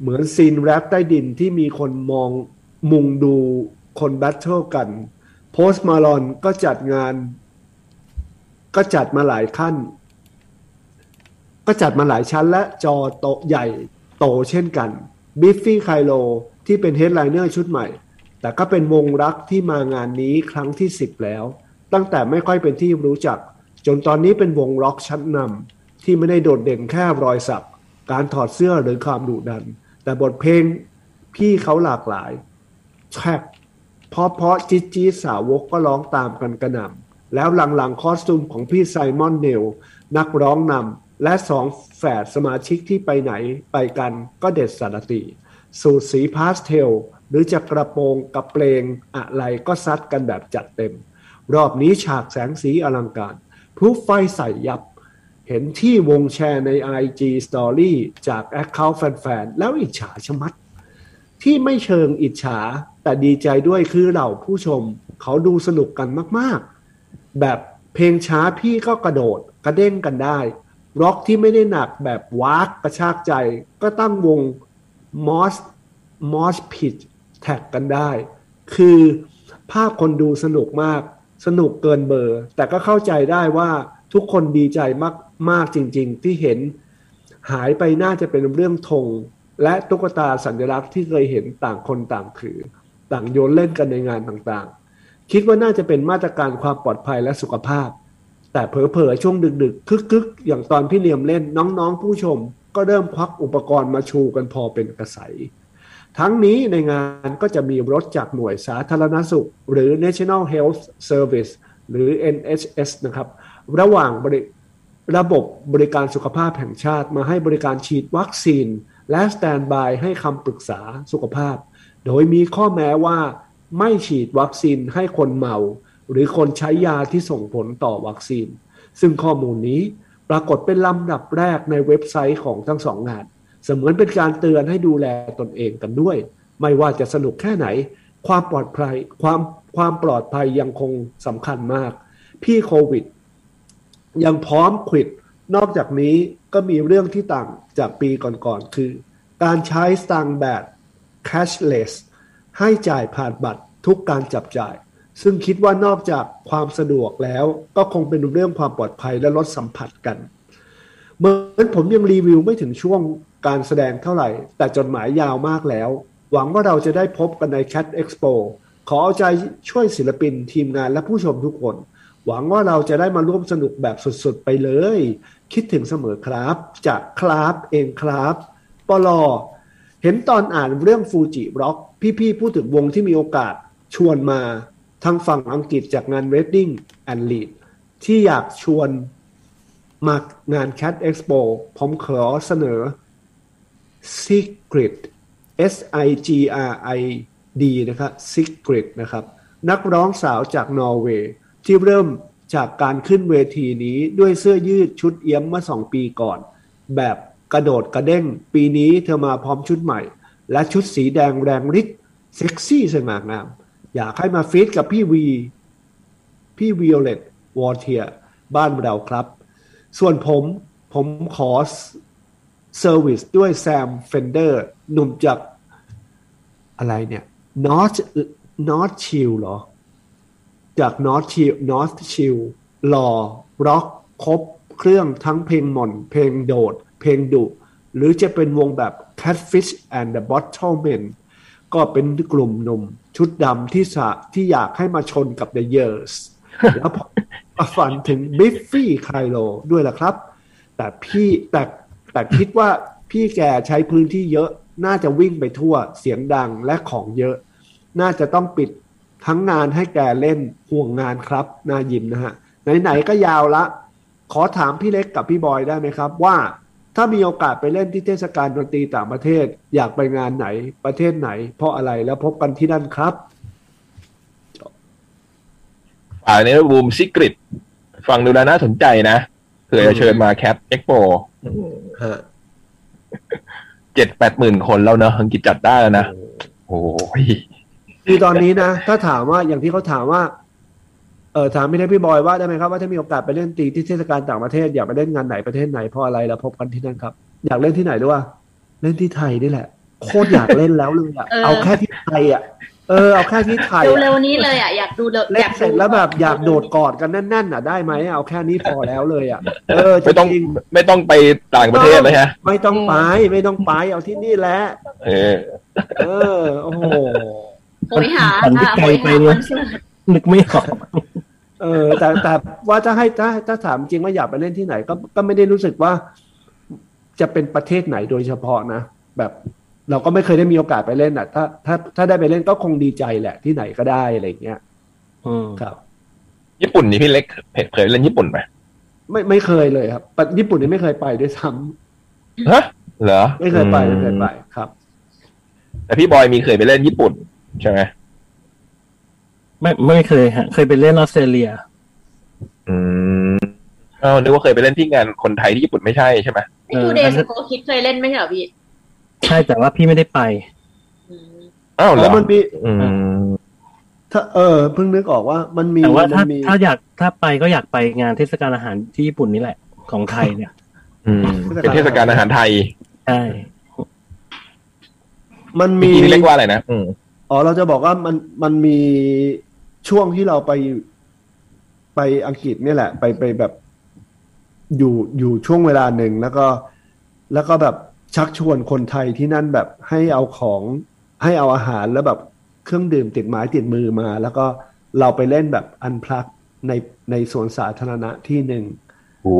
[SPEAKER 9] เหมือนซีนแรปใต้ดินที่มีคนมองมุงดูคนแบทเทิลกัน โพสมาลอนก็จัดงาน ก็จัดมาหลายขั้น ก็จัดมาหลายชั้นและจอโตะใหญ่โตเช่นกันบิฟฟี่ไคลโลที่เป็นเฮดไลเนอร์ชุดใหม่ แต่ก็เป็นวงรักที่มางานนี้ครั้งที่สิบแล้ว ตั้งแต่ไม่ค่อยเป็นที่รู้จัก จนตอนนี้เป็นวงร็อกชั้นนำที่ไม่ได้โดดเด่นแค่รอยสัก การถอดเสื้อหรือความดุดัน แต่บทเพลงพี่เขาหลากหลายแทร็กเพราะเพราะจิจีดสาวกก็ร้องตามกันกระหน่ำแล้วหลังๆคอสตูมของพี่ไซมอนเนลนักร้องนำและสองแฝดสมาชิกที่ไปไหนไปกันก็เด็ดสารติ สูตรสีพาสเทล หรือจะกระโปรงกระเปลงอะไรก็ซัดกันแบบจัดเต็ม รอบนี้ฉากแสงสีอลังการพลุไฟใส่ยับ เห็นที่วงแชร์ใน IG Story จาก Account แฟนๆ แล้วอิจฉาชะมัด ที่ไม่เชิงอิจฉา แต่ดีใจด้วยคือเหล่าผู้ชม เขาดูสนุกกันมากๆ แบบเพลงช้าพี่ก็กระโดดกระเด้งกันได้ร็อกที่ไม่ได้หนักแบบวากกระชากใจ ก็ตั้งวงมอสมอสผิดแท็กกันได้ คือภาพคนดูสนุกมาก สนุกเกินเบอร์ แต่ก็เข้าใจได้ว่าทุกคนดีใจมากมากจริง ๆ ที่เห็นหายไปน่าจะเป็นเรื่องธงและตุ๊กตาสัญลักษณ์ที่เคยเห็นต่างคนต่างถือ ต่างโยนเล่นกันในงานต่างๆ คิดว่าน่าจะเป็นมาตรการความปลอดภัยและสุขภาพ แต่เผลอๆ ช่วงดึกๆ คึกๆ อย่างตอนพี่เนียมเล่นน้องๆ ผู้ชม ก็เริ่มควักอุปกรณ์มาชูกันพอเป็นกระใส ทั้งนี้ในงานก็จะมีรถจากหน่วยสาธารณสุข หรือ National Health Service หรือ NHS นะครับ ระหว่างบริระบบบริการสุขภาพแห่งชาติมาให้บริการฉีดวัคซีน และสแตนบายให้คำปรึกษาสุขภาพ โดยมีข้อแม้ว่าไม่ฉีดวัคซีนให้คนเมา หรือคนใช้ยาที่ส่งผลต่อวัคซีน ซึ่งข้อมูลนี้ปรากฏเป็นลำดับแรกในเว็บไซต์ของทั้งสองงาน เสมือนเป็นการเตือนให้ดูแลตนเองกันด้วย ไม่ว่าจะสนุกแค่ไหน ความปลอดภัยความความปลอดภัยยังคงสำคัญมาก พี่โควิด ยังพร้อมควิด นอกจากนี้ก็มีเรื่องที่ต่างจากปีก่อนๆ คือ การใช้สตางค์แบบ cashless ให้จ่ายผ่านบัตรทุกการจับจ่าย ซึ่งคิดว่านอกจากความสะดวกแล้ว ก็คงเป็นเรื่องความปลอดภัยและลดสัมผัสกัน เหมือนผมยังรีวิวไม่ถึงช่วงการแสดงเท่าไหร่ แต่จดหมายยาวมากแล้ว หวังว่าเราจะได้พบกันใน Cat Expo ขอเอาใจช่วยศิลปินทีมงานและผู้ชมทุกคน หวังว่าเราจะได้มาร่วมสนุกแบบสุดๆ ไปเลย คิดถึงเสมอครับ จากคราฟเองครับปลอเห็นตอนอ่านเรื่องฟูจิร็อกพี่ๆพูดถึงวงที่มีโอกาสชวนมา ทั้งฝั่งอังกฤษจากงาน Reading and Lead ที่อยากชวนมางาน Cat Expo ผมขอเสนอ Secret S I G R I D นะครับ Secret นะครับ นักร้องสาวจากนอร์เวย์ที่เริ่มจากการขึ้นเวทีนี้ด้วยเสื้อยืดชุดเอี้ยมเมื่อสองปีก่อน แบบกระโดดกระเด้ง ปีนี้เธอมาพร้อมชุดใหม่ และชุดสีแดงแรงฤทธิ์เซ็กซี่สง่างาม อยากให้มาฟีดกับพี่วี พี่วิโอเลต วอเทียบ้านเราครับ ส่วนผมผมขอเซอร์วิสด้วยแซมเฟนเดอร์หนุ่มจากอะไรเนี่ยนอตนอตชิลเหรอ จากนอตชิลนอตชิลหล่อร็อกครบเครื่องทั้งเพลงหม่อน เพลงโดด เพลงดุ หรือจะเป็นวงแบบ Catfish and the Bottlemen ก็เป็นกลุ่มหนุ่มชุดดำที่สะที่อยากให้มาชนกับ The Years แล้วผมก็ฝันถึงบิฟฟี่ไคลโลด้วยล่ะครับ แต่พี่แต่แต่คิดว่าพี่แกใช้พื้นที่เยอะน่าจะวิ่งไปทั่วเสียงดังและของเยอะ น่าจะต้องปิดทั้งงานให้แกเล่นห่วงงานครับน่ายิมนะฮะ ไหนๆก็ยาวละ ขอถามพี่เล็กกับพี่บอยได้ไหมครับ ว่าถ้ามีโอกาสไปเล่นที่เทศกาลดนตรีต่างประเทศ อยากไปงานไหนประเทศไหน เพราะอะไรแล้วพบกันที่นั่นครับ
[SPEAKER 3] ฝ่ายในบูมซิกริตฟังดูแล้วน่าสนใจนะเผื่อจะเชิญมาแคปเอ็กโป
[SPEAKER 9] ฮะ
[SPEAKER 3] เจ็ดแปดหมื่นคนแล้วเนอะอังกฤษจัดได้แล้วนะโอ้ย
[SPEAKER 9] คือตอนนี้นะ ถ้าถามว่าอย่างที่เขาถามว่า เออถามพี่เล็กพี่บอยว่าได้ไหมครับว่าถ้ามีโอกาสไปเล่นดนตรีที่เทศกาลต่างประเทศอยากไปเล่นงานไหนประเทศไหนเพราะอะไรแล้วพบกันที่นั่นครับ อยากเล่นที่ไหนด้วยวะเล่นที่ไทยนี่แหละ โคตรอยากเล่นแล้ว เลยอะ
[SPEAKER 6] เออ
[SPEAKER 9] เอาแค่ที่ไทยอะเออเอาแค่ที่ไทยอะ
[SPEAKER 6] เร็วๆนี้เลยอ่ะอยากดูเร็ว
[SPEAKER 9] เล่
[SPEAKER 6] อน ยาก
[SPEAKER 9] เสร็จแล้วแบบอยากโดดกอดกันแน่นๆอ่ะได้ไหมเอาแค่นี้พอแล้วเลยอ่ะเออจ
[SPEAKER 3] ไม่ต้อง
[SPEAKER 9] ริง
[SPEAKER 3] ไม่ต้องไปต่างประเทศเลยฮะ
[SPEAKER 9] ๆไม่ต้องไปไม่ต้องไปเอาที่นี่แหละ
[SPEAKER 3] เออ
[SPEAKER 9] เออโอ้โห
[SPEAKER 6] โหยหา
[SPEAKER 8] อันที่
[SPEAKER 6] ค่ะ
[SPEAKER 8] ไกล
[SPEAKER 6] โหย
[SPEAKER 8] ไป
[SPEAKER 6] หา
[SPEAKER 8] เน
[SPEAKER 6] คอ
[SPEAKER 8] อะ
[SPEAKER 6] นเสิร์ต
[SPEAKER 8] นึกไม่ออก
[SPEAKER 9] เออ แต่แต่ว่าถ้าให้ถ้าถ้าถามจริงว่าอยากไปเล่นที่ไหน ก็ก็ไม่ได้รู้สึกว่า จะเป็นประเทศไหนโดยเฉพาะนะแบบเราก็ไม่เคยได้มีโอกาสไปเล่นอ่ะ ถ้าถ้าถ้าได้ไปเล่นก็คงดีใจแหละที่ไหนก็ได้อะไรอย่างเงี้ย
[SPEAKER 8] อืม
[SPEAKER 9] ครับ
[SPEAKER 3] ญี่ปุ่นนี่พี่เล็กเคยเคยเล่นญี่ปุ่นไหม
[SPEAKER 9] ไม่ไม่เคยเลยครับปะญี่ปุ่นนี่ไม่เคยไปด้วยซ้ำ
[SPEAKER 3] ฮะเหรอ
[SPEAKER 9] ไม่เคยไปไม่เคยไปครับ
[SPEAKER 3] แต่พี่บอยมีเคยไปเล่นญี่ปุ่นใช่ไหม
[SPEAKER 8] ไม่ไม่เคยฮะ เคยไปเล่นออสเตรเลีย
[SPEAKER 3] อืมอ้าวนึกว่าเคยไปเล่นที่งานคนไทยที่ญี่ปุ่นไม่ใช่ใช่ไหม
[SPEAKER 6] ไมู่เดสโกคิดเคยเล่นไหมเหรอพี่
[SPEAKER 8] ใช่แต่ว่าพี่ไม่ได้ไป
[SPEAKER 6] อืม
[SPEAKER 3] อ้าวเหรอ
[SPEAKER 9] อ๋อมันมี
[SPEAKER 3] อืม
[SPEAKER 9] ถ้าเออเพิ่งนึกออกว่ามันมี
[SPEAKER 8] แต่ว่า
[SPEAKER 9] มั
[SPEAKER 8] ถ้าน
[SPEAKER 9] มี
[SPEAKER 8] ถ้าอยากถ้าไปก็อยากไปงานเทศกาลอาหารที่ญี่ปุ่นนี่แหละ ของไทย เนี่ย
[SPEAKER 3] อืมเป็นเทศกาลอาหารไทย
[SPEAKER 8] ใช่
[SPEAKER 9] มัน
[SPEAKER 3] มี
[SPEAKER 9] มี
[SPEAKER 3] พี่เล็กว่าอะไรนะอืม
[SPEAKER 9] อ๋อเราจะบอกว่ามันมันมีช่วงที่เราไปไปอังกฤษเนี่ยแหละ ไปไปแบบ อยู่อยู่ช่วงเวลาหนึ่งแล้วก็ แล้วก็แบบชักชวนคนไทยที่นั่นแบบให้เอาของให้เอาอาหารแล้วแบบเครื่องดื่มติดไม้ติดมือมา แล้วก็เราไปเล่นแบบอันพลักในในสวนสาธารณะที่หนึ่ง
[SPEAKER 3] โอ้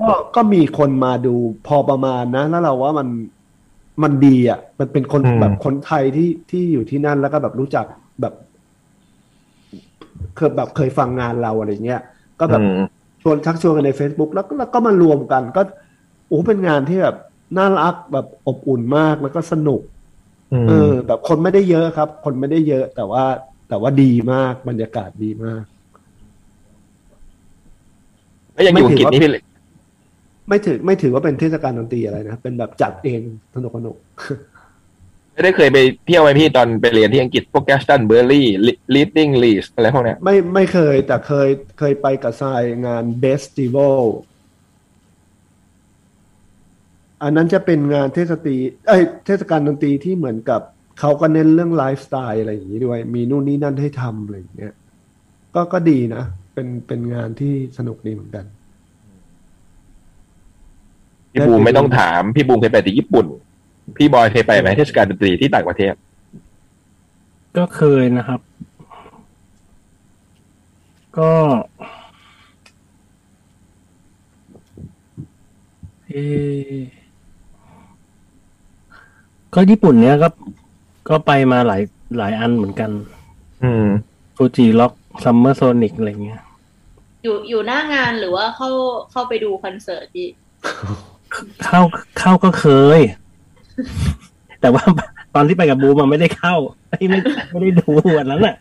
[SPEAKER 9] ก็ก็มีคนมาดูพอประมาณนะ แล้วเราว่ามันมันดีอ่ะ มันเป็นคนแบบคนไทยที่ที่อยู่ที่นั่นแล้วก็แบบรู้จักแบบเคยแบบเคยฟังงานเราอะไรเงี้ย ก็แบบ
[SPEAKER 3] อืม
[SPEAKER 9] ชวนชักชวนกันใน Facebook แล้วก็แล้วก็มารวมกัน ก็โอ้เป็นงานที่แบบน่ารักแบบอบอุ่นมากแล้วก็สนุก เออ แบบคนไม่ได้เยอะครับ คนไม่ได้เยอะ แต่ว่า แต่ว่าดีมากบรรยากาศดีมาก
[SPEAKER 3] แล้วยังอยู่อังกฤษนี่พี่เล็ก
[SPEAKER 9] ไม่ถือไม่ถือว่าเป็นเทศกาลดนตรีอะไรนะเป็นแบบจัดเองสนุกสนุก
[SPEAKER 3] ได้เคยไปเที่ยวไหมพี่ตอนไปเรียนที่อังกฤษพวกแกสตันเบอร์ลี่ลีดดิ้งลีสอะไรพวกเนี้ย
[SPEAKER 9] ไม่ไม่เคยแต่เคยเคยไปกับทรายงานเบสติวัลอันนั้นจะเป็นงานเทศตรีเอ้ยเทศกาลดนตรีที่เหมือนกับเขาก็เน้นเรื่องไลฟ์สไตล์อะไรอย่างนี้ด้วย มีนู่นนี่นั่นให้ทำอะไรอย่างเงี้ยก็ก็ดีนะ เป็นเป็นงานที่สนุกดีเหมือนกัน
[SPEAKER 3] พี่บูมไม่ต้องถาม พี่บูมเคยไปที่ญี่ปุ่น พี่บอยเคยไปไหมเทศกาลดนตรีที่ต่างประเทศ
[SPEAKER 8] ก็เคยนะครับ ก็ เออก็ญี่ปุ่นเนี้ยก็ ก็ไปมาหลายหลายอันเหมือนกัน
[SPEAKER 3] อืม
[SPEAKER 8] ฟูจิล็อกซัมเมอร์โซนิกอะไรเงี้ย
[SPEAKER 6] อยู่อยู่หน้างานหรือว่าเข้าเข้าไปดูคอนเสิร์ตพี่
[SPEAKER 8] เข้าเข้าก็เคย แต่ว่า ตอนที่ไปกับบูมมันไม่ได้เข้าไม่ไม่ไม่ได้ดูวันนั้นน่ะ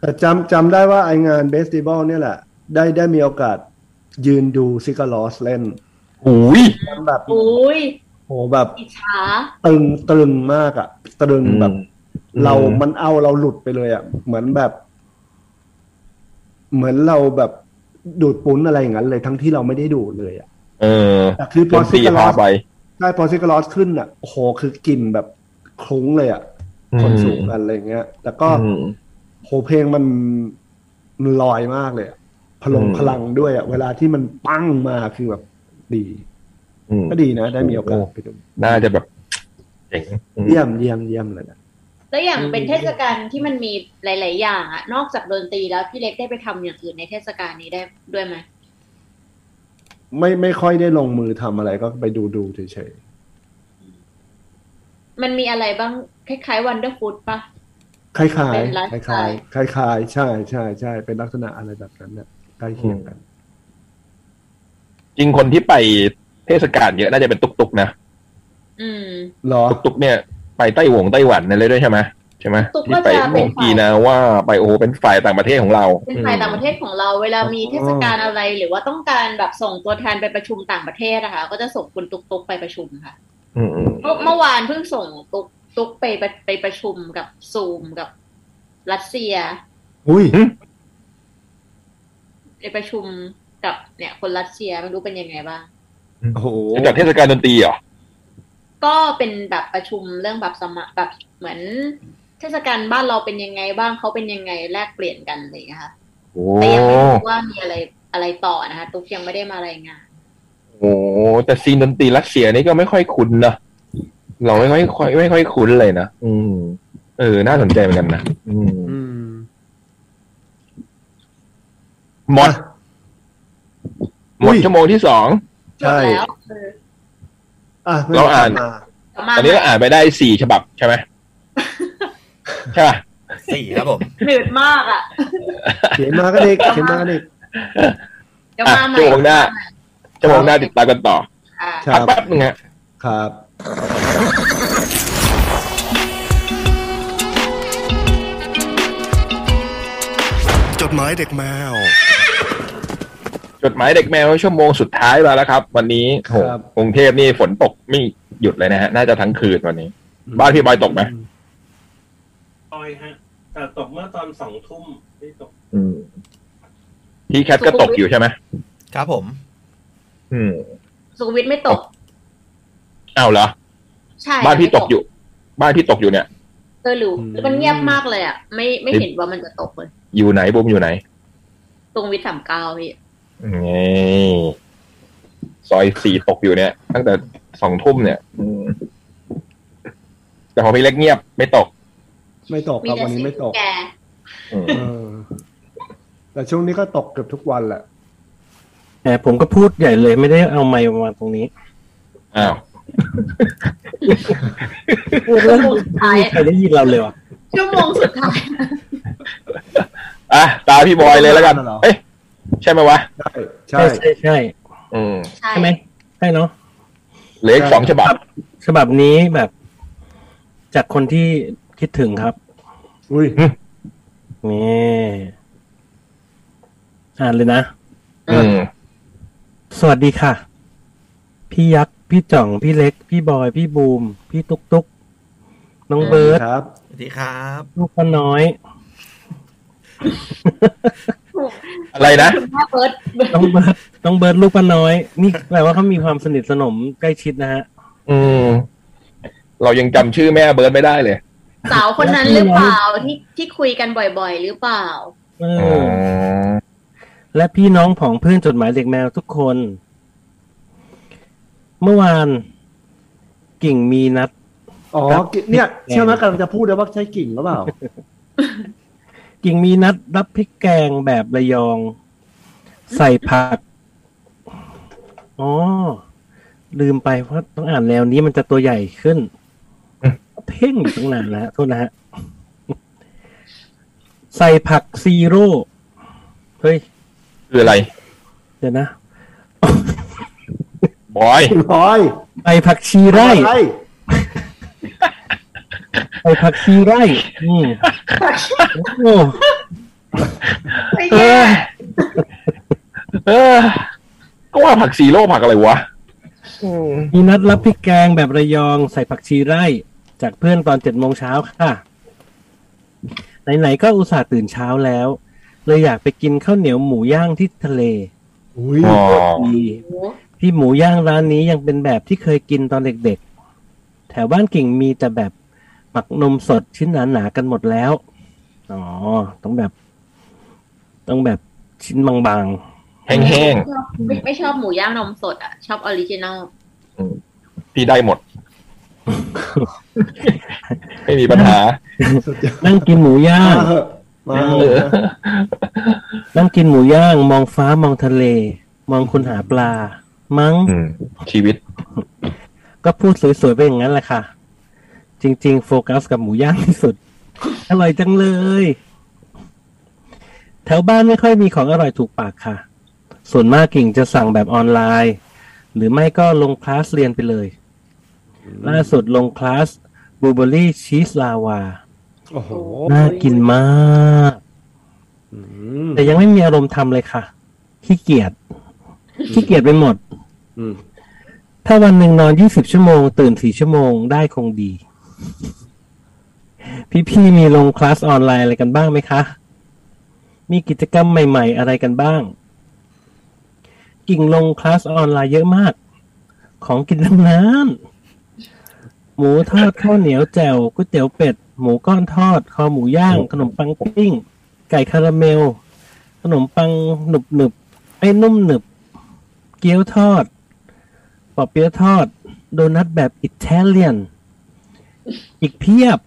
[SPEAKER 9] แต่จำจำได้ว่าไองานเบสติวัลเนี่ยแหละ ได้ได้มีโอกาสยืนดูซิกาลอสเล่น
[SPEAKER 3] หูย
[SPEAKER 9] แบบโอ้
[SPEAKER 6] อุ้ย
[SPEAKER 9] โหแบบ
[SPEAKER 6] อิจฉา
[SPEAKER 9] ตรึงตรึงมากอะตรึงแบบ
[SPEAKER 3] อืม
[SPEAKER 9] เรา
[SPEAKER 3] อืม
[SPEAKER 9] มันเอาเราหลุดไปเลยอะเหมือนแบบ เหมือนเราแบบดูดปุ้นอะไรอย่างนั้นเลยทั้งที่เราไม่ได้ดูดเลยอะ
[SPEAKER 3] เออ
[SPEAKER 9] แต่คือพ
[SPEAKER 3] จ
[SPEAKER 9] อน ซิ
[SPEAKER 3] สี่
[SPEAKER 9] กล
[SPEAKER 3] พา
[SPEAKER 9] อส
[SPEAKER 3] ไป
[SPEAKER 9] ใช่พอซิกลอสขึ้นอ่ะโอ้โหคือกลิ่นแบบคลุ้งเลยอ่ะ คนสูงกันอะไรเงี้ย แล้วก็
[SPEAKER 3] อืม
[SPEAKER 9] โหเพลงมันมันลอยมากเลยอะพลง
[SPEAKER 3] อืม
[SPEAKER 9] พลังด้วยอ่ะ เวลาที่มันปั้งมาคือแบบดี
[SPEAKER 3] อืม
[SPEAKER 9] ก็ดีนะ ได้มีโอกาสไปดู
[SPEAKER 3] น่าจะแบบเจ๋งอืม
[SPEAKER 9] เยี่ยมเยี่ยมเยี่ยมเลยนะ
[SPEAKER 6] แล้วอย่างเป็นเทศกาลที่มันมีหลาย ๆ อย่างอะนอกจากดนตรีแล้วพี่เล็กได้ไปทำอย่างอื่นในเทศกาลนี้ได้ด้วยไหม
[SPEAKER 9] ไม่ไม่ค่อยได้ลงมือทำอะไรก็ไปดูดูเฉย
[SPEAKER 6] มันมีอะไรบ้างคล้ายๆวันเดอร์ฟูดปะ
[SPEAKER 9] ๆคล้ายๆคล้า
[SPEAKER 6] เป็
[SPEAKER 9] ย
[SPEAKER 6] นไลฟ์ส
[SPEAKER 9] ๆ
[SPEAKER 6] ไตล์
[SPEAKER 9] คล้ายๆใช่ใช่ใช่เป็นลักษณะอะไรแบบนั้นเนี่ยใกล้เคียงกัน
[SPEAKER 3] จริงคนที่ไปเทศกาลเยอะน่าจะเป็นตุกๆนะ
[SPEAKER 6] อืม
[SPEAKER 9] เหรอ
[SPEAKER 3] ตุกๆเนี่ยไปไต้หวงไต้หวันอะไรด้วยใช่ไหมใช่ไหม
[SPEAKER 6] ตุ๊ก
[SPEAKER 3] ที่
[SPEAKER 6] ก็
[SPEAKER 3] ไป
[SPEAKER 6] จะเป็นฝ่าย
[SPEAKER 3] โมงกีนาว่าไปโอโหเป็นฝ่ายต่างประเทศของเรา
[SPEAKER 6] เป็นฝ่ายต่างประเทศของเราเวลามีเทศกาลอะไร หรือว่าต้องการแบบส่งตัวแทนไปประชุมต่างประเทศนะคะก็จะส่งคุณตุ๊กๆไปประชุมค่ะ
[SPEAKER 3] อืมอืม
[SPEAKER 6] เมื่อเมื่อวานเพิ่งส่งตุ๊กตุ๊กไปไปไปประชุมกับซูมกับรัสเซีย
[SPEAKER 9] อุ้ย
[SPEAKER 6] ไปประชุมกับเนี่ยคนรัสเซียไม่รู้เป็นยังไงบ้าง
[SPEAKER 9] โอ้โห
[SPEAKER 3] จะจัดเทศกาลดนตรีเหรอ
[SPEAKER 6] ก็เป็นแบบประชุมเรื่องแบบสมะแบบเหมือนเทศกาลบ้านเราเป็นยังไงบ้างเขาเป็นยังไงแลกเปลี่ยนกันอะไรอย่างเลยค่ะ
[SPEAKER 3] โอ้
[SPEAKER 6] แต่ยังไม่รู้ว่ามีอะไรอะไรต่อนะคะตุ๊กยังไม่ได้มารายงาน
[SPEAKER 3] โหแต่ซีนดนตรีรัสเซียนี่ก็ไม่ค่อยคุ้นนะเราไม่ค่อยค่อยไม่ค่อยคุ้นเลยนะอืม เออ น่าสนใจเหมือนกันนะอืม
[SPEAKER 9] อืม
[SPEAKER 3] หมดหม
[SPEAKER 9] อุ้
[SPEAKER 3] ด
[SPEAKER 9] ย
[SPEAKER 3] ชั่วโมงที่สอง
[SPEAKER 6] จบแล้วเออ
[SPEAKER 9] อ่ะไม่
[SPEAKER 3] เราอ่าน
[SPEAKER 9] ม
[SPEAKER 6] กลับมา
[SPEAKER 3] ตอนนี้ก็อ่านไปได้สี่ฉบับใช่ไหม ใช่ป่ะ
[SPEAKER 4] สี่ครับผม
[SPEAKER 6] หนืดมากอ่ะ
[SPEAKER 9] เขียนมาก็เด็กเขียนมาก็เด็ก
[SPEAKER 6] เดี๋ยวมาใหม่
[SPEAKER 3] อ่ะชั่วโมงหน้า ชั่วโมงหน้าติดตามกันต่อ
[SPEAKER 6] อ่ะ
[SPEAKER 9] ค
[SPEAKER 3] พั
[SPEAKER 9] รั
[SPEAKER 3] ก
[SPEAKER 9] บ
[SPEAKER 3] แป๊บนึงฮะ
[SPEAKER 9] ครับ
[SPEAKER 2] จดหมายเด็กแมว
[SPEAKER 3] จดหมายเด็กแมวชั่วโมงสุดท้ายมาแล้วครับ วันนี้โหกรุงเทพนี่ฝนตกไม่หยุดเลยนะฮะ น่าจะทั้งคืนวันนี้ บ้านพี่บอยตกไหม
[SPEAKER 8] ตอยฮะแต่ตกเมื่อตอนสองทุ่มไม่ตก
[SPEAKER 3] อืมที่แคทก็ตกอยู่ใช่ไหม
[SPEAKER 4] ครับผม
[SPEAKER 3] อืม
[SPEAKER 6] สุขวิทไม่ตก
[SPEAKER 3] อ้าวเหรอ
[SPEAKER 6] ใช่
[SPEAKER 3] บ้านพี่ตกอยู่ บ้านพี่ตกอยู่เนี่ย
[SPEAKER 6] เออหรือหรือมันเงียบมากเลยอ่ะ ไม่ไม่เห็นว่ามันจะตกเลย
[SPEAKER 3] อยู่ไหนบุมอยู่ไหน
[SPEAKER 6] ตรงวิทสามเก้าพี่
[SPEAKER 3] นี่ซอยสี่ตกอยู่เนี่ย ตั้งแต่สองทุ่มเนี่ย อืมแต่ของพี่เล็กเงียบไม่ตก
[SPEAKER 9] ไม่ตก
[SPEAKER 6] มี
[SPEAKER 9] ครับ
[SPEAKER 6] แต่
[SPEAKER 9] วัน
[SPEAKER 6] เสี
[SPEAKER 9] นี้
[SPEAKER 6] ย
[SPEAKER 9] ไม่ต
[SPEAKER 6] ง
[SPEAKER 9] ก
[SPEAKER 6] แก
[SPEAKER 3] อืม
[SPEAKER 9] เออแต่ช่วงนี้ก็ตกเกือบทุกวันแหละ
[SPEAKER 8] แต่ผมก็พูดใหญ่เลยไม่ได้เอาไมค์มาวางตรงนี้
[SPEAKER 3] อ้าว
[SPEAKER 8] แล้ว
[SPEAKER 6] วงสุดท้าย
[SPEAKER 8] ใครได้ยินเราเลยอ่ะ
[SPEAKER 6] ชั่วโมงสุดท้าย
[SPEAKER 3] อ่ะตาพี่บอยเลยแล้วกัน เอ้ยใช่ไหมวะ
[SPEAKER 9] ใช่ใช่
[SPEAKER 8] ใช่ใช่ใช่
[SPEAKER 3] อืม
[SPEAKER 6] ใช่
[SPEAKER 8] ใช่ไหมใช่เนาะ
[SPEAKER 3] เหลืออีกสองฉบับ
[SPEAKER 8] ฉบับนี้แบบจากคนที่คิดถึงครับ
[SPEAKER 9] อุ้ย
[SPEAKER 8] นี่อ่านเลยนะ
[SPEAKER 3] อืม
[SPEAKER 8] สวัสดีค่ะ พี่ยักษ์ พี่จ่อง พี่เล็ก พี่บอย พี่บูม พี่ตุ๊กตุ๊กน้องเบิร์ต
[SPEAKER 9] ครับ
[SPEAKER 4] สวัสดีครับ
[SPEAKER 8] ลูกป้าน้อย
[SPEAKER 3] อะไรนะ
[SPEAKER 6] คุณแม่เบิร์ดเบิร์ด
[SPEAKER 8] น้องเบิร์ตน้องเบิร์ตลูกป้าน้อย นี่แปลว่าเขามีความสนิทสนมใกล้ชิดนะฮะ
[SPEAKER 3] อืม เรายังจำชื่อแม่เบิร์ดไม่ได้เลย
[SPEAKER 6] สาวคนนั้นหรือเปล่าที่ที่คุยกันบ่อยๆ หรือเปล่า
[SPEAKER 8] เออ และพี่น้องผองเพื่อนจดหมายเด็กแมวทุกคน เมื่อวาน กิ่งมีนัด
[SPEAKER 9] อ๋อ
[SPEAKER 8] ครับ
[SPEAKER 9] เนี่ยเชื่อไหมกำลังจะพูดเลยว่าใช่กิ่งหรือเปล่า
[SPEAKER 8] กิ่งมีนัดรับพริกแกงแบบระยอง ใส่ผัก อ๋อ ลืมไปเพราะต้องอ่านแนวนี้มันจะตัวใหญ่ขึ้น เพ่งอยู่ตั้งนานแล้วโทษนะฮะ ใส่ผักซีโร่ เฮ้ย
[SPEAKER 3] คืออะไร
[SPEAKER 8] เดี๋ยวนะ
[SPEAKER 3] บอย
[SPEAKER 9] บอย
[SPEAKER 8] ใบผักชีไร่
[SPEAKER 9] ใช่
[SPEAKER 8] ใบผักชีไร่ อืมโอ้
[SPEAKER 3] เออเออก็ว่าผักสีโลผักอะไรวะ
[SPEAKER 8] มีนัดรับพริกแกงแบบระยองใส่ผักชีไร่ จากเพื่อนตอนเจ็ดโมงเช้าค่ะ ไหนๆก็อุตส่าห์ตื่นเช้าแล้ว เลยอยากไปกินข้าวเหนียวหมูย่างที่ทะเล
[SPEAKER 9] อุ้ย
[SPEAKER 3] อ๋อ
[SPEAKER 8] ดี
[SPEAKER 6] โอ้โห
[SPEAKER 8] ที่หมูย่างร้านนี้ยังเป็นแบบที่เคยกินตอนเด็กๆ แถวบ้านกิ่งมีแต่แบบหมักนมสดชิ้นหนาๆกันหมดแล้ว อ๋อ ต้องแบบ ต้องแบบชิ้นบาง
[SPEAKER 3] แห้ง
[SPEAKER 6] ไม่ไม่ชอบหมูย่างนมสดอ่ะ ชอบออริจินอล
[SPEAKER 3] ๆพี่ได้หมด ไม่มีปัญหา
[SPEAKER 9] สุดยอด
[SPEAKER 8] ๆ นั่งกินหมูย่าง
[SPEAKER 9] มาเหอะมาเห
[SPEAKER 3] เออ
[SPEAKER 9] อะ
[SPEAKER 8] นั่งกินหมูย่าง มองฟ้ามองทะเล มองคนหาปลา มั้ง
[SPEAKER 3] อืม ชีวิต
[SPEAKER 8] ก็พูดสวยๆไปอย่างนั้นแหละค่ะ จริง ๆ โฟกัสกับหมูย่างที่สุด อร่อยจังเลย แถวบ้านไม่ค่อยมีของอร่อยถูกปากค่ะ ส่วนมากกิ่งจะสั่งแบบออนไลน์ หรือไม่ก็ลงคลาสเรียนไปเลย ล่าสุดลงคลาสบลูเบอรี่ชีสลาวา
[SPEAKER 9] โอ้โห
[SPEAKER 8] น่ากินมาก
[SPEAKER 9] อืม
[SPEAKER 8] แต่ยังไม่มีอารมณ์ทำเลยค่ะ ขี้เกียจ ขี้เกียจไปหมด
[SPEAKER 9] อืม
[SPEAKER 8] ถ้าวันหนึ่งนอนยี่สิบชั่วโมง ตื่นสี่ชั่วโมงได้คงดี พี่พี่ๆมีลงคลาสออนไลน์อะไรกันบ้างไหมคะ มีกิจกรรมใหม่ๆ อะไรกันบ้าง กิ่งลงคลาสออนไลน์เยอะมาก ของกินทั้งนั้นหมูทอดข้าวเหนียวแจ่วก๋วยเตี๋ยวเป็ด หมูก้อนทอด คอหมูย่าง ขนมปังปิ้ง ไก่คาราเมล ขนมปังหนึบหนึบๆไอ้นุ่มหนึบ เกี๊ยวทอด ปอเปี๊ยะทอด โดนัทแบบอิตาเลียน อีกเพียบ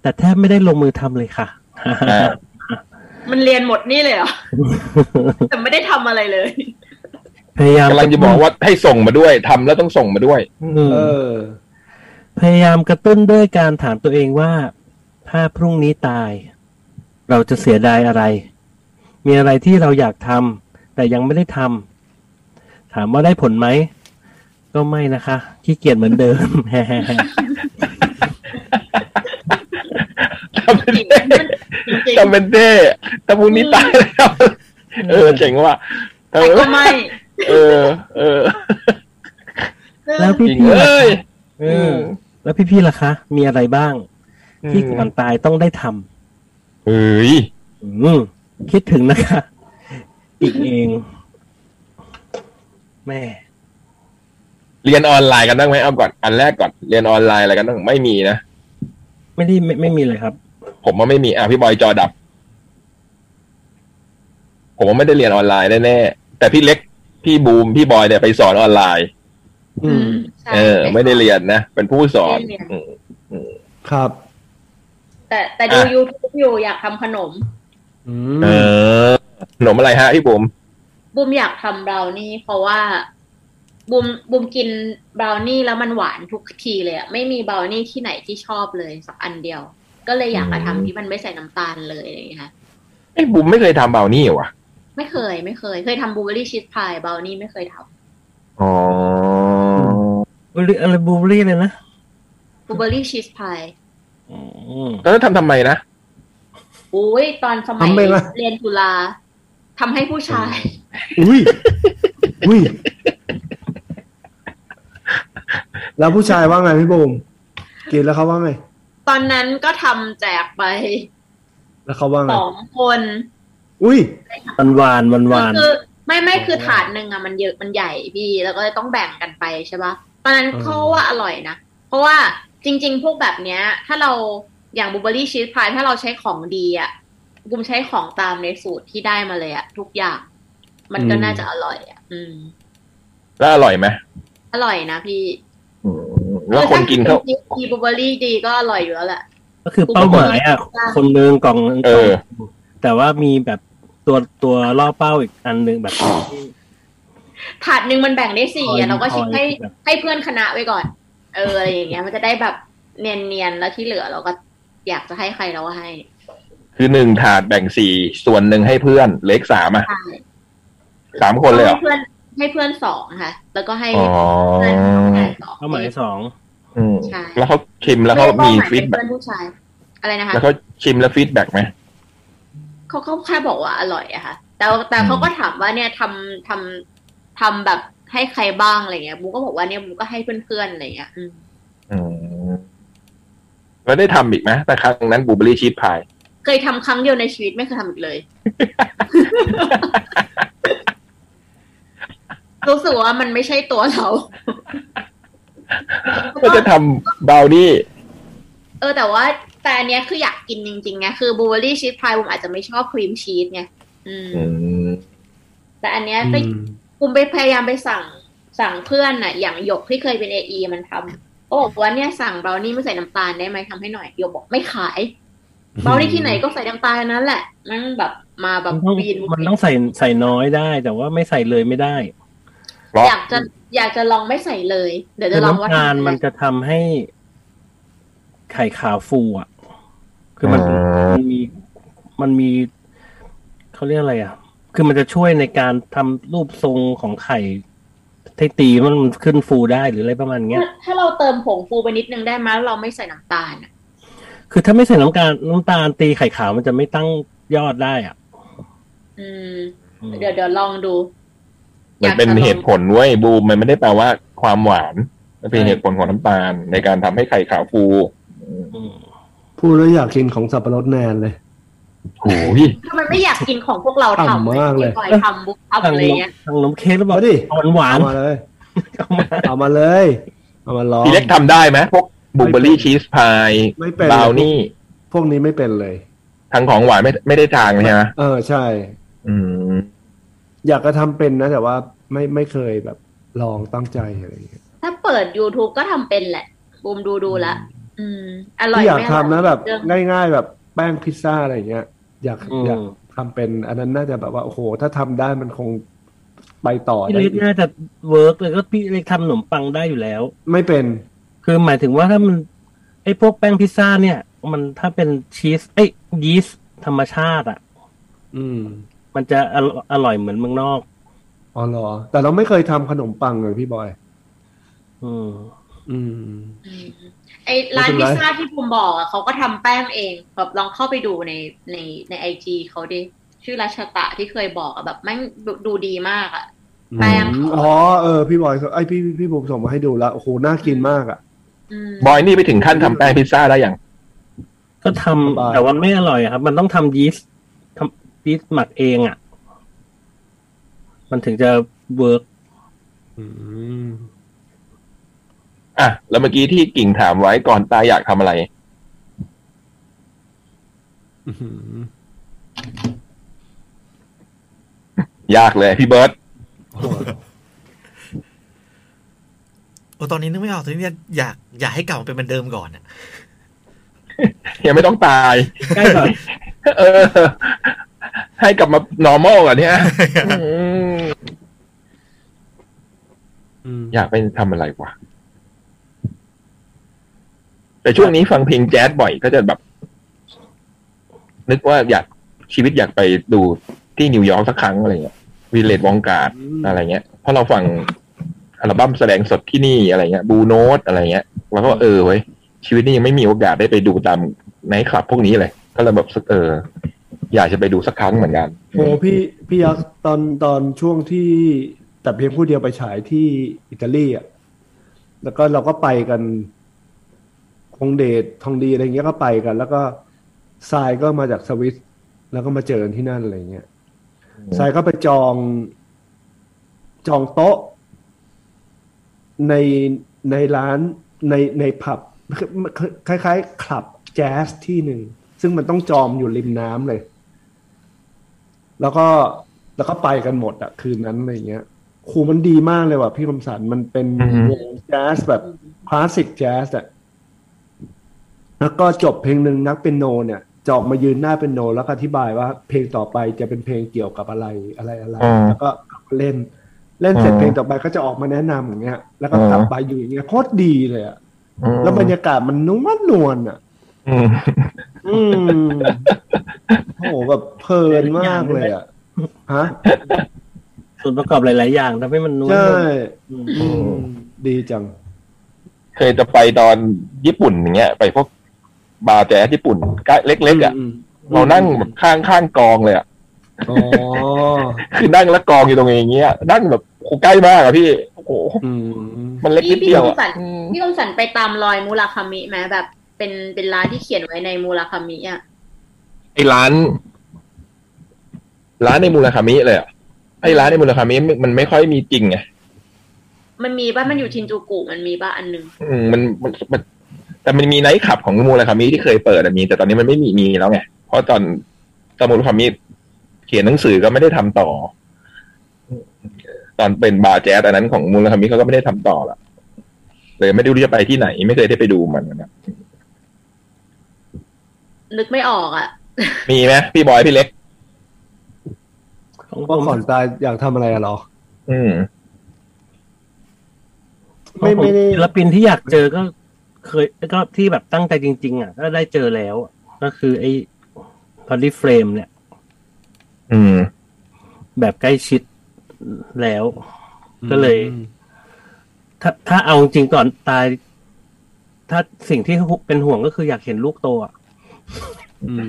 [SPEAKER 8] แต่แทบไม่ได้ลงมือทำเลยค่ะ
[SPEAKER 3] อ่า
[SPEAKER 6] มันเรียนหมดนี่เลยเหรอ แต่ไม่ได้ทำอะไรเลย
[SPEAKER 8] พยายาม
[SPEAKER 3] กำลังจะบอกว่าให้ส่งมาด้วยทำแล้วต้องส่งมาด้วย
[SPEAKER 8] เอ
[SPEAKER 9] เอ
[SPEAKER 8] อ
[SPEAKER 9] อ
[SPEAKER 8] พยายามกระตุ้นด้วยการถามตัวเองว่า ถ้าพรุ่งนี้ตาย เราจะเสียดายอะไร มีอะไรที่เราอยากทำแต่ยังไม่ได้ทำถามว่าได้ผลไหม ก็ไม่นะคะขี้เกียจเหมือนเดิม
[SPEAKER 3] ทำเป็นเท่ทำเป็นเท่ถ้าพรุ่งนี้ตายแล้วเออเจ๋งว่ะเอ
[SPEAKER 6] แต่
[SPEAKER 3] อ
[SPEAKER 6] ก็ไม่
[SPEAKER 3] เออ เออ
[SPEAKER 8] แล้ว
[SPEAKER 3] จริง
[SPEAKER 8] พี่ๆล่ะ
[SPEAKER 3] เอ้ย
[SPEAKER 8] เออ แล้วพี่ๆล่ะคะ มีอะไรบ้าง ที่ก่อนตายต้องได้ทำ
[SPEAKER 3] เฮ้ย
[SPEAKER 8] อืมคิดถึงนะคะ อีกเอง แม่
[SPEAKER 3] เรียนออนไลน์กันบ้างไหมเอาก่อนอันแรกก่อนเรียนออนไลน์อะไรกันบ้างไม่มีนะ
[SPEAKER 8] ไม่ได้ไม่ไม่มีเลยครับ
[SPEAKER 3] ผมว่าไม่มีอ่ะพี่บอยจอดับ ผมว่าไม่ได้เรียนออนไลน์แน่ๆแต่พี่เล็กพี่บูมพี่บอยเนี่ยไปสอนออนไลน์
[SPEAKER 8] อืม
[SPEAKER 6] ใช่
[SPEAKER 3] เออ ไม่ได้เรียนนะเป็นผู้สอน
[SPEAKER 6] ไม่ได้เรียน
[SPEAKER 3] อืม
[SPEAKER 9] ครับ
[SPEAKER 6] แต่แต่ดู
[SPEAKER 3] อ่ะ
[SPEAKER 6] YouTube อยู่อยากทำขนม
[SPEAKER 9] อื
[SPEAKER 3] เอ
[SPEAKER 9] ม
[SPEAKER 3] อขนมอะไรฮะพี่บุ๋ม
[SPEAKER 6] บุมอยากทำบราวนี่เพราะว่าบุมบุมกินบราวนี่แล้วมันหวานทุกทีเลยอะไม่มีบราวนี่ที่ไหนที่ชอบเลยสักอันเดียว ก็เลยอยากมาทำที่มันไม่ใส่น้ำตาลเลยอะไรอย่างเงี้ยค่ะ
[SPEAKER 3] ไอ้ยบุมไม่เคยทำเบาวนี่ว่ะ
[SPEAKER 6] ไม่เคยไม่เคย เคยทำบลูเบอร์รี่ชีสพายบราวนี่ไม่เคยท
[SPEAKER 3] อ๋อ
[SPEAKER 8] บริอะไรบูเบอรี่เลยนะ
[SPEAKER 6] ำบลูเบอร์รี่ชีสพาย
[SPEAKER 8] อืม
[SPEAKER 3] แล้วทำทำไมนะ
[SPEAKER 6] โอ้ยตอนสมัย
[SPEAKER 9] ทำไปละ
[SPEAKER 6] เรียนจุฬาทำให้ผู้ชาย
[SPEAKER 9] อุ้ย อุ้ย แล้วผู้ชายว่าไงพี่บูมกินแล้วเขาว่าไง
[SPEAKER 6] ตอนนั้นก็ทำแจกไป
[SPEAKER 9] แล้วเขาว่าไง
[SPEAKER 6] สองคน
[SPEAKER 9] อุ้ย
[SPEAKER 8] มันหวานมันหวาน
[SPEAKER 6] คือไม่ไม่คือถาดหนึ่งอะมันเยอะมันใหญ่พี่ แล้วก็ต้องแบ่งกันไปใช่ปะตอนนั้น
[SPEAKER 9] อืม
[SPEAKER 6] เขาว่าอร่อยนะ เพราะว่าจริง ๆ พวกแบบเนี้ย ถ้าเราอย่างบูเบอรี่ชีสพายถ้าเราใช้ของดีอะบุมใช้ของตามในสูตรที่ได้มาเลยอะทุกอย่าง มันก็
[SPEAKER 9] อืม
[SPEAKER 6] น่าจะอร่อยอะอืม
[SPEAKER 3] แล้วอร่อยไหม
[SPEAKER 6] อร่อยนะพี่
[SPEAKER 3] อืมแล้วคนกินเขา
[SPEAKER 6] ถ้กิดีบูเบอรี่ดีก็อร่อยอยู่แล้วแหละ
[SPEAKER 8] ก็คือเป้าหมายอ่ะ คนหนึ่งกล่องหนึ่ง
[SPEAKER 3] เอก
[SPEAKER 8] ล่อง
[SPEAKER 3] อ
[SPEAKER 8] แต่ว่ามีแบบตัวตัวล่อเป้าอีกอันหนึ่งแบบที่
[SPEAKER 6] ถาดหนึ่งมันแบ่งได้สี่
[SPEAKER 8] คอย
[SPEAKER 6] อะเราก็ชิม
[SPEAKER 8] คอย
[SPEAKER 6] ให้
[SPEAKER 8] แบบ
[SPEAKER 6] ให้เพื่อนคณะไว้ก่อน เอออะไรอย่างเงี้ย มันจะได้แบบเนียนๆแล้วที่เหลือเราก็อยากจะให้ใครเราก็ให้
[SPEAKER 3] คือหนึ่งถาดแบ่งสี่ส่วนหนึ่งให้เพื่อนเหล็กสามอ่ะ
[SPEAKER 6] ใช่
[SPEAKER 3] สามคนเลยเหรอ
[SPEAKER 6] ให้เพื่อนให้เพื่อนสองค่ะ แล้วก็ให้
[SPEAKER 3] อ๋อ
[SPEAKER 6] เพื่อนสอง
[SPEAKER 8] เป้าหมายสอง
[SPEAKER 3] อืม
[SPEAKER 6] ใช่
[SPEAKER 3] แล้วเขาชิมแล้วเขามีฟีด
[SPEAKER 6] เพื่
[SPEAKER 3] แบ็
[SPEAKER 6] อนผู้ชาย อะไรนะคะ
[SPEAKER 3] แล้วเขาชิมแล้วฟีดแบ็กไหม
[SPEAKER 6] เขาก็แค่บอกว่าอร่อยอะค่ะ แต่ว่าแต่เขาก็ถามว่าเนี่ยทำทำทำแบบให้ใครบ้างอะไรเงี้ยบูก็บอกว่าเนี่ยบูก็ให้เพื่อนๆอะไรเงี้ยอืม
[SPEAKER 3] อืมแล้วได้ทำอีกไหมแต่ครั้งนั้นบูเบอรี่ชีสพาย
[SPEAKER 6] เคยทำครั้งเดียวในชีวิตไม่เคยทำอีกเลย รู้สึกว่ามันไม่ใช่ตัวเรา
[SPEAKER 3] ก็จะทำบราวนี่
[SPEAKER 6] เออแต่ว่าแต่อันเนี้ยคืออยากกินจริงๆไงคือบลูเบอร์รี่ชีสพายผมอาจจะไม่ชอบครีมชีสไงอืม
[SPEAKER 3] อืม
[SPEAKER 6] แต่อันเนี้ยไปคุณไปพยายามไปสั่งสั่งเพื่อนน่ะ อย่างหยกที่เคยเป็นเอไอมันทำก็บอกว่าเนี่ยสั่งเบราวนี่ไม่ใส่น้ำตาลได้ไหมทำให้หน่อยหยกบอกไม่ขายเบราวนี่ที่ไหนก็ใส่น้ำตาลทั้งนั้นแหละมันแบบมาแบ
[SPEAKER 8] มั
[SPEAKER 6] บ
[SPEAKER 8] นต้อง
[SPEAKER 6] วีน
[SPEAKER 8] มันต้องใส่ใส่น้อยได้ แต่ว่าไม่ใส่เลยไม่ได้
[SPEAKER 3] เพราะ
[SPEAKER 6] อยากจะอยากจะลองไม่ใส่เลย เดี๋ยว
[SPEAKER 8] คื
[SPEAKER 6] จะ
[SPEAKER 8] อ
[SPEAKER 6] ลองว่า
[SPEAKER 8] น้ำตาลมันจะทำให้ไข่ขาวฟูอ่ะ คือมัน
[SPEAKER 3] อืม
[SPEAKER 8] มันมีมันมีเขาเรียกอะไรอ่ะ คือมันจะช่วยในการทำรูปทรงของไข่ให้ตีมันขึ้นฟูได้หรืออะไรประมาณเนี้ย
[SPEAKER 6] ถ้าเราเติมผงฟูไปนิดนึงได้ไหมยแล้วเราไม่ใส่น้ำตาลอะ
[SPEAKER 8] คือถ้าไม่ใส่น้ำตาลน้ำตาลตีไข่ขาวมันจะไม่ตั้งยอดได้อ่ะ
[SPEAKER 6] อืม
[SPEAKER 8] อืม
[SPEAKER 6] เดี๋ยวเดี๋ยวลองดู
[SPEAKER 3] มันเป็น
[SPEAKER 6] อยากจะลอง
[SPEAKER 3] เหตุผลเว้ยบูมมันไม่ได้แปลว่าความหวานมันเป็นเหตุผลของน้ำตาล ในการทำให้ไข่ขาวฟู
[SPEAKER 8] อืม
[SPEAKER 9] พูดแล้วอยากกินของสับปะรดแนนเลย
[SPEAKER 3] โอ้ย
[SPEAKER 6] คือมันไม่อยากกินของพวกเรา
[SPEAKER 9] ต่ำ
[SPEAKER 6] ทำ
[SPEAKER 9] มากเลย
[SPEAKER 6] ที่ปล่อยทำบุ๊กอัพ
[SPEAKER 8] ทาง
[SPEAKER 6] อะไร
[SPEAKER 8] นม
[SPEAKER 6] เงี้ย
[SPEAKER 8] ทางนมเค้กแล้วบอก
[SPEAKER 9] เอาดิ
[SPEAKER 8] หวานหวาน
[SPEAKER 9] เอามาเลย เอามาเลยเอามาลอง
[SPEAKER 3] ทีเล็กทำได้ไหมพวกบลูเบอร์รี่ชีสพาย
[SPEAKER 9] ไม่เป็น
[SPEAKER 3] บราวนี่
[SPEAKER 9] พวกนี้ไม่เป็นเลย
[SPEAKER 3] ทางของหวานไม่ไม่ได้ทางเลยใช่ไหม
[SPEAKER 9] เออใช่
[SPEAKER 3] อืม
[SPEAKER 9] อยากจะทำเป็นนะ แต่ว่าไม่ไม่เคยแบบลองตั้งใจอะไรอย่างเงี้ย
[SPEAKER 6] ถ้าเปิด YouTube ก็ทำเป็นแหละ บูมดูดูละ อืม อร่อย
[SPEAKER 9] ที่อยาก
[SPEAKER 6] ไม่
[SPEAKER 9] ทำนะแบบ
[SPEAKER 6] เรื่อง
[SPEAKER 9] ง่าย ๆ แบบแป้งพิซซ่าอะไรอย่างเงี้ย อยาก
[SPEAKER 8] อืม
[SPEAKER 9] อยากทำเป็น อันนั้นน่าจะแบบว่าโอ้โห ถ้าทำได้มันคงไปต่อ
[SPEAKER 8] พี่
[SPEAKER 9] ได้
[SPEAKER 8] เล็ก
[SPEAKER 9] อีก
[SPEAKER 8] น่าจะเวิร์กเลยก็พี่เล็กทำขนมปังได้อยู่แล้ว
[SPEAKER 9] ไม่เป็น
[SPEAKER 8] คือหมายถึงว่าถ้ามันไอ้พวกแป้งพิซซ่าเนี่ย มันถ้าเป็นชีสเอ้ยยีสต์ธรรมชาติอ่ะ
[SPEAKER 9] อืม
[SPEAKER 8] มันจะอร่อยอร่อยเหมือนเมืองนอก
[SPEAKER 9] อ๋อเหรอ แต่เราไม่เคยทำขนมปังเลยพี่บอย
[SPEAKER 8] อืม
[SPEAKER 9] อืม
[SPEAKER 6] อืมไอร้านพิ
[SPEAKER 9] ไม่เป็น
[SPEAKER 6] ซ
[SPEAKER 9] ไร
[SPEAKER 6] ซ่าที่บูมบอกอะเขาก็ทำแป้งเองแบบลองเข้าไปดูในในในไอจีเขาดิ ชื่อราชตะที่เคยบอกอะแบบแม่งดูดูดีมากอะ แป้ง
[SPEAKER 9] อ๋อเออพี่บอยไอยพี่พี่บุ๋มส่งมาให้ดูแล้วโอ้โหน่ากินมากอ่ะ
[SPEAKER 6] อืม
[SPEAKER 3] บอยนี่ไปถึงขั้นทำแป้งพิซซ่าได้อย่าง
[SPEAKER 8] ก็ทำ
[SPEAKER 9] สบาย
[SPEAKER 8] แต่ว่าไม่อร่อยอะครับ มันต้องทำยีสต์ทำยีสต์หมักเองอ่ะ มันถึงจะเวิร์ก
[SPEAKER 9] อืม
[SPEAKER 3] อ่ะ แล้วเมื่อกี้ที่กิ่งถามไว้ก่อนตายอยากทำอะไร ยากเลยพี่เบิร์ต
[SPEAKER 4] โอ้ตอนนี้นึกไม่ออกตอนนี้อยากอยากให้กลับมาเป็นเหมือนเดิมก่อนอะ
[SPEAKER 3] ยังไม่ต้องตาย
[SPEAKER 8] ใกล้ก่ อน
[SPEAKER 3] เออ ให้กลับมา normal อ่ะเนี่ยอืมอยากไปทำอะไรวะแต่ช่วงนี้ฟังเพลงแจ๊สบ่อยก็จะแบบ นึกว่าอยากชีวิตอยากไปดูที่นิวยอร์กสักครั้งอะไรเงี้ยวิเลตวองการ
[SPEAKER 9] อืม
[SPEAKER 3] อะไรเงี้ยเพราะเราฟังอัลบั้มแสดงสดที่นี่อะไรเงี้ยบูโนตอะไรเงี้ยแล้วก็เออเว้ยชีวิตนี้ยังไม่มีโอกาสได้ไปดูตามในคลับพวกนี้เลย ก็เลยแบบเออ อยากจะไปดูสักครั้งเหมือนกัน
[SPEAKER 9] โอ้พี่พี่ยักษ์ตอนตอนช่วงที่แต่เพียงผู้เดียวไปฉายที่อิตาลีอ่ะแล้วก็เราก็ไปกัน คงเดชทองดีอะไรเงี้ยก็ไปกัน แล้วก็ทรายก็มาจากสวิสแล้วก็มาเจอกันที่นั่นอะไรเงี้ยทรายก็ไปจอง จองโต๊ะ ในในร้านในในผับคล้ายๆคลับแจ๊สที่หนึ่ง ซึ่งมันต้องจอมอยู่ริมน้ำเลย แล้วก็แล้วก็ไปกันหมดอะคืนนั้นอะไรเงี้ยครูมันดีมากเลยว่ะพี่คมสันมันเป็นวงแจ๊สแบบคลาสสิกแจ๊สอะแล้วก็จบเพลงหนึ่งนักเปียโนเนี่ยจะออกมายืนหน้าเปียโน แล้วก็อธิบายว่าเพลงต่อไปจะเป็นเพลงเกี่ยวกับอะไรอะไรอะไร แล้วก็เล่น เล่นเสร็จเพลงต่อไปก็จะออกมาแนะนำอย่างเงี้ย แล้วก็กลับไปอยู่อย่างเงี้ยโคตรดีเลยอะ
[SPEAKER 3] อืม
[SPEAKER 9] แล้วบรรยากาศมันนุ่มนวลอะ
[SPEAKER 3] อืม
[SPEAKER 9] อืมโอ้โหแบบเพลินมากเลยอะฮะ
[SPEAKER 8] ส่วนประกอบหลาย ๆ อย่างทำให้มันนุ่ม
[SPEAKER 9] ใช่
[SPEAKER 8] อืม
[SPEAKER 9] อืมดีจัง
[SPEAKER 3] เคยจะไปตอนญี่ปุ่นอย่างเงี้ย ไปพวกบาร์แจ๊สญี่ปุ่นก็เล็กๆอ่ะเรานั่งแบบข้างข้างกองเลยอ่ะ
[SPEAKER 9] อ๋อ
[SPEAKER 3] คือนั่งแล้วกองอยู่ตรงอย่างเงี้ยนั่งแบบโอ้ใกล้มากอ่ะพี่โอ้โห
[SPEAKER 9] อืม
[SPEAKER 3] มันเล็กนิด
[SPEAKER 6] พี่
[SPEAKER 3] เดียว
[SPEAKER 6] คม
[SPEAKER 3] อ่ะ
[SPEAKER 6] สันพี่คมสันไปตามรอยมูราคามิไหมแบบเป็นเป็นร้านที่เขียนไว้ในมูราคามิอะ
[SPEAKER 3] ไอ้ร้าน ร้านในมูลคามิเลยเหรอ่ะไอ้ร้านในมูลคามิมันไม่ค่อยมีจริงไง
[SPEAKER 6] มันมีป่ะมันอยู่ชินจูกุมันมีป่ะอันหนึง
[SPEAKER 3] อืมมันมันมัน แต่มันมีไนท์ขับของมูลคามิที่เคยเปิดอะมี แต่ตอนนี้มันไม่มีมีแล้วไงเพราะตอนตอนมูลคามิเขียนหนังสือก็ไม่ได้ทำต่อ ตอนเป็นบาร์แจ๊สอันนั้นของมูลคามิเขาก็ไม่ได้ทำต่อละเลยไม่ได้รู้จะไปที่ไหน ไม่เคยได้ไปดูมันนะ
[SPEAKER 6] นึกไม่ออกอ่ะ
[SPEAKER 3] มีไหมพี่บอยพี่เล็ก
[SPEAKER 8] ของผ
[SPEAKER 9] ว่าม ก่อนตายอยากทำอะไรอะเหรอ
[SPEAKER 3] อืม
[SPEAKER 9] ไม่
[SPEAKER 8] ของผ
[SPEAKER 9] ไม่ได้
[SPEAKER 8] ศิลปินที่อยากเจอก็เคยก็ที่แบบตั้งใจจริง ๆ อ่ะ ก็ได้เจอแล้วอะก็คือไอ้พอดีเฟรมเนี่ย
[SPEAKER 3] อืม
[SPEAKER 8] แบบใกล้ชิดแล้ว ก็เลย ถ้าถ้าเอาจริงก่อนตาย ถ้าสิ่งที่เป็นห่วงก็คืออยากเห็นลูกโตอะ
[SPEAKER 10] อืม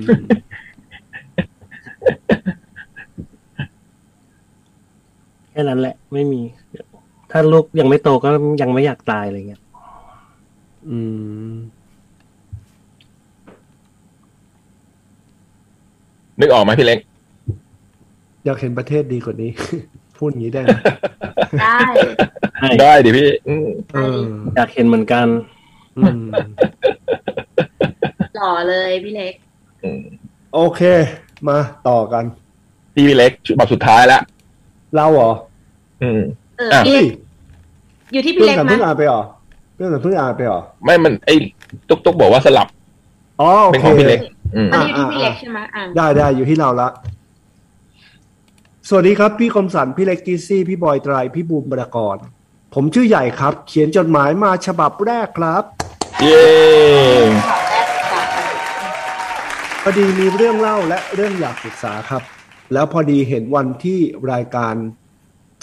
[SPEAKER 8] แค่นั้นแหละ ไม่มี ถ้าลูกยังไม่โตก็ยังไม่อยากตายอะไรเงี้ย
[SPEAKER 10] อืม
[SPEAKER 3] นึกออกไหมพี่เล็ก
[SPEAKER 9] อยากเห็นประเทศดีกว่านี้ พูดอย่างนี้ได้ไหม
[SPEAKER 6] ได้
[SPEAKER 8] ใช่
[SPEAKER 3] ได้ดิพี่อืม
[SPEAKER 9] เออ
[SPEAKER 8] อยากเห็นเหมือนกัน
[SPEAKER 9] อืม
[SPEAKER 6] หล่อเลยพี่เล็ก
[SPEAKER 3] อืม
[SPEAKER 9] โอเค มาต่อกัน
[SPEAKER 3] พี่พี่เล็กชุดแบบสุดท้ายละ
[SPEAKER 9] เราเหรอ
[SPEAKER 3] อืม
[SPEAKER 6] เออ
[SPEAKER 3] อ่ะ
[SPEAKER 6] พี่อ
[SPEAKER 9] เฮ้ย
[SPEAKER 6] ยู่ที่พี่
[SPEAKER 9] เพื่อ
[SPEAKER 6] เล็
[SPEAKER 9] น
[SPEAKER 6] ก
[SPEAKER 9] กับ
[SPEAKER 6] มั้
[SPEAKER 9] เพื่
[SPEAKER 6] ย
[SPEAKER 9] อนอ่านไปเหรอเพื่อนกับเพื่อนอ่านไปเหรอ
[SPEAKER 3] ไม่มันไอ้ตุกตุกบอกว่าสลับ
[SPEAKER 9] อ๋อโอ
[SPEAKER 3] เป็น
[SPEAKER 9] เค
[SPEAKER 3] ของพี่เล็ก อืม
[SPEAKER 6] อันนี้อ
[SPEAKER 9] อ่ะ
[SPEAKER 6] ยู่ที่พี่เล็กใช่ไหมยอ่ะ
[SPEAKER 9] ได้ได้อยู่ที่เราละ สวัสดีครับ พี่คมสันพี่เล็กกีซี่ พี่บอยไตรพี่บูมบรากร ผมชื่อใหญ่ครับ เขียนจดหมายมาฉบับแรกครับ
[SPEAKER 3] เย้
[SPEAKER 6] ขอบแรกค่ะ
[SPEAKER 9] พอดีมีเรื่องเล่าและเรื่องอยากศึกษาครับ แล้วพอดีเห็นวันที่รายการ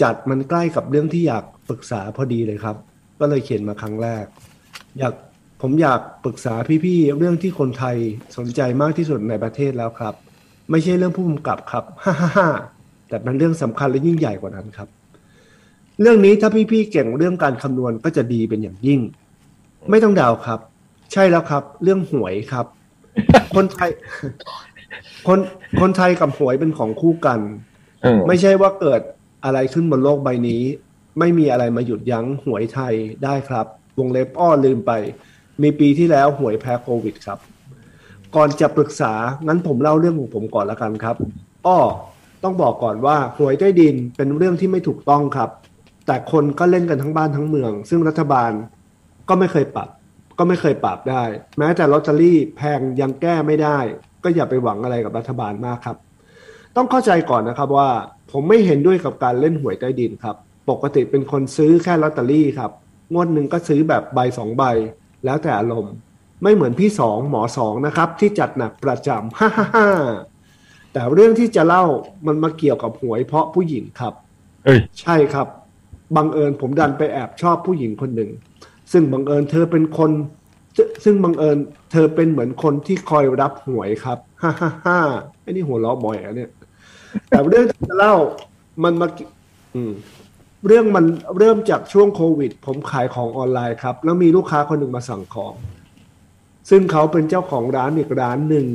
[SPEAKER 9] จัดมันใกล้กับเรื่องที่อยากปรึกษาพอดีเลยครับ ก็เลยเขียนมาครั้งแรก อยากผมอยากปรึกษาพี่ๆเรื่องที่คนไทยสนใจมากที่สุดในประเทศแล้วครับ ไม่ใช่เรื่องผู้กำกับครับ ฮ่าฮ่าแต่มันเรื่องสำคัญและยิ่งใหญ่กว่านั้นครับ เรื่องนี้ถ้าพี่ๆเก่งเรื่องการคำนวณก็จะดีเป็นอย่างยิ่ง ไม่ต้องเดาวครับ ใช่แล้วครับ เรื่องหวยครับ คนไทย คนคนไทยกับหวยเป็นของคู่กัน
[SPEAKER 3] อืม
[SPEAKER 9] ไม่ใช่ว่าเกิดอะไรขึ้นบนโลกใบนี้ ไม่มีอะไรมาหยุดยั้งหวยไทยได้ครับ วงเล็บอ้อลืมไป มีปีที่แล้วหวยแพ้โควิดครับ ก่อนจะปรึกษางั้นผมเล่าเรื่องของผมก่อนละกันครับ อ้อต้องบอกก่อนว่าหวยใต้ดินเป็นเรื่องที่ไม่ถูกต้องครับ แต่คนก็เล่นกันทั้งบ้านทั้งเมือง ซึ่งรัฐบาลก็ไม่เคยปรับ ก็ไม่เคยปรับได้ แม้แต่ลอตเตอรี่แพงยังแก้ไม่ได้ ก็อย่าไปหวังอะไรกับรัฐบาลมากครับ ต้องเข้าใจก่อนนะครับว่าผมไม่เห็นด้วยกับการเล่นหวยใต้ดินครับ ปกติเป็นคนซื้อแค่ลอตเตอรี่ครับ งวดหนึ่งก็ซื้อแบบใบสองใบ แล้วแต่อารมณ์ ไม่เหมือนพี่สองหมอสองนะครับ ที่จัดหนักประจำ ฮ่าฮ่าฮ่าแต่เรื่องที่จะเล่ามันมาเกี่ยวกับหวยเพราะผู้หญิงครับ
[SPEAKER 3] เอ้ย
[SPEAKER 9] ใช่ครับ บังเอิญผมดันไปแอบชอบผู้หญิงคนหนึ่ง ซึ่งบังเอิญเธอเป็นคน ซึ่งซึ่งบังเอิญเธอเป็นเหมือนคนที่คอยรับหวยครับ ฮ่าฮ่าฮ่าไอ้นี่หัวเราะบ่อยอะเนี่ย แต่เรื่องที่จะเล่ามันมาอืม เรื่องมันเริ่มจากช่วงโควิด ผมขายของออนไลน์ครับ แล้วมีลูกค้าคนหนึ่งมาสั่งของ ซึ่งเขาเป็นเจ้าของร้านอีกร้านหนึ่ง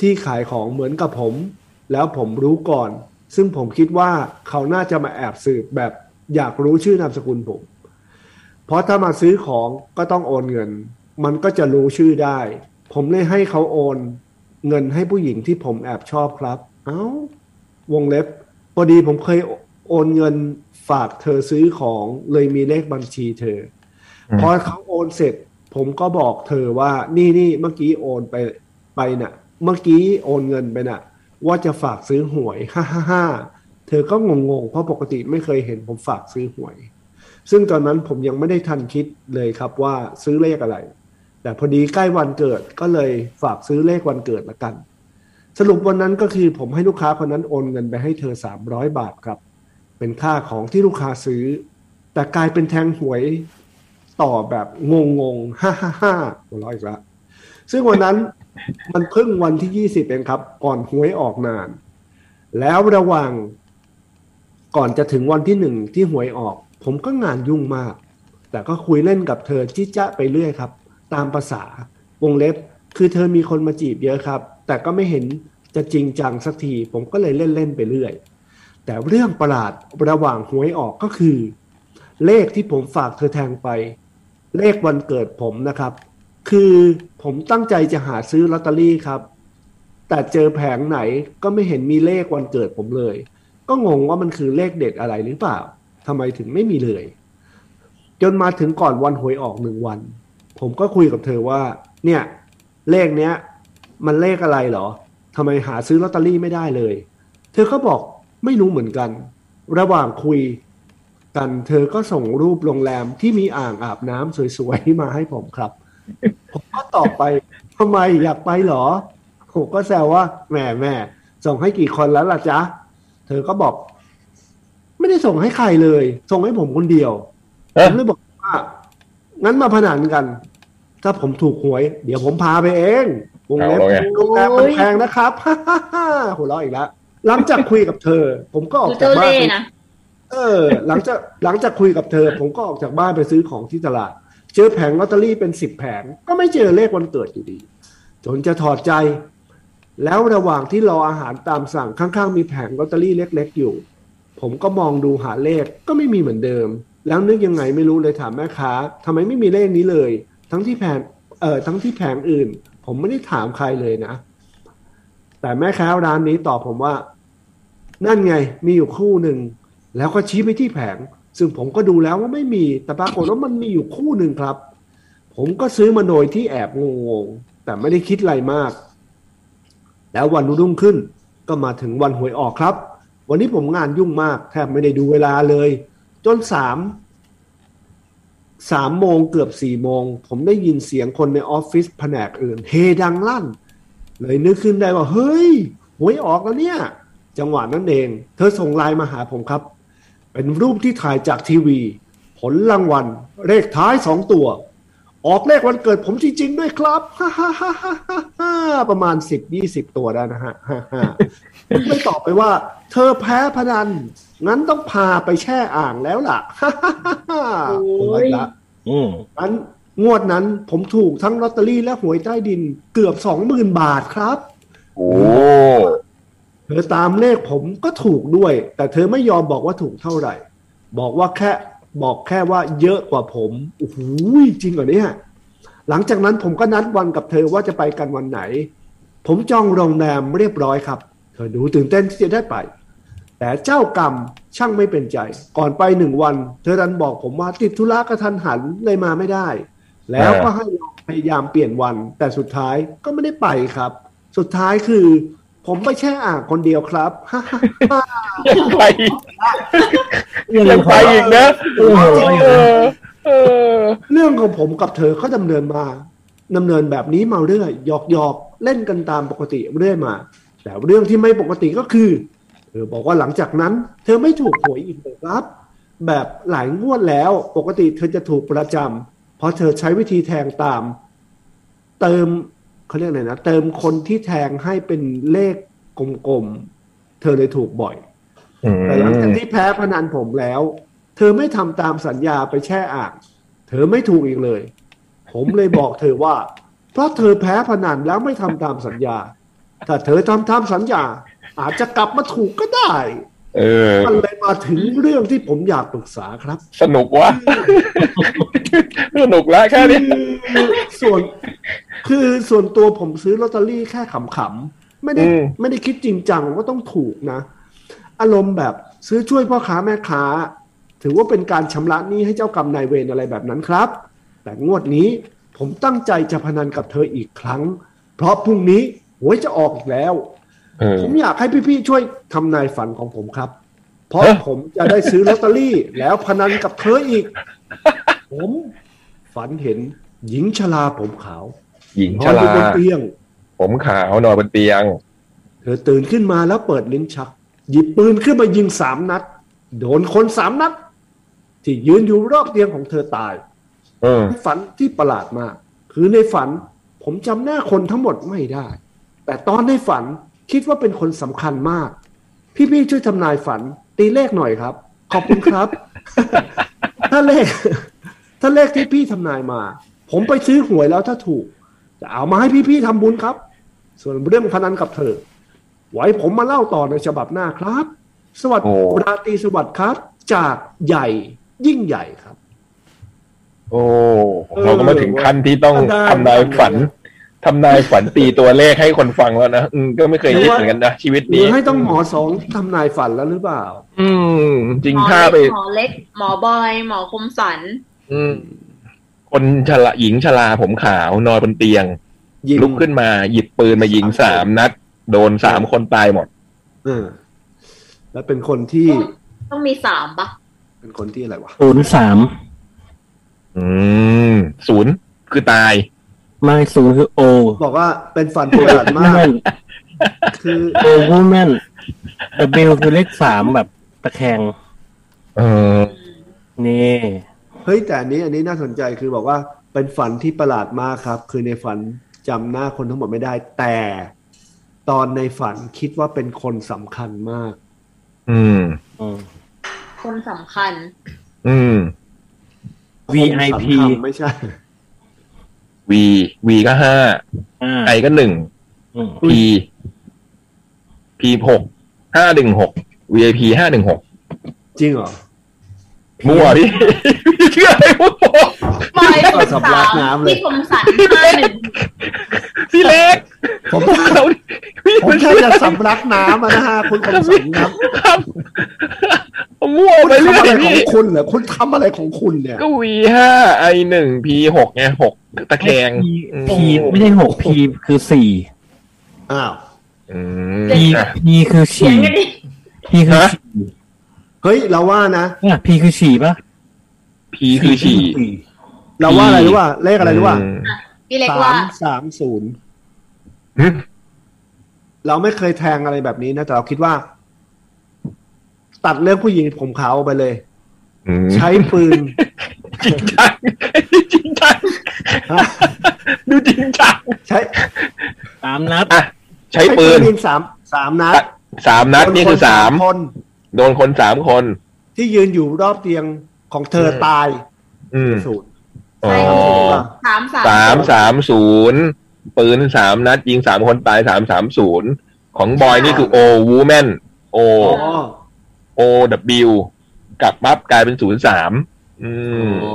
[SPEAKER 9] ที่ขายของเหมือนกับผม แล้วผมรู้ก่อน ซึ่งผมคิดว่าเขาน่าจะมาแอบสืบแบบอยากรู้ชื่อนามสกุลผม เพราะถ้ามาซื้อของก็ต้องโอนเงิน มันก็จะรู้ชื่อได้ ผมเลยให้เขาโอน เงินให้ผู้หญิงที่ผมแอบชอบครับ เอ้า วงเล็บพอดีผมเคยโอนเงินฝากเธอซื้อของเลยมีเลขบัญชีเธออพอเขาโอนเสร็จ ผมก็บอกเธอว่านี่นี่เมื่อกี้โอนไปไปน่ะ เมื่อกี้โอนเงินไปน่ะ ว่าจะฝากซื้อหวย ฮ่าฮ่าฮ่าเธอก็งงๆ เพราะปกติไม่เคยเห็นผมฝากซื้อหวย ซึ่งตอนนั้นผมยังไม่ได้ทันคิดเลยครับว่าซื้อเลขอะไร แต่พอดีใกล้วันเกิดก็เลยฝากซื้อเลขวันเกิดละกัน สรุปวันนั้นก็คือผมให้ลูกค้าคนนั้นโอนเงินไปให้เธอ 300 บาทครับ เป็นค่าของที่ลูกค้าซื้อ แต่กลายเป็นแทงหวยต่อแบบงงงๆฮ่าฮ่าฮ่าหัวเราะอีกแล้วซึ่งวันนั้นมันเพิ่งวันที่ 20เองครับ ก่อนหวยออกนาน แล้วระหว่างก่อนจะถึงวันที่หนึ่งที่หวยออก ผมก็งานยุ่งมาก แต่ก็คุยเล่นกับเธอจี้จ้ะไปเรื่อยครับ ตามภาษาวงเล็บ คือเธอมีคนมาจีบเยอะครับ แต่ก็ไม่เห็น จะจริงจังสักที ผมก็เลยเล่นเล่นๆไปเรื่อย แต่เรื่องประหลาดระหว่างหวยออกก็คือ เลขที่ผมฝากเธอแทงไป เลขวันเกิดผมนะครับ คือผมตั้งใจจะหาซื้อลอตเตอรี่ครับ แต่เจอแผงไหนก็ไม่เห็นมีเลขวันเกิดผมเลย ก็งงว่ามันคือเลขเด็ดอะไรหรือเปล่าทำไมถึงไม่มีเลย จนมาถึงก่อนวันหวยออกหนึ่งวัน ผมก็คุยกับเธอว่า เนี่ย เลขเนี้ย มันเลขอะไรเหรอทำไมหาซื้อลอตเตอรี่ไม่ได้เลย เธอก็บอกไม่รู้เหมือนกัน ระหว่างคุยกัน เธอก็ส่งรูปโรงแรมที่มีอ่างอาบน้ำสวยๆมาให้ผมครับ ผมก็ตอบไปทำไมอยากไปเหรอ ผมก็แซวว่าแหมแหม่ส่งให้กี่คนแล้วล่ะจ๊ะ เธอก็บอก ไม่ได้ส่งให้ใครเลย ส่งให้ผมคนเดียว ผ
[SPEAKER 3] เอ๊ะ
[SPEAKER 9] มเลยบอกว่า งั้นมาพนันกัน ถ้าผมถูกหวย เดี๋ยวผมพาไปเองวงเล็บ
[SPEAKER 3] เอาแล้วไง
[SPEAKER 9] โรงแรมมันแพงนะครับ หัวเราะอีกแล้วหลังจากคุยกับเธอ ผมก็ออก
[SPEAKER 6] ดู
[SPEAKER 9] จา
[SPEAKER 6] เจ้าก
[SPEAKER 9] บ้าน
[SPEAKER 6] เล่
[SPEAKER 9] ไป
[SPEAKER 6] นะ
[SPEAKER 9] เออหลังจากหลังจากคุยกับเธอ ผมก็ออกจากบ้านไปซื้อของที่ตลาด เจอแผงลอตเตอรี่เป็นสิบแผง ก็ไม่เจอเลขวันเกิดอยู่ดี จนจะถอดใจ แล้วระหว่างที่รออาหารตามสั่งข้างๆมีแผงลอตเตอรี่เล็กๆอยู่ ผมก็มองดูหาเลขก็ไม่มีเหมือนเดิม แล้วนึกยังไงไม่รู้เลยถามแม่ค้าทำไมไม่มีเลขนี้เลย ทั้งที่แผงเอ่อทั้งที่แผงอื่น ผมไม่ได้ถามใครเลยนะ แต่แม่ค้าร้านนี้ตอบผมว่า นั่นไงมีอยู่คู่หนึ่ง แล้วก็ชี้ไปที่แผง ซึ่งผมก็ดูแล้วว่าไม่มี แต่ปรากฏว่ามันมีอยู่คู่หนึ่งครับ ผมก็ซื้อมาโดยที่แอบงงๆ แต่ไม่ได้คิดอะไรมาก แล้ววันรุ่งขึ้น ก็มาถึงวันหวยออกครับ วันนี้ผมงานยุ่งมาก แทบไม่ได้ดูเวลาเลย จนสามสามโมงเกือบสี่โมง ผมได้ยินเสียงคนในออฟฟิศแผนกอื่น เฮดังลั่น เลยนึกขึ้นได้ว่า เฮ้ยหวยออกแล้วเนี่ย จังหวะนั้นเอง เธอส่งไลน์มาหาผมครับ เป็นรูปที่ถ่ายจากทีวี ผลรางวัล เลขท้ายสองตัว ออกเลขวันเกิดผมจริงๆด้วยครับ ฮ่าฮ่าฮ่าฮ่าฮ่าประมาณสิบยี่สิบตัวได้นะฮะฮ่าฮ่าผมไม่ตอบไปว่า เธอแพ้พนัน งั้นต้องพาไปแช่อ่างแล้วล่ะ ฮ่าฮ่าฮ่าฮ่า
[SPEAKER 6] โอ้
[SPEAKER 9] ผม
[SPEAKER 6] ย
[SPEAKER 9] ไปละ
[SPEAKER 8] อืม
[SPEAKER 9] นั้นงวดนั้นผมถูกทั้งลอตเตอรี่และหวยใต้ดินเกือบสองหมื่นบาทครับ
[SPEAKER 3] โอ้
[SPEAKER 9] เธอตามเลขผมก็ถูกด้วย แต่เธอไม่ยอมบอกว่าถูกเท่าไหร่ บอกว่าแค่บอกแค่ว่าเยอะกว่าผมโอ้โหจริงเหรอเนี่ยหลังจากนั้นผมก็นัดวันกับเธอว่าจะไปกันวันไหน ผมจองโรงแรมเรียบร้อยครับ เธอดูตื่นเต้นที่จะได้ไป แต่เจ้ากรรมช่างไม่เป็นใจ ก่อนไปหนึ่งวัน เธอดันบอกผมว่าติดธุระกระทันหันเลยมาไม่ได้ แล้วก็ให้ลองพยายามเปลี่ยนวัน แต่สุดท้ายก็ไม่ได้ไปครับ สุดท้ายคือ ผมไปแช่อ่างคนเดียวครับ
[SPEAKER 3] ยังไปอีกยังไปอีกนะ
[SPEAKER 8] โอ้โห
[SPEAKER 3] เออเออ
[SPEAKER 9] เรื่องของผมกับเธอก็ดำเนินมาดำเนินแบบนี้มาเรื่อยหยอกหยอกๆเล่นกันตามปกติเรื่อยมา แต่เรื่องที่ไม่ปกติก็คือ เธอบอกว่าหลังจากนั้น เธอไม่ถูกหวยอีกเลยครับ แบบหลายงวดแล้วปกติเธอจะถูกประจำเพราะเธอใช้วิธีแทงตาม เติมเขาเรียกอะไรนะ เติมคนที่แทงให้เป็นเลขกลมๆ เธอเลยถูกบ่อย
[SPEAKER 3] อืม
[SPEAKER 9] แต่หลังจากที่แพ้พนันผมแล้ว เธอไม่ทำตามสัญญาไปแช่อ่าง เธอไม่ถูกอีกเลย ผมเลยบอกเธอว่า เพราะเธอแพ้พนันแล้วไม่ทำตามสัญญา ถ้าเธอทำตามสัญญา อาจจะกลับมาถูกก็ได้
[SPEAKER 3] เออ
[SPEAKER 9] มันเลยมาถึงเรื่องที่ผมอยากปรึกษาครับ
[SPEAKER 3] สนุกวะ สนุกละแค่นี้
[SPEAKER 9] คือส่วน คือส่วนตัวผมซื้อลอตเตอรี่แค่ขำๆไม่ได้
[SPEAKER 3] อืม
[SPEAKER 9] ไม่ได้คิดจริงจังว่าต้องถูกนะ อารมณ์แบบซื้อช่วยพ่อค้าแม่ค้า ถือว่าเป็นการชำระหนี้ให้เจ้ากรรมนายเวรอะไรแบบนั้นครับ แต่งวดนี้ผมตั้งใจจะพนันกับเธออีกครั้ง เพราะพรุ่งนี้หวยจะออกอีกแล้ว
[SPEAKER 3] เออ
[SPEAKER 9] ผมอยากให้พี่ๆช่วยทำนายฝันของผมครับ เพราะ
[SPEAKER 3] ฮะ
[SPEAKER 9] ผมจะได้ซื้อลอตเตอรี่ แล้วพนันกับเธอ อีก ผมฝันเห็นหญิงชราผมขาว
[SPEAKER 3] หญิง
[SPEAKER 9] น
[SPEAKER 3] ช
[SPEAKER 9] อนอยู่
[SPEAKER 3] รา
[SPEAKER 9] บนเตียง
[SPEAKER 3] ผมขาวนอนบนเตียง
[SPEAKER 9] เธอตื่นขึ้นมาแล้วเปิดลิ้นชัก หยิบปืนขึ้นมายิงสามนัด โดนคนสามนัด ที่ยืนอยู่รอบเตียงของเธอตาย
[SPEAKER 3] เออ
[SPEAKER 9] เป็นฝันที่ประหลาดมาก คือในฝันผมจำหน้าคนทั้งหมดไม่ได้ แต่ตอนในฝันคิดว่าเป็นคนสำคัญมาก พี่ๆช่วยทำนายฝัน ตีเลขหน่อยครับ ขอบคุณครับ ถ้าเลข ถ้าเลขที่พี่ทำนายมา ผมไปซื้อหวยแล้วถ้าถูก จะเอามาให้พี่ๆทำบุญครับ ส่วนเรื่องพนันกับเธอ ไว้ผมมาเล่าต่อในฉบับหน้าครับ สวัส
[SPEAKER 3] โอ้
[SPEAKER 9] ดีราตรีสวัสดิ์ครับ จากใหญ่ยิ่งใหญ่ครับ
[SPEAKER 3] โอ้เราก็มาถึงขั้นที่ต้อง
[SPEAKER 9] เออเออ
[SPEAKER 3] ทำนายฝันทำนายฝันตีตัวเลขให้คนฟังแล้วนะอืมก็ไม่เคยคิดเหมือนกันนะชีวิต
[SPEAKER 9] หรื
[SPEAKER 3] นี้
[SPEAKER 9] อให้ต้องหมอสองทำนายฝันแล้วหรือเปล่า
[SPEAKER 3] อืม จริง
[SPEAKER 6] หมอ
[SPEAKER 3] ถ้าไป
[SPEAKER 6] เล็กหมอเล็ก หมอบอย หมอคมสัน
[SPEAKER 3] อืม คนชราหญิงชราผมขาวนอนบนเตียง
[SPEAKER 9] ยิง
[SPEAKER 3] ลุกขึ้นมาหยิบปืนมายิงสามนัด โดนสามคนตายหมด
[SPEAKER 9] เออแล้วเป็นคนที่
[SPEAKER 6] ต้องมีสามปะ
[SPEAKER 9] เป็นคนที่อะไรวะ
[SPEAKER 8] ศูนย์สาม
[SPEAKER 3] อืมศูนย์คือตาย
[SPEAKER 8] ไม่ศูนย์คือโอ
[SPEAKER 9] บอกว่าเป็นฝันประหลาด
[SPEAKER 8] วู
[SPEAKER 9] มาก
[SPEAKER 8] แมน
[SPEAKER 9] คือ
[SPEAKER 8] โอวูแมนดับเบิลคือเลขสามแบบตะแคง
[SPEAKER 3] เออ
[SPEAKER 8] นี่
[SPEAKER 9] เฮ้ยแต่อันนี้อันนี้น่าสนใจคือบอกว่าเป็นฝันที่ประหลาดมากครับ คือในฝันจำหน้าคนทั้งหมดไม่ได้ แต่ตอนในฝันคิดว่าเป็นคนสำคัญมาก
[SPEAKER 3] อืม
[SPEAKER 8] อืม
[SPEAKER 6] คนสำคัญ
[SPEAKER 3] อืม
[SPEAKER 8] VIP
[SPEAKER 9] คนสำคัญไม่ใช่
[SPEAKER 3] วีวีก็ห้า
[SPEAKER 8] อ่า
[SPEAKER 3] ไอก็หนึ่ง
[SPEAKER 8] อืม
[SPEAKER 3] P P หกห้าหนึ่งหก VIP ห้าหนึ่งหก
[SPEAKER 9] จริงเหรอ
[SPEAKER 3] มั่วพี่ พี่เชื่ออะไรมั่ว
[SPEAKER 6] บอยคนสามพี่คมสันห้าหนึ่ง
[SPEAKER 3] พี่เล็กผมเราพี่
[SPEAKER 9] ผม
[SPEAKER 3] มัน
[SPEAKER 9] แค่
[SPEAKER 3] เชื่อ
[SPEAKER 9] จะสำลักน้ำอะนะฮะคุณคมสันครับ
[SPEAKER 3] ครับผมมั่ว
[SPEAKER 9] คุณ
[SPEAKER 3] ไปเรื่อ
[SPEAKER 9] ทำอะไร
[SPEAKER 3] ย
[SPEAKER 9] ขอ
[SPEAKER 3] พี่
[SPEAKER 9] งคุณเหรอคุณทำอะไรของคุณเนี่ย
[SPEAKER 3] ก็ V ห้า I หนึ่ง P หกไงหกตะแคง
[SPEAKER 8] P ไม่ใช่หก P คือสี่
[SPEAKER 9] อ้าว
[SPEAKER 3] อืม
[SPEAKER 8] P P คือ
[SPEAKER 6] เขียน
[SPEAKER 8] ฉี่
[SPEAKER 6] กันดิ
[SPEAKER 8] P คือฉี่
[SPEAKER 9] เฮ้ยเราว่านะ
[SPEAKER 8] อ่ะ P คือฉี่ปะ
[SPEAKER 3] P คือฉี่
[SPEAKER 9] เราว่าอะไรรู้ว่าเลขอะไรรู้ว่า
[SPEAKER 6] พี่เล็ก
[SPEAKER 9] สา
[SPEAKER 6] ว่า
[SPEAKER 9] มสามศูนย์ เราไม่เคยแทงอะไรแบบนี้นะ แต่เราคิดว่า ตัดเรื่องผู้หญิงผมขาวออกไปเลย ใช้ปืน
[SPEAKER 3] จริงจังจริงจั งดูจริงจัง
[SPEAKER 9] ใช้
[SPEAKER 8] สามนัด
[SPEAKER 3] อ่ะ ใช้ปืน
[SPEAKER 9] ยิงสามสามนัด
[SPEAKER 3] สามนัดนี่คือสาม
[SPEAKER 9] คน
[SPEAKER 3] โดนคนสามคน
[SPEAKER 9] ที่ยืนอยู่รอบเตียงของเธอ
[SPEAKER 3] อืม
[SPEAKER 9] ตาย
[SPEAKER 3] อืม
[SPEAKER 9] สูตร
[SPEAKER 3] อ๋อ
[SPEAKER 6] สามสาม
[SPEAKER 3] สามสามศูนย์ปืนสามนัดยิงสามคนตายสามสามศูนย์ของบอยนี่คือโอวูแมนโอ
[SPEAKER 9] อ๋อ
[SPEAKER 3] โอวิวกลับปั๊บกลายเป็นศูนย์สามอืม
[SPEAKER 9] อ๋อ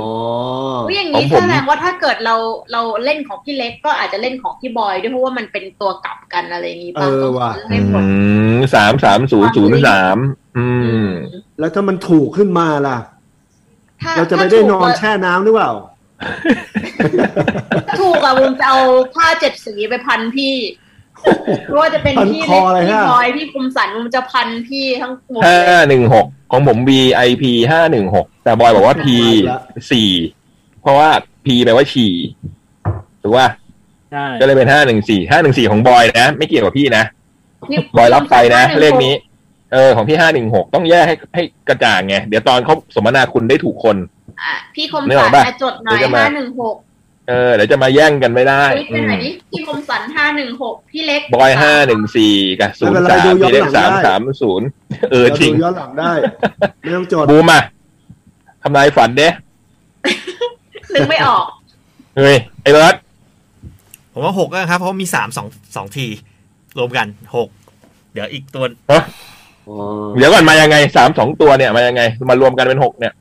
[SPEAKER 6] อุ๊ยอย่าง
[SPEAKER 3] ขอ
[SPEAKER 6] นี้
[SPEAKER 3] งผม
[SPEAKER 6] แสดงว่าถ้าเกิดเราเราเล่นของพี่เล็กก็อาจจะเล่นของพี่บอยด้วยเพราะว่ามันเป็นตัวกลับกันอะไรอย่างนี้
[SPEAKER 9] เอ
[SPEAKER 6] ป่ะ
[SPEAKER 9] อว่ะ
[SPEAKER 6] ให้ผล
[SPEAKER 3] สามสามศูนย์ศูนย์สามอืม
[SPEAKER 9] แล้วถ้ามันถูกขึ้นมาล่ะ
[SPEAKER 6] ถ้
[SPEAKER 9] เราจะไปได้นอน
[SPEAKER 6] ถ้าถูก
[SPEAKER 9] แช่น้ำหรือเปล่า
[SPEAKER 6] ถ้าถูกอะผมจะเอาผ้าเจ็ดสีไปพันพี่ไม่ว่าจะเป็นพี่
[SPEAKER 9] พันค
[SPEAKER 6] เล็
[SPEAKER 9] อก อะไร
[SPEAKER 6] พี่
[SPEAKER 9] ฮะ
[SPEAKER 6] บอยพี่คมสันผมจะพันพี่ทั้งหมด
[SPEAKER 3] ห้า
[SPEAKER 6] เลย
[SPEAKER 3] หนึ่งหกของผม VIP ห้าหนึ่งหกแต่บอยบอกว่า P
[SPEAKER 9] ละ
[SPEAKER 3] สี่เพราะว่า P แปลว่าฉี่ถูกป่ะ
[SPEAKER 8] ใช่
[SPEAKER 3] ก็เลยเป็นห้าหนึ่งสี่ห้าหนึ่งสี่ของบอยนะ ไม่เกี่ยวกับพี่นะ
[SPEAKER 6] นี่
[SPEAKER 3] บอยรับไปนะ
[SPEAKER 6] 516
[SPEAKER 3] เลขนี้ เออ ของพี่ห้าหนึ่งหกต้องแยกให้ให้กระจ่างไง เดี๋ยวตอนเขาสมนาคุณได้ถูกคน
[SPEAKER 6] อ่ะพี่คม
[SPEAKER 3] นึกอ
[SPEAKER 6] สั
[SPEAKER 3] อน กปะ
[SPEAKER 6] อ่ะจดหน่อย
[SPEAKER 3] เดี๋ยวจะมา
[SPEAKER 6] ห้าหนึ่งหก
[SPEAKER 3] เออเดี๋ยวจะมาแย่งกันไม่ได้
[SPEAKER 6] พี่เป็นไหน
[SPEAKER 3] อืม
[SPEAKER 6] ดิพี่คมสันห้าหนึ่งหกพี่เล็ก
[SPEAKER 3] บอยห้าหนึ่งสี่กับ
[SPEAKER 9] ไม่
[SPEAKER 3] ศูน
[SPEAKER 9] เป็
[SPEAKER 3] ย์สาม
[SPEAKER 9] นไรดูย้อ
[SPEAKER 3] มี
[SPEAKER 9] น
[SPEAKER 3] เล
[SPEAKER 9] หลั
[SPEAKER 3] ขสา
[SPEAKER 9] ง
[SPEAKER 3] ม
[SPEAKER 9] ได้
[SPEAKER 3] สามศูนย์เออ
[SPEAKER 9] เรา
[SPEAKER 3] จริ
[SPEAKER 9] ดู
[SPEAKER 3] ง
[SPEAKER 9] ย้อนหลังได้ไม่ต้องจด
[SPEAKER 3] บูมอ่ะทำนายฝันเด้
[SPEAKER 6] นึกไม่ออก
[SPEAKER 3] เฮ้ยไอ้เบิร์ด
[SPEAKER 4] ผมว่าหกแล้วครับ เพราะมีสามสองสองที รวมกันหกเดี๋ยวอีกตัว
[SPEAKER 9] อ๋อ
[SPEAKER 3] เดี๋ยวก่อนมายังไงสามสองตัวเนี่ยมายังไง มารวมกันเป็นหกเนี่ย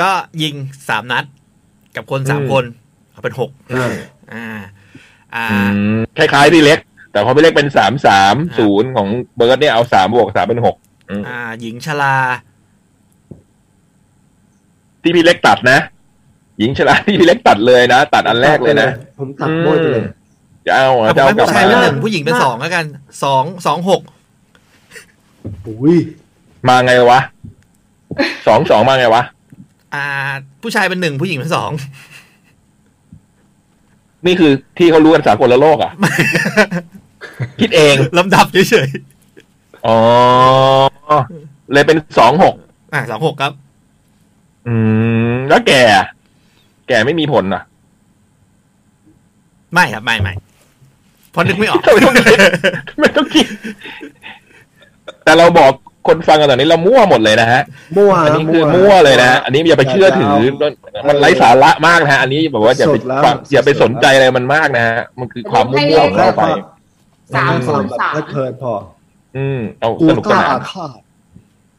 [SPEAKER 4] ก็ยิงสามนัด กับคนสาม
[SPEAKER 3] อืม
[SPEAKER 4] คนเอาเป็นหก
[SPEAKER 9] อ่า
[SPEAKER 4] อ่า อ่า
[SPEAKER 3] คล้ายๆพี่เล็ก แต่พอพี่เล็กเป็นสามสามศูนย์ของเบิร์ดเนี่ยเอาสามบวกสามเป็นหก
[SPEAKER 4] อ่า หญิงชลา
[SPEAKER 3] ที่พี่เล็กตัดนะ หญิงชราที่พี่เล็กตัดเลยนะ ตัดอันแรกเลยนะ
[SPEAKER 9] ผมตัดโบยไปเลย
[SPEAKER 3] จะเอา
[SPEAKER 4] ผม
[SPEAKER 3] จะเอา
[SPEAKER 4] ให้
[SPEAKER 3] กลับ
[SPEAKER 4] ผู้
[SPEAKER 3] มา
[SPEAKER 4] ชายเป็นหนึ่งผู้หญิงเป็นสองแล้วกันสองสองหก
[SPEAKER 9] อุ้ย
[SPEAKER 3] มาไงวะสองสองมาไงวะ
[SPEAKER 4] อ่า ผู้ชายเป็นหนึ่งผู้หญิงเป็นสอง
[SPEAKER 3] นี่คือที่เขารู้กันสากลโลกอ่ะ คิดเอง
[SPEAKER 4] ลำดับเฉย
[SPEAKER 3] อ๋อ เลยเป็นสองหก
[SPEAKER 4] ๆอ่าสองหกครับ
[SPEAKER 3] อืม แล้วแก่ แก่ไม่มีผลอ่ะ
[SPEAKER 4] ไม่ครับ ไม่ไม่เพราะนึกไม่ออก
[SPEAKER 3] ทำไมต้องคิด ไม่ต้องคิด แต่เราบอกคนฟังกันตอนนี้เรามั่วหมดเลยนะฮะ
[SPEAKER 9] มั่ว
[SPEAKER 3] อันนี้คือ
[SPEAKER 9] ว
[SPEAKER 3] มั่วเลยนะฮะอันนี้อย่าไปเชื่อถือ มันไร้สาระมากนะฮะ อันนี้แบบว่าอย่าไป
[SPEAKER 9] สุดแล้ว
[SPEAKER 3] ฟังอย่าไปสนใจอะไรมันมากนะฮะ มันคือความมั่วๆของ
[SPEAKER 9] แค่
[SPEAKER 3] เรา
[SPEAKER 9] ค
[SPEAKER 3] ไป
[SPEAKER 9] วาม
[SPEAKER 6] สาม
[SPEAKER 9] ค
[SPEAKER 6] ศู
[SPEAKER 9] วาม
[SPEAKER 6] นย์
[SPEAKER 9] แบบ
[SPEAKER 6] สาม
[SPEAKER 9] เพลิดเพลินพอ
[SPEAKER 3] อืม เอา
[SPEAKER 2] กู
[SPEAKER 3] สนุก
[SPEAKER 2] กล้าน
[SPEAKER 3] สาน
[SPEAKER 2] อาฆาต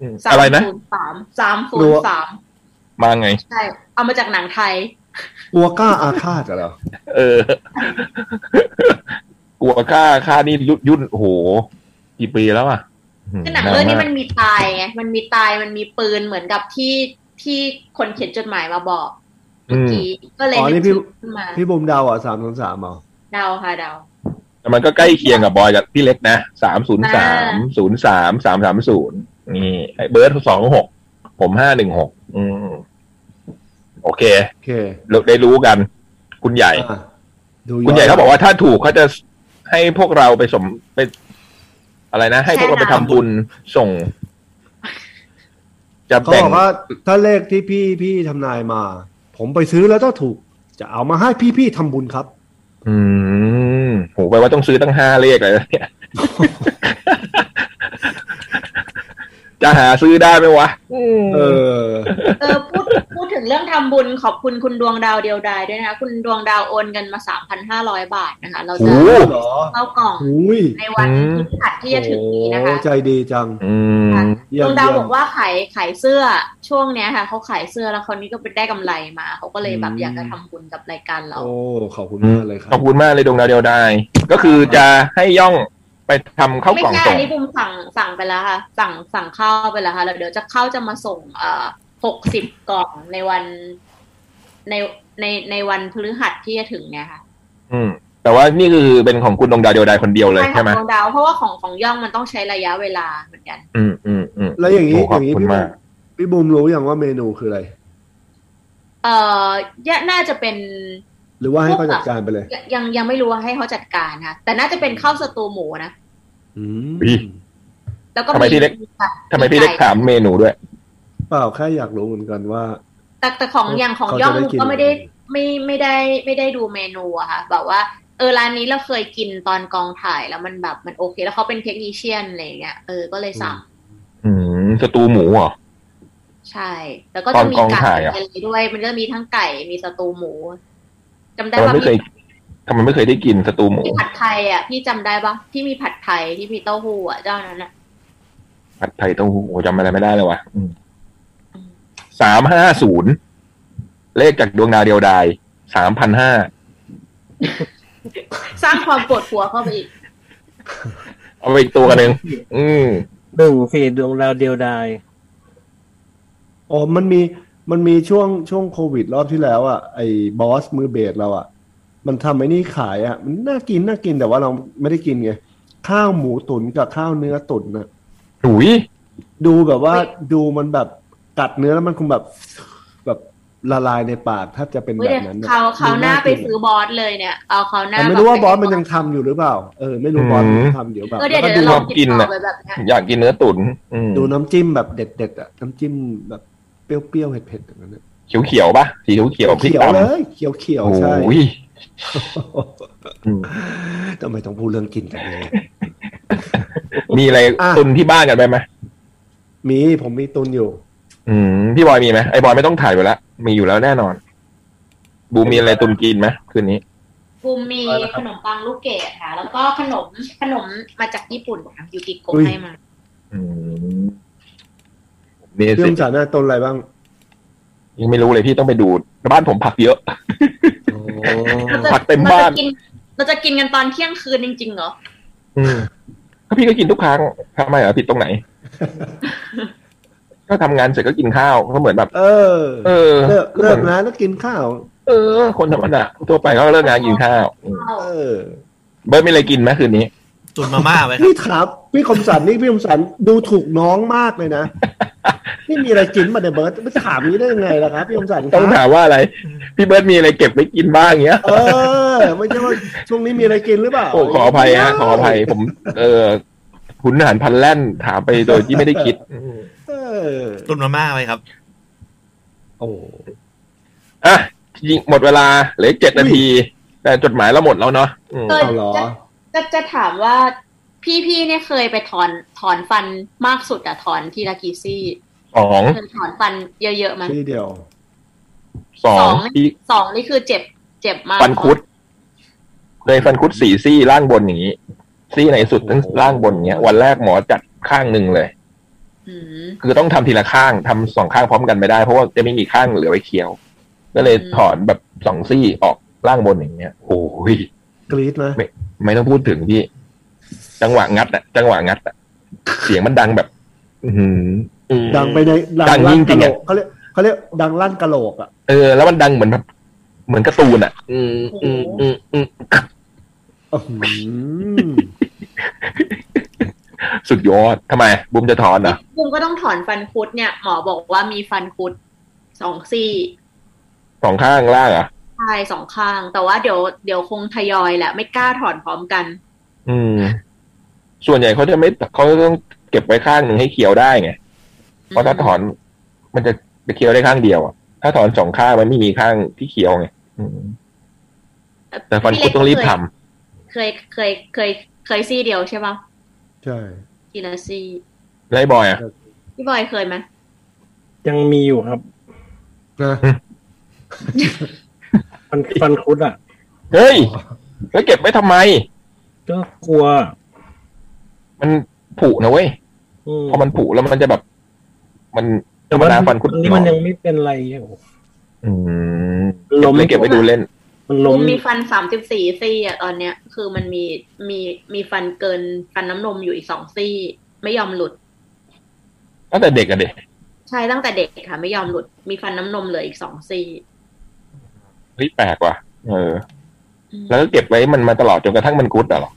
[SPEAKER 3] อืม
[SPEAKER 6] สาม
[SPEAKER 3] อะไรนะ
[SPEAKER 6] คูณสามสามคู
[SPEAKER 9] รั
[SPEAKER 6] ณ
[SPEAKER 9] ว
[SPEAKER 6] สาม
[SPEAKER 3] มาไง
[SPEAKER 6] ใช่เอามาจากหนังไทย
[SPEAKER 9] อัวกล้าอาฆาตเหรอ
[SPEAKER 3] เออ กลัวค่าค่านี่ยุดยุ่นโอ้โหกี่ปีแล้วอ่ะม
[SPEAKER 6] คือหนังเรื่องนี้
[SPEAKER 3] าาก
[SPEAKER 6] มันมีตายไง มันมีตาย มันมีปืนเหมือนกับที่ที่คนเขียนจดหมายมาบอกเมื่อกี้ก็เลย
[SPEAKER 9] อ๋อนี่
[SPEAKER 6] นึก
[SPEAKER 9] พี่
[SPEAKER 6] ถึงขึ้นมา
[SPEAKER 9] พี่บุมเดาวอ่ะสามสามสามเหรอ
[SPEAKER 6] เดาค่ะเดา
[SPEAKER 3] แต่มันก็ใกล้เคียงกับบอยกับพี่เล็กนะสามศูนย์สามศูนย์สามสามสามศูนย์นี่ไอ้เบิร์ดสองหกผมห้าหนึ่งหกอืมโอเค
[SPEAKER 9] โอเค
[SPEAKER 3] เราได้รู้กัน คุณใหญ่
[SPEAKER 9] อ่ะดูย้น
[SPEAKER 3] คุณใหญ่เขาบอกว่าถ้าถูกเขาจะให้พวกเราไปสมไป อะไรนะ ให้พวกเราไปทำบุญส่ง จะ
[SPEAKER 9] เขา
[SPEAKER 3] แบ่ง
[SPEAKER 9] บอกว่าถ้าเลขที่พี่พี่ทำนายมา ผมไปซื้อแล้วถ้าถูก จะเอามาให้พี่พี่ทำบุญครับ
[SPEAKER 3] อืมโหแปลว่าต้องซื้อตั้งห้าเลขเลยนะเนี่ย จะหาซื้อได้ไหมวะ
[SPEAKER 9] เออ
[SPEAKER 6] เออพูด พูดถึงเรื่องทำบุญขอบคุณคุณดวงดาวเดียวดายด้วยนะคะ คุณดวงดาวโอนเงินมาสามพันห้าร้อยบาทนะคะ เราจะ
[SPEAKER 3] โอ้โห
[SPEAKER 9] เหรอ
[SPEAKER 6] เข้ากล่อง
[SPEAKER 9] หุย
[SPEAKER 6] ในวันพฤหัสที่จะถึงนี้นะคะ
[SPEAKER 9] โอ้ใจดีจัง
[SPEAKER 3] อื
[SPEAKER 6] ค่ะ
[SPEAKER 3] ม
[SPEAKER 9] เยี่
[SPEAKER 6] ด
[SPEAKER 9] ยม
[SPEAKER 6] วงดาว
[SPEAKER 9] เยี่ยม
[SPEAKER 6] บอกว่าขายขายเสื้อช่วงเนี้ยค่ะเขาขายเสื้อแล้วคนนี้ก็ไปได้กำไรมา เขาก็เลยแบบ
[SPEAKER 9] อืม
[SPEAKER 6] อยากจะทำบุญกับรายการเรา
[SPEAKER 9] โอ้ขอบคุณมากเลยครั
[SPEAKER 3] ขอบคุณมากเลยดวงดาวเดียวดายก็คือจะให้ย่องไปทำข้าว
[SPEAKER 6] ไม่
[SPEAKER 3] กล่อง
[SPEAKER 6] ง่าย
[SPEAKER 3] ส่ง
[SPEAKER 6] นี่บุมสั่งสั่งไปแล้วค่ะ สั่งสั่งข้าวไปแล้วค่ะแล้วเดี๋ยวจะข้าวจะมาส่งเอ่อหกสิบกล่องในวันในในในวันพฤหัสที่จะถึงเนี่ยค่ะ
[SPEAKER 3] อืม แต่ว่านี่คือเป็นของคุณดวงดาวเดียวดายคนเดียวเลย
[SPEAKER 6] ใช่
[SPEAKER 3] ใช่ไหม
[SPEAKER 6] ค่ะดวงดาวเพราะว่าของของย่องมันต้องใช้ระยะเวลาเหมือนกัน
[SPEAKER 3] อืมอืมอืม
[SPEAKER 9] แล้วอย่างนี้
[SPEAKER 3] โข
[SPEAKER 9] อ
[SPEAKER 3] อบ
[SPEAKER 9] ย่างนี้
[SPEAKER 3] คุณ
[SPEAKER 9] พี่บุ
[SPEAKER 3] มา
[SPEAKER 9] ญ
[SPEAKER 3] ก
[SPEAKER 9] พี่บุมรู้อย่างว่าเมนูคืออะไร
[SPEAKER 6] เอ่อยะน่าจะเป็น
[SPEAKER 9] หรือว่าให้เขาจัดการไปเลย
[SPEAKER 6] ยังยังยังไม่รู้ว่าให้เขาจัดการค่ะแต่น่าจะเป็นข้าวสตูหมูนะ
[SPEAKER 9] อืม
[SPEAKER 3] อุ๊ย
[SPEAKER 6] แล้วก็
[SPEAKER 3] ทำไมพี่เล็ก ทำไมพี่เล็กถามเมนูด้วย
[SPEAKER 9] เปล่าแค่อยากรู้เหมือนกันว่า
[SPEAKER 6] แต่แต่ของอย่างของย่อง
[SPEAKER 9] เขาจะได้กิน
[SPEAKER 6] ก็ไม่ได้ไม่ไม่ได้ไม่ได้ดูเมนูอะค่ะ แบบว่า เออร้านนี้เราเคยกินตอนกองถ่ายแล้วมันแบบมันโอเค แล้วเขาเป็นเทคนิเชียนอะไรอย่างเงี้ยเออก็เลยสั่ง
[SPEAKER 3] อืมสตูหมูเหรอ
[SPEAKER 6] ใช่ แล้วก็จะมี
[SPEAKER 3] ตอนกอง
[SPEAKER 6] ไก่
[SPEAKER 3] ถ่ายอะ
[SPEAKER 6] อะไรด้วย มันจะมีทั้งไก่มีสตูหมูจำได้
[SPEAKER 3] ทำไม
[SPEAKER 6] ว่า
[SPEAKER 3] ไม่เคย
[SPEAKER 6] พี่
[SPEAKER 3] ทำไมไม่เคยได้กินสตูหมู
[SPEAKER 6] ที่ผัดไทยอ่ะพี่จำได้ปะที่มีผัดไทยที่มีเต้าหู้อ่ะเจ้านั้นอ่ะ
[SPEAKER 3] ผัดไทยเต้าหู้โอ้จำอะไรไม่ได้เลยวะอืม
[SPEAKER 6] อืม
[SPEAKER 3] สามห้าศูนย์เลขจากดวงดาวเดียวดายสามพันห้า
[SPEAKER 6] สร้างความปวดหัวเข้าไปอีก
[SPEAKER 3] เอาไปอีกตัวกันหนึ่งอืม
[SPEAKER 8] หนึ่งสี่ดวงดาวเดียวดาย
[SPEAKER 9] อ๋อมันมีมันมีช่วงช่วงโควิดรอบที่แล้วอ่ะไอ้บอสมือเบสเราอ่ะ มันทำไอ้นี่ขายอ่ะ มันน่ากินน่ากินแต่ว่าเราไม่ได้กินไงข้าวหมูตุ๋นกับข้าวเนื้อตุ๋นน่ะ
[SPEAKER 3] ถุย
[SPEAKER 9] ดูแบบว่าดูมันแบบกัดเนื้อแล้วมันคงแบบแบบละลายในปากแทบจะเป็น
[SPEAKER 6] เว้ย
[SPEAKER 9] แบ
[SPEAKER 6] เดี๋ยว
[SPEAKER 9] บนั้นน่ะ
[SPEAKER 6] เขาเขาวหน้าไปซื้อ
[SPEAKER 9] ดู
[SPEAKER 6] บอสเลยเนี่ย เอาเขาวห
[SPEAKER 9] น่ากิน
[SPEAKER 6] น้า
[SPEAKER 9] แต่ไม่
[SPEAKER 6] แ
[SPEAKER 9] รู้ว่าบอส
[SPEAKER 6] ไป
[SPEAKER 9] มันยังทำอยู่หรือเปล่า เออไม่รู้บอส
[SPEAKER 3] อืม
[SPEAKER 9] มันทำเดี๋ยวแบบ
[SPEAKER 6] เออเดี๋ยว
[SPEAKER 9] แล้ว
[SPEAKER 6] เดี๋
[SPEAKER 9] ก็
[SPEAKER 6] ยว
[SPEAKER 9] ดู
[SPEAKER 6] เรา
[SPEAKER 3] แบบกิ
[SPEAKER 6] ติด
[SPEAKER 3] น
[SPEAKER 6] ต่
[SPEAKER 3] น่ะ
[SPEAKER 6] อไปแบบเนี้ย
[SPEAKER 3] อยากกินเนื้อตุ๋นอืม
[SPEAKER 9] ดูน้ำจิ้มแบบเด็ดๆอ่ะน้ำจิ้มแบบเปรี้ยวๆเผ็ดๆอย่างนั้นน่ะ
[SPEAKER 3] เขียวเขียวๆปะสีเขียวเขียวๆพริก
[SPEAKER 9] เขียว
[SPEAKER 3] ตำ
[SPEAKER 9] เลยเขียว
[SPEAKER 3] โอ้
[SPEAKER 9] ๆใช่
[SPEAKER 3] ย
[SPEAKER 9] ทำไมต้องพูดเรื่องกิน กันเลย
[SPEAKER 3] มีอะไร
[SPEAKER 9] อ่ะ
[SPEAKER 3] ตุนที่บ้านกันไปไหม
[SPEAKER 9] มีผมมีตุนอยู่
[SPEAKER 3] อืมพี่บอยมีไหมไอ้บอยไม่ต้องถ่ายไปแล้วมีอยู่แล้วแน่นอน บูมมีอะไรตุนกินไหมคืนนี้
[SPEAKER 6] บูมมีขนมปังลูกเกดค่ะ แล้วก็ขนมขนมมาจากญี่ปุ่นค่ะยูกิโกะ
[SPEAKER 9] อุ้ย
[SPEAKER 6] ให้มา
[SPEAKER 3] อืมนี่
[SPEAKER 9] เรื่
[SPEAKER 3] สิ
[SPEAKER 9] องจากหน้าต้นอะไรบ้าง
[SPEAKER 3] ยังไม่รู้เลยพี่ต้องไปดูบ้านผมผักเยอะ ผักเต็ม
[SPEAKER 6] เรา
[SPEAKER 3] บ้า
[SPEAKER 6] จะ
[SPEAKER 3] น
[SPEAKER 6] กินเราจะกินกันตอนเที่ยงคืนจริงๆเหรอ
[SPEAKER 3] อืมก็พี่ก็กินทุกครั้งทำไมเหรอผิด ตรงไหน ก็ทำงานเสร็จก็กินข้าวก็เหมือนแบบ
[SPEAKER 9] เออ
[SPEAKER 3] เออ
[SPEAKER 9] เลิกเลิกนะแล้วกินข้าว
[SPEAKER 3] เออ คนธรรมดาทั่วไปเขาก็เลิกงานกินข้าวอืม
[SPEAKER 6] เอ้า
[SPEAKER 9] เออ
[SPEAKER 3] เบิร์ดไม่อะไรกินไหมคืนนี้
[SPEAKER 4] ตุนมาม่าไว้ครับ
[SPEAKER 9] พี่ถามพี่คมสันนี่พี่คมสันดูถูกน้องมากเลย นะ นี่มีอะไรกินมาเดยเบิร์ตไม่ถามนี้ได้ยังไงล่ะครับพี่คมสันค
[SPEAKER 3] ต้อง
[SPEAKER 9] รับ
[SPEAKER 3] ถามว่าอะไร พี่เบิร์ดมีอะไรเก็บไว้กินบ้างเงี้ย
[SPEAKER 9] เออ ไม่ใช่ว่าช่วงนี้มีอะไรกินหรือเปล่า
[SPEAKER 3] โอ้ขออภัยฮะขออภัยผม เออขุนหารพันแล่นถามไปโดยที่ไม่ได้คิด
[SPEAKER 9] เออ
[SPEAKER 4] ตุนมาม่าไว้ครับ
[SPEAKER 9] โอ้
[SPEAKER 3] อ่ะยิงหมดเวลาเหลือเจ็ดนาที แต่จดหมายเราหมดแล้วเนาะอืม
[SPEAKER 6] เออ
[SPEAKER 9] เอาเหรอ
[SPEAKER 6] จะจะจะถามว่าพี่พี่ๆเนี่ยเคยไปถอนถอนฟันมากสุดอะถอนทีละกี่ซี่
[SPEAKER 3] สอง
[SPEAKER 6] เคยถอนฟันเยอะๆมั้ย
[SPEAKER 9] ที่เดียว
[SPEAKER 3] สองที่
[SPEAKER 6] สองนี่คือเจ็บเจ็บมาก
[SPEAKER 3] ฟันคุดเลยฟันคุดสี่ซี่ล่างบนอย่างนี้ ซี่ในสุดทั้งล่างบนเนี้ยวันแรกหมอจัดข้างหนึ่งเลย
[SPEAKER 6] อืม
[SPEAKER 3] คือต้องทำทีละข้างทำสองข้างพร้อมกันไม่ได้เพราะว่าจะไม่มีข้างเหลือไว้เคี้ยว ก็เลย
[SPEAKER 6] อืม
[SPEAKER 3] ถอนแบบสองซี่ออกล่างบนอย่างเงี้ยโอ้ย
[SPEAKER 9] กรี๊ดนะ
[SPEAKER 3] ไม่ต้องพูดถึงพี่ จังหวะงัดอะจังหวะงัดอะเสียงมันดังแบบ อื้อหืออืม
[SPEAKER 9] ดังไปใน
[SPEAKER 3] ดั
[SPEAKER 9] ดั
[SPEAKER 3] ง
[SPEAKER 9] งลั่น
[SPEAKER 3] จริ
[SPEAKER 9] กะ
[SPEAKER 3] งๆ
[SPEAKER 9] โหล
[SPEAKER 3] อะ
[SPEAKER 9] กเขาเรียกเขาเรียกดังลั่นกะโหลกอ่ะ
[SPEAKER 3] เออแล้วมันดังเหมือนแบบเหมือนการ์ตูนอะอืมอืมอืมอืมสุดยอดทำไมบุมจะถอนเหรอ
[SPEAKER 6] บุมก็ต้องถอนฟันคุดเนี่ยหมอบอกว่ามีฟันคุดสองซี่
[SPEAKER 3] สองข้างล่างเหรอ่ะ
[SPEAKER 6] ใช่สองข้าง แต่ว่าเดี๋ยวเดี๋ยวคงทยอยแหละ ไม่กล้าถอนพร้อมกัน
[SPEAKER 3] อืม ส่วนใหญ่เขาจะไม่เขาต้องเก็บไว้ข้างหนึ่งให้เคี้ยวได้ไง เพราะถ้าถอนมันจะจะเคี้ยวได้ข้างเดียวอะถ้าถอนสองข้างมันไม่มีข้างที่เคี้ยวไงอืมแต่ฟันคุดต้องรีบทำ
[SPEAKER 6] เคยเคยเคยเคยซี่เดียวใช่ปะ
[SPEAKER 9] ใช่
[SPEAKER 6] ทีละซี่
[SPEAKER 3] แล้วไอ้บอยอ่ะ
[SPEAKER 6] พี่บอยเคยไหม
[SPEAKER 8] ยังมีอยู่ครับ
[SPEAKER 9] นะ
[SPEAKER 8] ฟันฟันคุดอ่ะ
[SPEAKER 3] เฮ้ย แล้วเก็บไว้ทำไม
[SPEAKER 8] ก็กลัว
[SPEAKER 3] มันผุนะเว้ย
[SPEAKER 8] อืม
[SPEAKER 3] พอมันผุแล้วมันจะแบบ มันธรรมดาฟันคุด
[SPEAKER 8] อันนี้มันยังไม่เป็นไรอยู่
[SPEAKER 3] อืม
[SPEAKER 8] ล้ม
[SPEAKER 3] เก็บไว้เก็บไว้ดูเล่น
[SPEAKER 8] มัน
[SPEAKER 6] บุ
[SPEAKER 8] ล้ม
[SPEAKER 6] มมีฟันสามสิบสี่ซี่อะตอนเนี้ย คือมันมีมีมีฟันเกินฟันน้ำนมอยู่อีกสองซี่ ไม่ยอมหลุด
[SPEAKER 3] ตั้งแต่เด็กอะเด็ก
[SPEAKER 6] ใช่ตั้งแต่เด็กค่ะ ไม่ยอมหลุด มีฟันน้ำนมเหลืออีกสองซี่
[SPEAKER 3] เฮ้ยแปลกว่ะเออ
[SPEAKER 6] อืม
[SPEAKER 3] แล้วก็เก็บไว้มันมาตลอดจนกระทั่งมันคุดอะเหรอ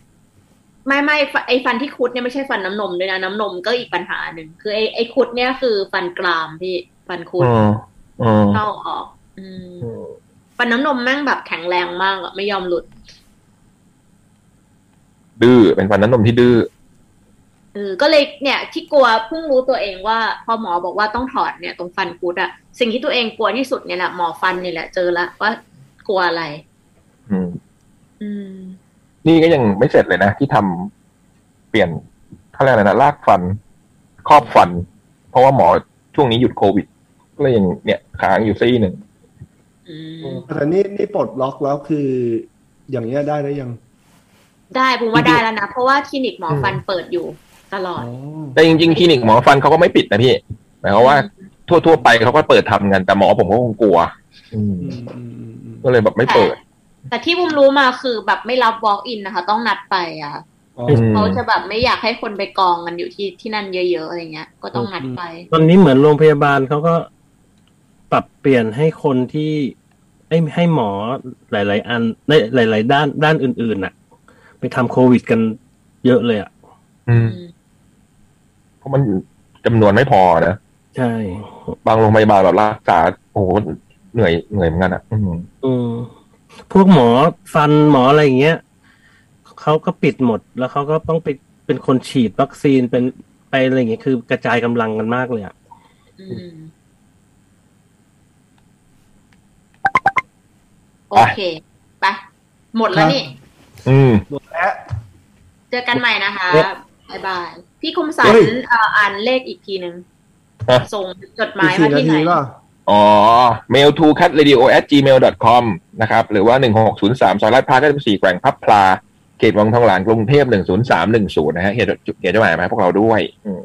[SPEAKER 6] ไม่ไม่ฟไอฟันที่คุดเนี่ยไม่ใช่ฟันน้ำนมด้วยนะน้ำนมก็อีกปัญหาหนึ่งคือไอไอคุดเนี่ยคือฟันกรามพี่ฟันคุด
[SPEAKER 3] อืมอืม
[SPEAKER 6] เข้าออก อืมฟันน้ำนมแม่งแบบแข็งแรงมากอะไม่ยอมหลุด
[SPEAKER 3] ดื้อเป็นฟันน้ำนมที่ดื้อ
[SPEAKER 6] เออก็เลยเนี่ยที่กลัวเพิ่งรู้ตัวเองว่า พอหมอบอกว่าต้องถอดเนี่ยตรงฟันคุดอะสิ่งที่ตัวเองกลัวที่สุดเนี่ยแหละหมอฟันเนี่ยแหละเจอละว่ากลัวอะไร
[SPEAKER 3] อืม
[SPEAKER 6] อืม
[SPEAKER 3] นี่ก็ยังไม่เสร็จเลยนะ ที่ทำเปลี่ยนเขาเรียกอะไรนะลากฟัน ครอบฟัน เพราะว่าหมอช่วงนี้หยุดโควิด ก็เลยยังเนี่ยค้างอยู่ซี่หนึ่ง
[SPEAKER 6] อืม
[SPEAKER 9] แต่นี่นี่ปลดล็อกแล้วคือ อย่างเงี้ยได้ได้ยัง
[SPEAKER 6] ได้ผมว่าได้แล้วนะเพราะว่าคลินิกหมอฟันเปิดอยู่ตลอด
[SPEAKER 3] แต่จริงๆคลินิกหมอฟันเขาก็ไม่ปิดนะพี่หมายความว่าทั่วๆไปเขาก็เปิดทำกันแต่หมอผมก็คงกลัว อืม
[SPEAKER 9] อืมอืมอืมอืม
[SPEAKER 3] ก็เลยแบบไม่เปิด
[SPEAKER 6] แต่ที่บุมรู้มาคือแบบไม่รับ walk in นะคะ ต้องนัดไปอะค่ะ
[SPEAKER 9] อ๋อ
[SPEAKER 3] อืม
[SPEAKER 6] เขาจะแบบไม่อยากให้คนไปกองกันอยู่ที่ที่นั่นเยอะ ๆ อะไรเงี้ย ก็ต้องนัดไป
[SPEAKER 8] ตอนนี้เหมือนโรงพยาบาลเขาก็ปรับเปลี่ยนให้คนที่ให้ยให้หมอหลาย ๆ อันในหลาย ๆ ด้านด้านอื่นๆน่ะ ไปทำโควิดกันเยอะเลยอ่ะ
[SPEAKER 3] อืมเพราะมันจำนวนไม่พอนะ
[SPEAKER 8] ใช่
[SPEAKER 3] บางโรงพยาบาลแบบรักษาโอ้โหเหนื่อยเหนื่อยเหมือนกันอ่ะ อืม
[SPEAKER 8] อืมพวกหมอฟันหมออะไรอย่างเงี้ยเขาก็ปิดหมด แล้วเขาก็ต้องไปเป็นคนฉีดวัคซีนเป็นไปอะไรอย่างเงี้ยคือกระจายกำลังกันมากเลยอ่ะ
[SPEAKER 6] อืม
[SPEAKER 3] ไป
[SPEAKER 6] โอเค ไป หมดแล้วนี่
[SPEAKER 3] อืม
[SPEAKER 9] หมดแล้ว
[SPEAKER 6] เจอกันใหม่นะคะ
[SPEAKER 8] เนี่ย
[SPEAKER 6] บายบาย พี่คมสัน
[SPEAKER 9] เฮ้ย
[SPEAKER 6] เอ่ออ่านเลขอีกทีหนึ่ง
[SPEAKER 3] ฮะ
[SPEAKER 6] ส่งจดห
[SPEAKER 9] อี
[SPEAKER 6] มาก ย
[SPEAKER 9] สี่
[SPEAKER 6] มา
[SPEAKER 9] นา
[SPEAKER 6] ที่ไหน
[SPEAKER 9] ทีก็
[SPEAKER 3] อ๋อ mail to cat radio at gmail com นะครับ หรือว่า 1603 ซอยลาดพร้าว94แกว่งพับพลา เขตวังทองหลางกรุงเทพ10310 นะฮะเขียนจดเขียนจดหมายมาให้พวกเราด้วยอืม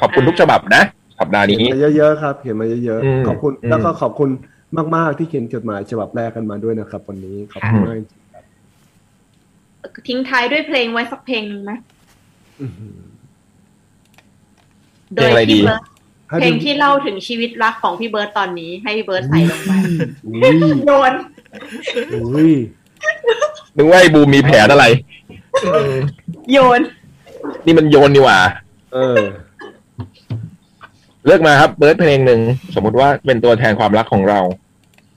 [SPEAKER 3] ขอบคุณทุกฉบับนะ สัปดาห์นี้
[SPEAKER 9] เขียนมาเยอะๆครับเขียนมาเยอะ
[SPEAKER 3] อืม
[SPEAKER 9] ๆขอบคุณ
[SPEAKER 3] อืม
[SPEAKER 9] แล้วก็ขอบคุณมากๆที่เขียนจดหมายฉบับแรกกันมาด้วยนะครับ วันนี้ขอบคุณ
[SPEAKER 3] ค่ะ
[SPEAKER 9] มากจริง
[SPEAKER 6] ทิ้งท้ายด้วยเพลงไว้สักเพลงหนึ่งไหม
[SPEAKER 9] ๆอื้อหือ
[SPEAKER 6] โดยพี่เบิร์ต
[SPEAKER 9] ให้
[SPEAKER 6] เพล
[SPEAKER 9] ดู
[SPEAKER 6] งที่เล่าถึงชีวิตรักของพี่เบิร์ตตอนนี้ ให้พี่เบิร์ตใส่ลงไป
[SPEAKER 9] อุ้ย
[SPEAKER 6] โยน
[SPEAKER 9] อุ้ย
[SPEAKER 3] นึกว่าไอ้บูมมีแผนอะไร
[SPEAKER 6] โยน
[SPEAKER 3] นี่มันโยนนี่หว่า
[SPEAKER 9] เออ
[SPEAKER 3] เลิกมาครับ เบิร์ดเพลงหนึ่ง สมมติว่าเป็นตัวแทนความรักของเรา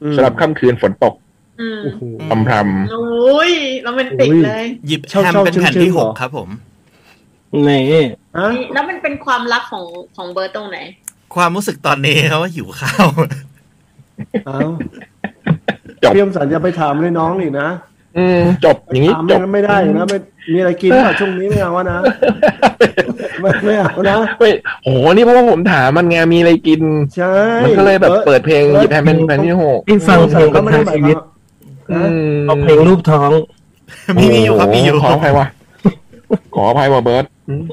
[SPEAKER 9] อืม
[SPEAKER 3] สำหรับค่ำคืนฝนตก
[SPEAKER 6] อืม
[SPEAKER 9] โอ้โห
[SPEAKER 3] พรำพร
[SPEAKER 6] โอ้ยโรแมนติกเลย
[SPEAKER 4] หยิบแฮ
[SPEAKER 9] ชอบ
[SPEAKER 4] ม
[SPEAKER 9] ชอบ
[SPEAKER 4] เป็นแผ่น
[SPEAKER 9] ชื่นๆ
[SPEAKER 4] ที่หก
[SPEAKER 9] เหรอ
[SPEAKER 4] ครับผม
[SPEAKER 8] ใน
[SPEAKER 9] ฮะ
[SPEAKER 6] แล้วมันเป็นความรักของของเบิร์ตตรงไหน
[SPEAKER 4] ความรู้สึกตอนนี้เขาหิวข้าว
[SPEAKER 9] เอ้า
[SPEAKER 3] ำจบ
[SPEAKER 9] พี่อมสันจะไปถามเลยน้องนี่นะ
[SPEAKER 3] อืมจบอย่างนี้
[SPEAKER 9] ถาม
[SPEAKER 3] จ
[SPEAKER 9] ไม่
[SPEAKER 3] บ
[SPEAKER 9] งั้นไม่ได้นะไม่มีอะไรกินป่ะช่วงนี้ไม่เอาอะนะไม่ไม่เอานะ
[SPEAKER 3] ไม่โหนี่เพราะว่าผมถามมันไงมีอะไรกิน
[SPEAKER 9] ใช่
[SPEAKER 3] มันก็เลยแบบเปิ
[SPEAKER 9] อ
[SPEAKER 3] ดเพลงหยิบแฮมเป็นแฟนที่หก
[SPEAKER 8] ที่
[SPEAKER 9] อ
[SPEAKER 8] ฟังเพลง
[SPEAKER 9] ก็
[SPEAKER 8] กั
[SPEAKER 9] ไม่
[SPEAKER 8] บ
[SPEAKER 9] ได้
[SPEAKER 8] ทาง
[SPEAKER 9] หมาย
[SPEAKER 8] ชีวิ
[SPEAKER 9] ค
[SPEAKER 8] ต
[SPEAKER 9] วามว่านะ
[SPEAKER 8] เอาเพลงรูปท้อง
[SPEAKER 4] มีมีอยู่ครับมีอยู่
[SPEAKER 3] ขออภัยว่ะ ขออภัยว่าเบิร์ตอืม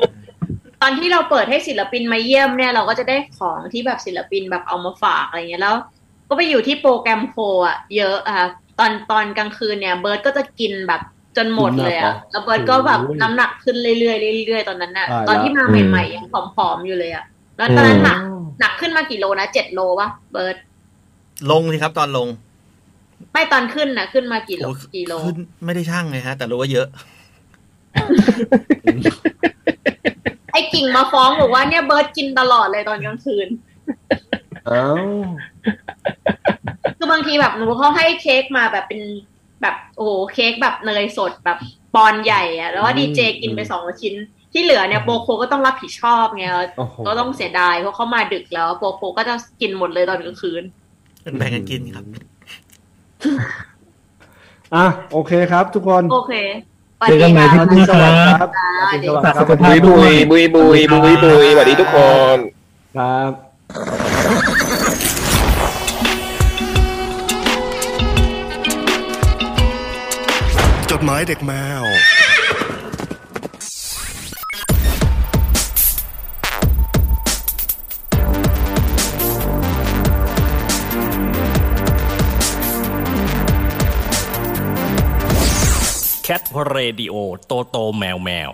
[SPEAKER 6] ตอนที่เราเปิดให้ศิลปินมาเยี่ยมเนี่ย เราก็จะได้ของที่แบบศิลปินแบบเอามาฝากอะไรเงี้ยแล้ว ก็ไปอยู่ที่โปรแกรมโคอ่ะ เยอะอ่ะตอนตอนกลางคืนเนี่ย เบิร์ดก็จะกินแบบจนหมดเลยอ่ะแล้วเบิร์ดก็แบบ
[SPEAKER 9] โอ้ย
[SPEAKER 6] น้ำหนักขึ้นเรื่อยๆเรื่อยๆตอนนั้นน่ะ
[SPEAKER 9] ตายละ
[SPEAKER 6] ตอนที่มาใหม่ๆยังผอมๆอยู่เลยอ่ะแล้วตอนนั้นหนักหนักขึ้นมากี่โลนะเจ็ดโลป่ะเบิร์ด
[SPEAKER 4] ลงสิครับตอนลง
[SPEAKER 6] ไม่ตอนขึ้นนะขึ้นมากี่โล
[SPEAKER 4] โอ้
[SPEAKER 6] กี่โล
[SPEAKER 4] ขึ้นไม่ได้ช่างเลยฮะ แต่รู้ว่าเยอะ
[SPEAKER 6] ไอ้กิ่งมาฟ้องบอกว่าเนี่ยเบิร์ดกินตลอดเลยตอนกลางคืน
[SPEAKER 9] อ้าว
[SPEAKER 6] คือบางทีแบบหนูเขาให้เค้กมาแบบเป็นแบบโอ้โหเค้กแบบเนยสดแบบปอนด์ใหญ่อะแล้วว่าดีเจกินไปสองชิ้น ที่เหลือเนี่ยโปโคก็ต้องรับผิดชอบไง
[SPEAKER 9] โอ้โห
[SPEAKER 6] ก็ต้องเสียดายเพราะเขามาดึกแล้วโปโคก็จะกินหมดเลยตอนกลางคืน
[SPEAKER 4] แบ่งกันกินครับ
[SPEAKER 9] อ่ะโอเคครับทุกคน
[SPEAKER 6] โอเค
[SPEAKER 8] เจอกันใหม่ที่
[SPEAKER 9] ราต
[SPEAKER 8] นี่
[SPEAKER 9] รีส
[SPEAKER 8] ครั
[SPEAKER 9] วัสดิ์
[SPEAKER 8] บ
[SPEAKER 9] ครับราตรีสวัสดิ์
[SPEAKER 8] ฝาก
[SPEAKER 9] ค
[SPEAKER 8] สุ
[SPEAKER 9] รับ
[SPEAKER 8] ขภาพ
[SPEAKER 3] บุย
[SPEAKER 8] ด้
[SPEAKER 3] บุ
[SPEAKER 8] วย ย
[SPEAKER 3] บุยบุยบุยบุยสวัสดีทุกคน
[SPEAKER 9] ครับ
[SPEAKER 2] จดหมายเด็กแมว
[SPEAKER 1] แคทเรดิโอโตโตแมวแมว